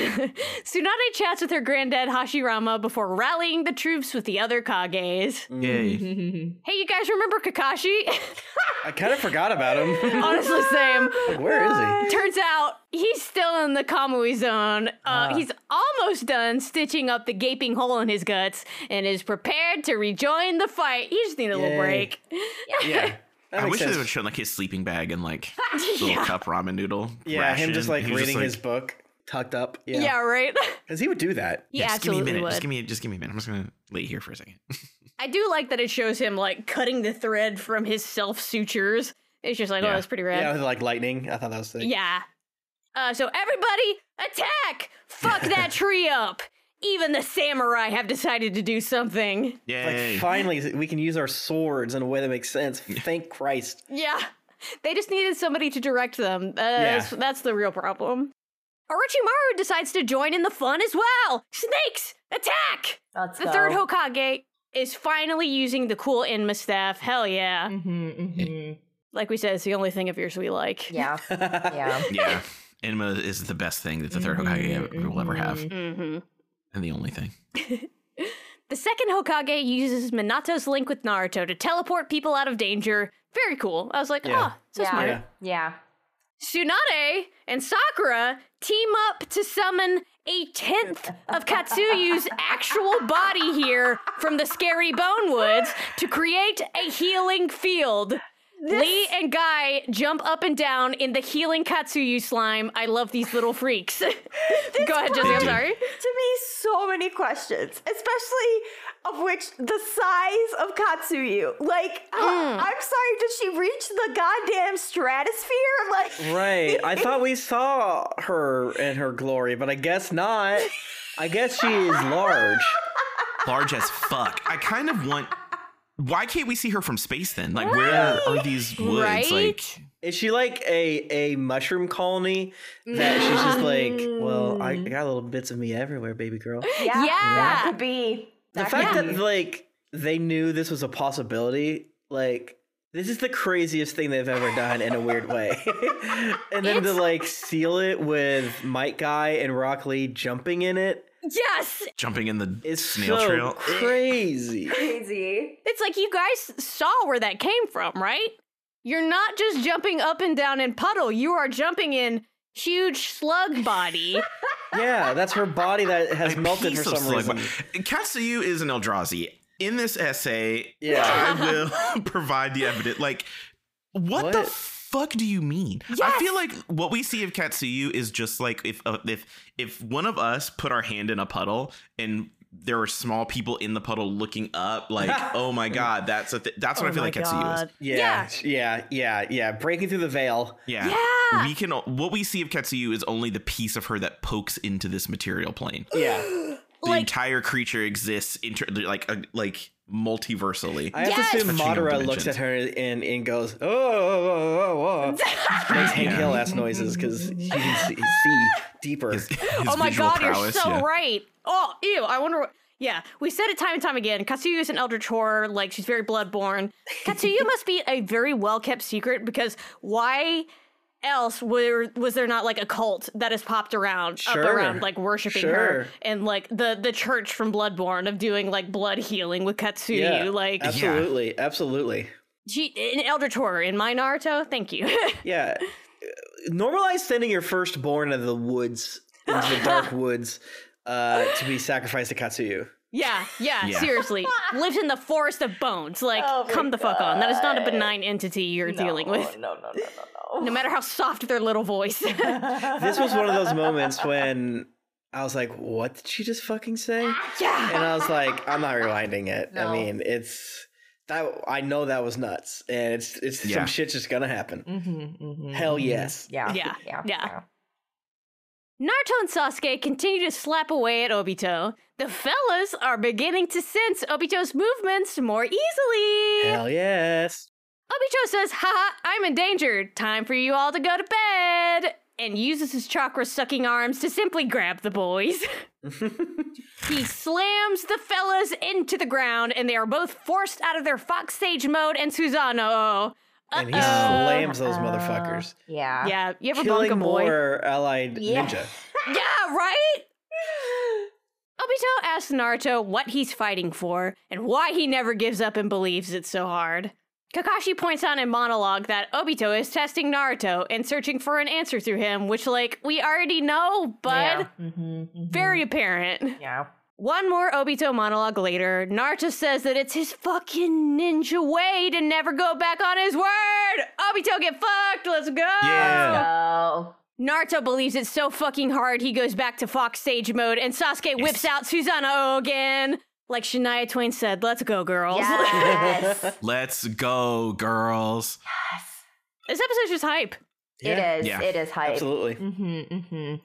Speaker 1: Tsunade chats with her granddad Hashirama before rallying the troops with the other Kages.
Speaker 3: Mm-hmm.
Speaker 4: Yay.
Speaker 1: Hey, you guys remember Kakashi?
Speaker 3: I kind of forgot about him.
Speaker 1: Honestly, same.
Speaker 3: Like, where is
Speaker 1: Turns out he's still in the Kamui zone. Uh,
Speaker 3: Ah.
Speaker 1: he's almost done stitching up the gaping hole in his guts and is prepared to rejoin the fight. He just needs a little
Speaker 3: Yay.
Speaker 1: break.
Speaker 3: he? Yeah. That
Speaker 4: I
Speaker 3: makes
Speaker 4: wish
Speaker 3: sense.
Speaker 4: they would shown like his sleeping bag and like little
Speaker 1: yeah.
Speaker 4: cup ramen noodle.
Speaker 3: Yeah,
Speaker 4: ration.
Speaker 3: him just like
Speaker 4: He was
Speaker 3: reading his
Speaker 4: like,
Speaker 3: book, tucked up.
Speaker 1: yeah,
Speaker 3: Yeah.
Speaker 1: right.
Speaker 3: Because he would do that.
Speaker 1: He
Speaker 4: "Yeah, just give me a
Speaker 1: absolutely
Speaker 4: minute.
Speaker 1: would.
Speaker 4: Just give me. Just give me a minute. I'm just gonna lay here for a second.
Speaker 1: I do like that it shows him like cutting the thread from his self sutures. It's just like, oh,
Speaker 4: Yeah.
Speaker 1: that's pretty rad.
Speaker 3: Yeah, with like lightning. I thought that was sick.
Speaker 1: Yeah. Uh, so everybody, attack! Fuck that tree up! Even the samurai have decided to do something.
Speaker 3: Like
Speaker 4: Yay.
Speaker 3: finally, we can use our swords in a way that makes sense. Thank Christ.
Speaker 1: Yeah. They just needed somebody to direct them. Uh, that's, that's the real problem. Orochimaru decides to join in the fun as well. Snakes, attack!
Speaker 2: Let's
Speaker 1: The
Speaker 2: go.
Speaker 1: third Hokage is finally using the cool Inma staff. Hell yeah.
Speaker 2: Mhm, mhm.
Speaker 1: Like we said, it's the only thing of yours we like.
Speaker 2: Yeah, yeah.
Speaker 4: Yeah. Enma is the best thing that the third Hokage
Speaker 2: Mhm,
Speaker 4: will ever have,
Speaker 2: mhm.
Speaker 1: hmm
Speaker 4: and the only thing.
Speaker 1: The second Hokage uses Minato's link with Naruto to teleport people out of danger. Very cool. I was like,
Speaker 3: Yeah.
Speaker 1: oh, so
Speaker 2: yeah.
Speaker 1: smart.
Speaker 3: Yeah.
Speaker 2: Yeah.
Speaker 1: Tsunade and Sakura team up to summon a tenth of Katsuyu's actual body here from the scary bone woods to create a healing field. Lee and Guy jump up and down in the healing Katsuyu slime. I love these little freaks. Go ahead, Jesse. I'm
Speaker 4: fine.
Speaker 1: sorry.
Speaker 2: To me, so many questions, especially of which the size of Katsuyu. Like, h-
Speaker 1: Mm.
Speaker 2: I'm sorry, did she reach the goddamn stratosphere? Like,
Speaker 3: Right. I thought we saw her in her glory, but I guess not. I guess she is large.
Speaker 4: Large as fuck. I kind of want. Why can't we see her from space then? Like, where are these woods?
Speaker 1: Right?
Speaker 4: Like,
Speaker 3: Is she like a a mushroom colony that she's just like, well, I got little bits of me everywhere, baby girl.
Speaker 1: Yeah.
Speaker 2: yeah, that could be.
Speaker 3: The
Speaker 2: that
Speaker 3: fact
Speaker 2: could
Speaker 3: that
Speaker 2: be.
Speaker 3: like they knew this was a possibility, like this is the craziest thing they've ever done in a weird way. and then to
Speaker 1: It's-
Speaker 3: like seal it with Mike Guy and Rock Lee jumping in it
Speaker 1: Yes,
Speaker 4: jumping in the
Speaker 3: is
Speaker 4: snail
Speaker 3: so
Speaker 4: trail.
Speaker 3: crazy.
Speaker 2: crazy.
Speaker 1: It's like you guys saw where that came from, right? You're not just jumping up and down in puddle, you are jumping in huge slug body.
Speaker 3: Yeah, that's her body that has
Speaker 4: A
Speaker 3: melted for
Speaker 4: piece of
Speaker 3: some
Speaker 4: slug
Speaker 3: reason.
Speaker 4: body. Katsuyu is an Eldrazi. In this essay,
Speaker 3: Yeah.
Speaker 4: I will provide the evidence. Like, what, the
Speaker 3: What?
Speaker 4: fuck do you mean? I feel like what we see of Katsuyu is just like if uh, if if one of us put our hand in a puddle and there were small people in the puddle looking up, like, oh my god, that's a th-
Speaker 1: Oh
Speaker 4: that's what I feel like Katsuyu is.
Speaker 3: Yeah, yeah, yeah, yeah. Breaking through the veil.
Speaker 4: Yeah.
Speaker 1: Yeah.
Speaker 4: we can. o- What we see of Katsuyu is only the piece of her that pokes into this material plane.
Speaker 3: Yeah.
Speaker 4: the
Speaker 1: Like-
Speaker 4: entire creature exists inter- like uh, like multiversally.
Speaker 3: I have
Speaker 1: Yes!
Speaker 3: to assume
Speaker 4: Touching on
Speaker 3: Madara
Speaker 4: dimensions.
Speaker 3: looks at her and, and goes, oh, oh, oh, oh, oh. Makes Hank
Speaker 4: Yeah.
Speaker 3: Hill ass noises because he can see, see deeper.
Speaker 4: His- his
Speaker 1: oh my
Speaker 4: visual
Speaker 1: god, you're
Speaker 4: prowess,
Speaker 1: so
Speaker 4: yeah.
Speaker 1: right. Oh, ew, I wonder what. Yeah, we said it time and time again. Katsuyu is an eldritch horror, like she's very bloodborne. Katsuyu must be a very well kept secret because why else were was there not like a cult that has popped around up
Speaker 3: Sure.
Speaker 1: around like worshiping
Speaker 3: Sure.
Speaker 1: her and like the the church from Bloodborne of doing like blood healing with Katsuyu like
Speaker 3: absolutely, absolutely.
Speaker 1: she an eldritch horror in my Naruto. Thank you.
Speaker 3: Yeah. Normalize sending your firstborn into the woods, into the dark woods, uh, to be sacrificed to Katsuyu.
Speaker 1: yeah, yeah,
Speaker 4: Yeah.
Speaker 1: seriously. Lives in the forest of bones. Like
Speaker 2: Oh my
Speaker 1: come the fuck on. That is not a benign entity you're dealing
Speaker 2: no,
Speaker 1: with.
Speaker 2: No, no, no, no, no.
Speaker 1: No matter how soft their little voice.
Speaker 3: This was one of those moments when I was like, what did she just fucking say?
Speaker 1: yeah.
Speaker 3: and I was like, I'm not rewinding it.
Speaker 2: No.
Speaker 3: I mean, it's that I know that was nuts, and it's it's
Speaker 4: Yeah.
Speaker 3: some shit's just gonna happen.
Speaker 2: Mm-hmm, mm-hmm.
Speaker 3: Hell yes.
Speaker 2: Yeah.
Speaker 1: Yeah,
Speaker 2: Yeah.
Speaker 1: yeah. Naruto and Sasuke continue to slap away at Obito. The fellas are beginning to sense Obito's movements more easily.
Speaker 3: Hell yes.
Speaker 1: Obito says, Haha, I'm endangered. Time for you all to go to bed. And uses his chakra sucking arms to simply grab the boys. he slams the fellas into the ground, and they are both forced out of their fox sage mode and Susano.
Speaker 3: And he
Speaker 1: Uh-oh.
Speaker 3: slams those motherfuckers,
Speaker 2: Uh, Yeah.
Speaker 1: Yeah, you ever bunk a
Speaker 3: killing
Speaker 1: boy?
Speaker 3: more allied
Speaker 2: Yeah.
Speaker 3: ninja.
Speaker 1: Yeah, right? Obito asks Naruto what he's fighting for and why he never gives up and believes it so hard. Kakashi points out in monologue that Obito is testing Naruto and searching for an answer through him, which, like, we already know, but
Speaker 2: Yeah. Mm-hmm,
Speaker 1: very apparent.
Speaker 2: yeah.
Speaker 1: One more Obito monologue later, Naruto says that it's his fucking ninja way to never go back on his word. Obito, get fucked. Let's go.
Speaker 4: Yeah.
Speaker 2: Oh.
Speaker 1: Naruto believes it so fucking hard he goes back to Fox Sage mode and Sasuke whips out Susanoo again. Like Shania Twain said, let's go, girls.
Speaker 2: Yes.
Speaker 4: Let's go, girls.
Speaker 1: this episode's just hype.
Speaker 2: It is.
Speaker 4: Yeah.
Speaker 2: It is hype.
Speaker 3: absolutely.
Speaker 2: Mm-hmm, mm-hmm.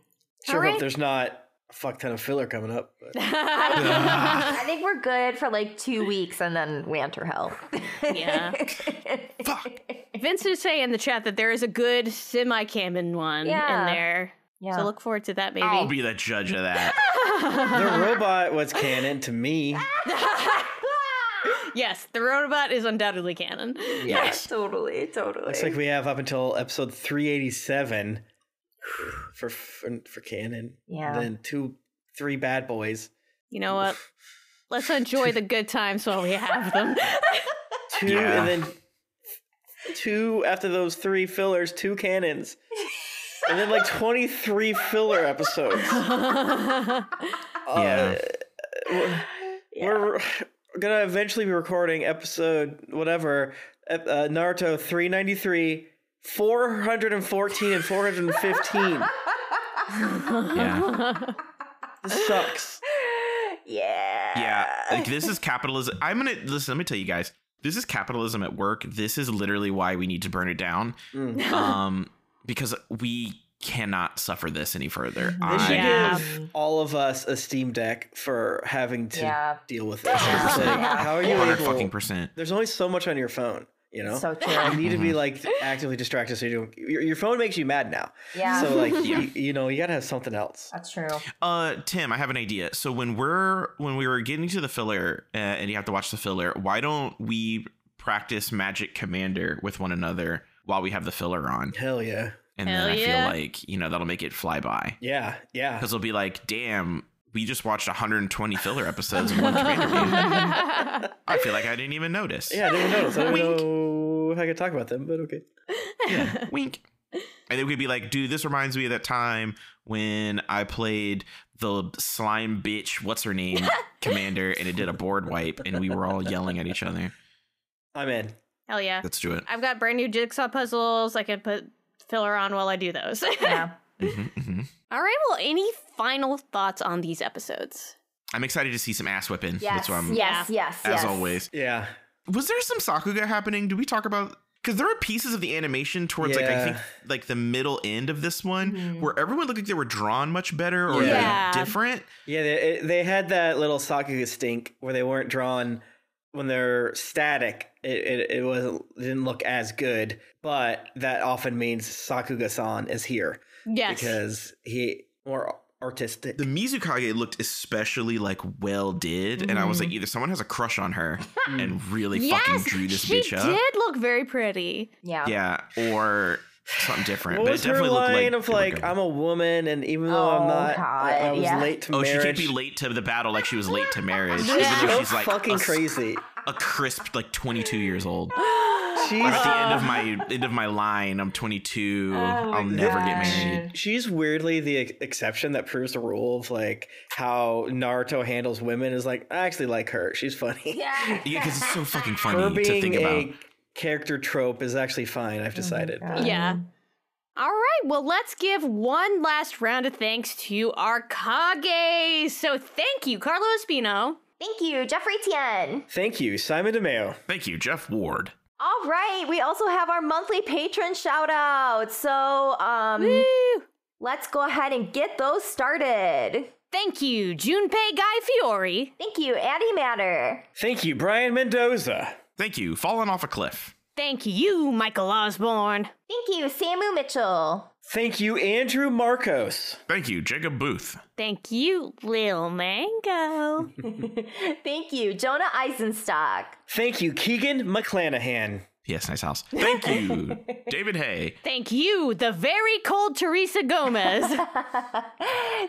Speaker 3: Sure
Speaker 1: Alright.
Speaker 3: hope there's not a fuck ton of filler coming up. but-
Speaker 2: I think we're good for like two weeks and then we enter hell.
Speaker 1: yeah. Vincent is saying in the chat that there is a good semi canon one
Speaker 2: Yeah.
Speaker 1: in there.
Speaker 2: Yeah.
Speaker 1: So look forward to that, maybe.
Speaker 4: I'll be the judge of that.
Speaker 3: The robot was canon to me.
Speaker 2: Ah!
Speaker 1: yes, the robot is undoubtedly canon.
Speaker 4: Yes.
Speaker 2: totally, totally.
Speaker 3: Looks like we have up until episode 387 for for, for canon.
Speaker 2: Yeah.
Speaker 3: Then two, three bad boys.
Speaker 1: You know what? Let's enjoy the good times while we have them.
Speaker 3: Two,
Speaker 4: Yeah.
Speaker 3: and then two after those three fillers, two canons. And then like 23 filler episodes. Uh,
Speaker 4: Yeah.
Speaker 3: We're we're gonna eventually be recording episode whatever ep- uh, Naruto 393, 414, and 415.
Speaker 4: yeah.
Speaker 3: this sucks.
Speaker 2: yeah.
Speaker 4: Yeah. Like this is capitalism. I'm gonna listen, let me tell you guys. This is capitalism at work. This is literally why we need to burn it down.
Speaker 3: Mm.
Speaker 4: Um because we cannot suffer this any further.
Speaker 3: They should
Speaker 4: I,
Speaker 1: Yeah.
Speaker 3: give all of us a Steam Deck for having to
Speaker 2: Yeah.
Speaker 3: deal with this.
Speaker 2: Yeah.
Speaker 3: It's like, How are you
Speaker 4: 100
Speaker 3: able?
Speaker 4: fucking percent.
Speaker 3: There's only so much on your phone, you know.
Speaker 2: So true.
Speaker 3: you need to
Speaker 4: Mm-hmm.
Speaker 3: be like actively distracted so you don't. Your, your phone makes you mad now,
Speaker 2: yeah.
Speaker 3: so like
Speaker 4: Yeah.
Speaker 3: you, you know you gotta have something else.
Speaker 2: that's true.
Speaker 4: Uh, Tim, I have an idea. So when we're when we were getting to the filler uh, and you have to watch the filler, why don't we practice Magic Commander with one another while we have the filler on?
Speaker 3: Hell yeah,
Speaker 4: And
Speaker 1: Hell
Speaker 4: then I
Speaker 1: yeah.
Speaker 4: feel like you know that'll make it fly by
Speaker 3: yeah, yeah.
Speaker 4: because it'll be like, damn, we just watched 120 filler episodes in one Commander game. I feel like I didn't even notice.
Speaker 3: Yeah, I didn't notice. I don't
Speaker 4: Wink.
Speaker 3: know if I could talk about them, but okay.
Speaker 4: yeah, wink. And then we could be like, dude, this reminds me of that time when I played the slime bitch, what's her name, commander, and it did a board wipe, and we were all yelling at each other.
Speaker 3: I'm in.
Speaker 1: Hell yeah.
Speaker 4: Let's do it.
Speaker 1: I've got brand new jigsaw puzzles. I can put filler on while I do those.
Speaker 2: Yeah.
Speaker 4: Mhm, mhm.
Speaker 1: All right. Well, any final thoughts on these episodes?
Speaker 4: I'm excited to see some ass whipping.
Speaker 2: Yes.
Speaker 4: That's what I'm.
Speaker 2: yes. Yes.
Speaker 4: As
Speaker 2: yes.
Speaker 4: always,
Speaker 3: Yeah,
Speaker 4: was there some sakuga happening? Did we talk about? Because there are pieces of the animation towards like I
Speaker 3: Yeah.
Speaker 4: think like the middle end of this one
Speaker 3: Mm-hmm.
Speaker 2: Mhm.
Speaker 4: where everyone looked like they were drawn much better or
Speaker 1: Yeah.
Speaker 4: they're different.
Speaker 3: yeah. They, it- they had that little Sakuga stink where they weren't drawn when they're static. It it, it wasn't it didn't look as good, but that often means Sakuga-san is here
Speaker 1: Yes.
Speaker 3: because he more artistic.
Speaker 4: The Mizukage looked especially like well did, and I was
Speaker 3: Mm-hmm.
Speaker 4: like, either someone has a crush on her and really fucking
Speaker 1: yes.
Speaker 4: drew this
Speaker 1: she
Speaker 4: bitch up,
Speaker 1: did look very pretty.
Speaker 2: Yeah.
Speaker 4: yeah, or something different.
Speaker 3: what
Speaker 4: but
Speaker 3: was
Speaker 4: it
Speaker 3: her
Speaker 4: definitely looked
Speaker 3: line
Speaker 4: like
Speaker 3: of
Speaker 4: they were
Speaker 3: like,
Speaker 4: good.
Speaker 3: "I'm a woman, and even though I'm
Speaker 2: Oh,
Speaker 3: not, I, I
Speaker 2: God,
Speaker 3: was
Speaker 2: yeah.
Speaker 3: late to
Speaker 4: Oh,
Speaker 3: marriage."
Speaker 4: she can't be late to the battle like she was late to marriage.
Speaker 1: Yeah.
Speaker 4: Even though
Speaker 3: So
Speaker 4: she's like
Speaker 3: fucking
Speaker 4: a, s-
Speaker 3: crazy.
Speaker 4: a crisp like 22 years old.
Speaker 3: She's
Speaker 4: I'm at the end of my end of my line. I'm
Speaker 1: Oh
Speaker 4: 22. I'll never get
Speaker 2: gosh.
Speaker 4: married.
Speaker 3: She's weirdly the ex- exception that proves the rule of like how Naruto handles women is like I actually like her. She's funny.
Speaker 2: Yeah.
Speaker 4: Yeah, because it's so fucking
Speaker 3: her
Speaker 4: funny to
Speaker 3: being
Speaker 4: think about.
Speaker 3: a character trope is actually fine. I've decided.
Speaker 2: Oh God.
Speaker 1: Yeah. All right, well, let's give one last round of thanks to our Kages. So thank you, Carlo Espino.
Speaker 2: Thank you, Jeffrey Tien.
Speaker 3: Thank you, Simon DeMeo.
Speaker 4: Thank you, Jeff Ward.
Speaker 2: All right, we also have our monthly patron shout out. So um
Speaker 1: Woo!
Speaker 2: let's go ahead and get those started.
Speaker 1: Thank you, Junpei Guy Fiore.
Speaker 2: Thank you, Addie Matter.
Speaker 3: Thank you, Brian Mendoza.
Speaker 4: Thank you, falling off a cliff.
Speaker 1: Thank you, Michael Osborne.
Speaker 2: Thank you, Samu Mitchell.
Speaker 3: Thank you, Andrew Marcos.
Speaker 4: Thank you, Jacob Booth.
Speaker 1: Thank you, Lil Mango.
Speaker 2: Thank you, Jonah Eisenstock.
Speaker 3: Thank you, Keegan McClanahan.
Speaker 4: Yes, nice house. Thank you, David Hay.
Speaker 1: Thank you, the very cold Teresa Gomez.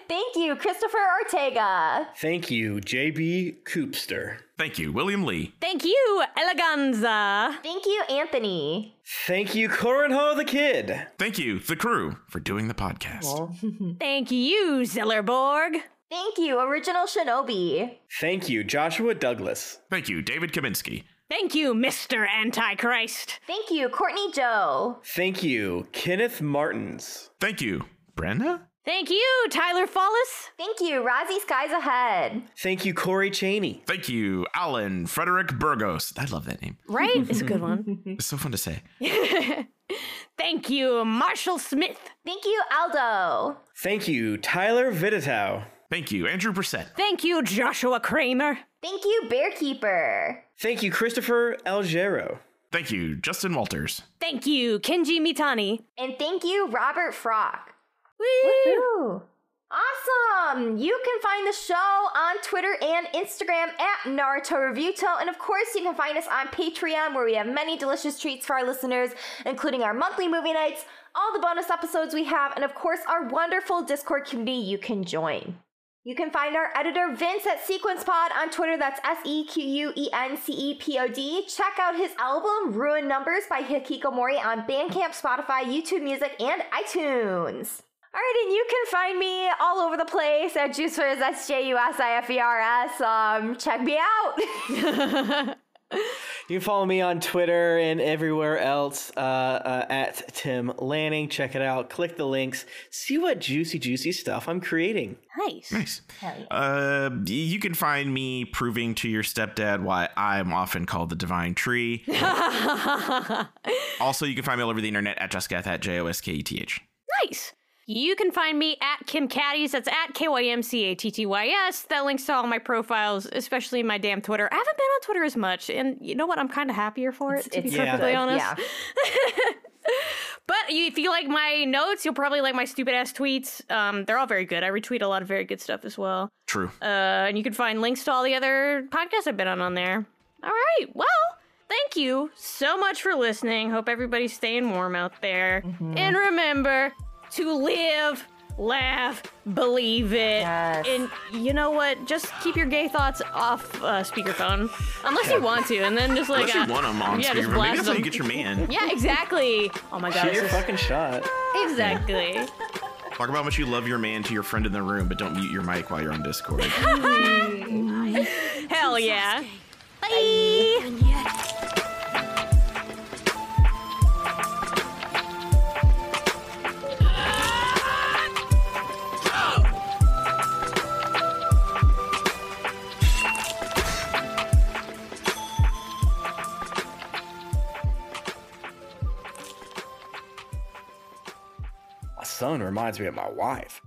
Speaker 2: Thank you, Christopher Ortega.
Speaker 3: Thank you, JB Coopster.
Speaker 4: Thank you, William Lee.
Speaker 1: Thank you, Eleganza.
Speaker 2: Thank you, Anthony.
Speaker 3: Thank you, Corinho the Kid.
Speaker 4: Thank you, the crew, for doing the podcast.
Speaker 1: Thank you, Zellerborg.
Speaker 2: Thank you, Original Shinobi.
Speaker 3: Thank you, Joshua Douglas.
Speaker 4: Thank you, David Kaminsky.
Speaker 1: Thank you, Mr. Antichrist.
Speaker 2: Thank you, Courtney Joe.
Speaker 3: Thank you, Kenneth Martins.
Speaker 4: Thank you, Brenda.
Speaker 1: Thank you, Tyler Follis.
Speaker 2: Thank you, Rozzy Skies Ahead.
Speaker 3: Thank you, Corey Cheney.
Speaker 4: Thank you, Alan Frederick Burgos. I love that name.
Speaker 1: Right? It's a good one.
Speaker 4: It's so fun to say.
Speaker 1: Thank you, Marshall Smith.
Speaker 2: Thank you, Aldo.
Speaker 3: Thank you, Tyler Vitatow.
Speaker 4: Thank you, Andrew Brissett.
Speaker 1: Thank you, Joshua Kramer.
Speaker 2: Thank you, Bearkeeper.
Speaker 3: Thank you, Christopher Algero.
Speaker 4: Thank you, Justin Walters.
Speaker 1: Thank you, Kenji Mitani.
Speaker 2: And thank you, Robert Frock.
Speaker 1: Woo!
Speaker 2: Woohoo! Awesome! You can find the show on Twitter and Instagram at Naruto Revuto, and of course, you can find us on Patreon, where we have many delicious treats for our listeners, including our monthly movie nights, all the bonus episodes we have, and of course, our wonderful Discord community you can join. You can find our editor Vince at Sequence Pod on Twitter. That's S E Q U E N C E P O D. Check out his album Ruin Numbers by Hikiko Mori on Bandcamp, Spotify, YouTube Music, and iTunes. All right, and you can find me all over the place at Juicefers. That's J U S I F E R S. Um, check me out.
Speaker 3: You can follow me on Twitter and everywhere else uh, uh, at Tim Lanning. Check it out. Click the links. See what juicy, juicy stuff I'm creating.
Speaker 1: Nice.
Speaker 4: Nice. Uh, y- you can find me proving to your stepdad why I'm often called the divine tree. also, you can find me all over the internet at Joscath at J O S K E T H.
Speaker 1: Nice. You can find me at Kim Caddies. That's at K Y M C A T T Y S. That links to all my profiles, especially my damn Twitter. I haven't been on Twitter as much, and you know what? I'm kind of happier for it, to be
Speaker 2: it's
Speaker 3: good.
Speaker 1: perfectly honest.
Speaker 2: yeah.
Speaker 1: But you- if you like my notes, you'll probably like my stupid ass tweets. Um, they're all very good. I retweet a lot of very good stuff as well.
Speaker 4: True.
Speaker 1: Uh, and you can find links to all the other podcasts I've been on on there. All right. Well, thank you so much for listening. Hope everybody's staying warm out there. And remember to live, laugh, believe it.
Speaker 2: Yes.
Speaker 1: And you know what? Just keep your gay thoughts off uh, speakerphone, unless you want to, and then just like
Speaker 4: Unless you
Speaker 1: uh,
Speaker 4: want them on
Speaker 1: yeah, just
Speaker 4: speakerphone. Maybe
Speaker 1: blast
Speaker 4: that's how you
Speaker 1: them.
Speaker 4: get your man.
Speaker 1: Yeah, exactly. Oh my god,
Speaker 3: Shoot your
Speaker 1: this is-
Speaker 3: fucking shot.
Speaker 1: exactly.
Speaker 4: Talk about how much you love your man to your friend in the room, but don't mute your mic while you're on Discord.
Speaker 1: Hell yeah. Bye.
Speaker 3: My son reminds me of my wife.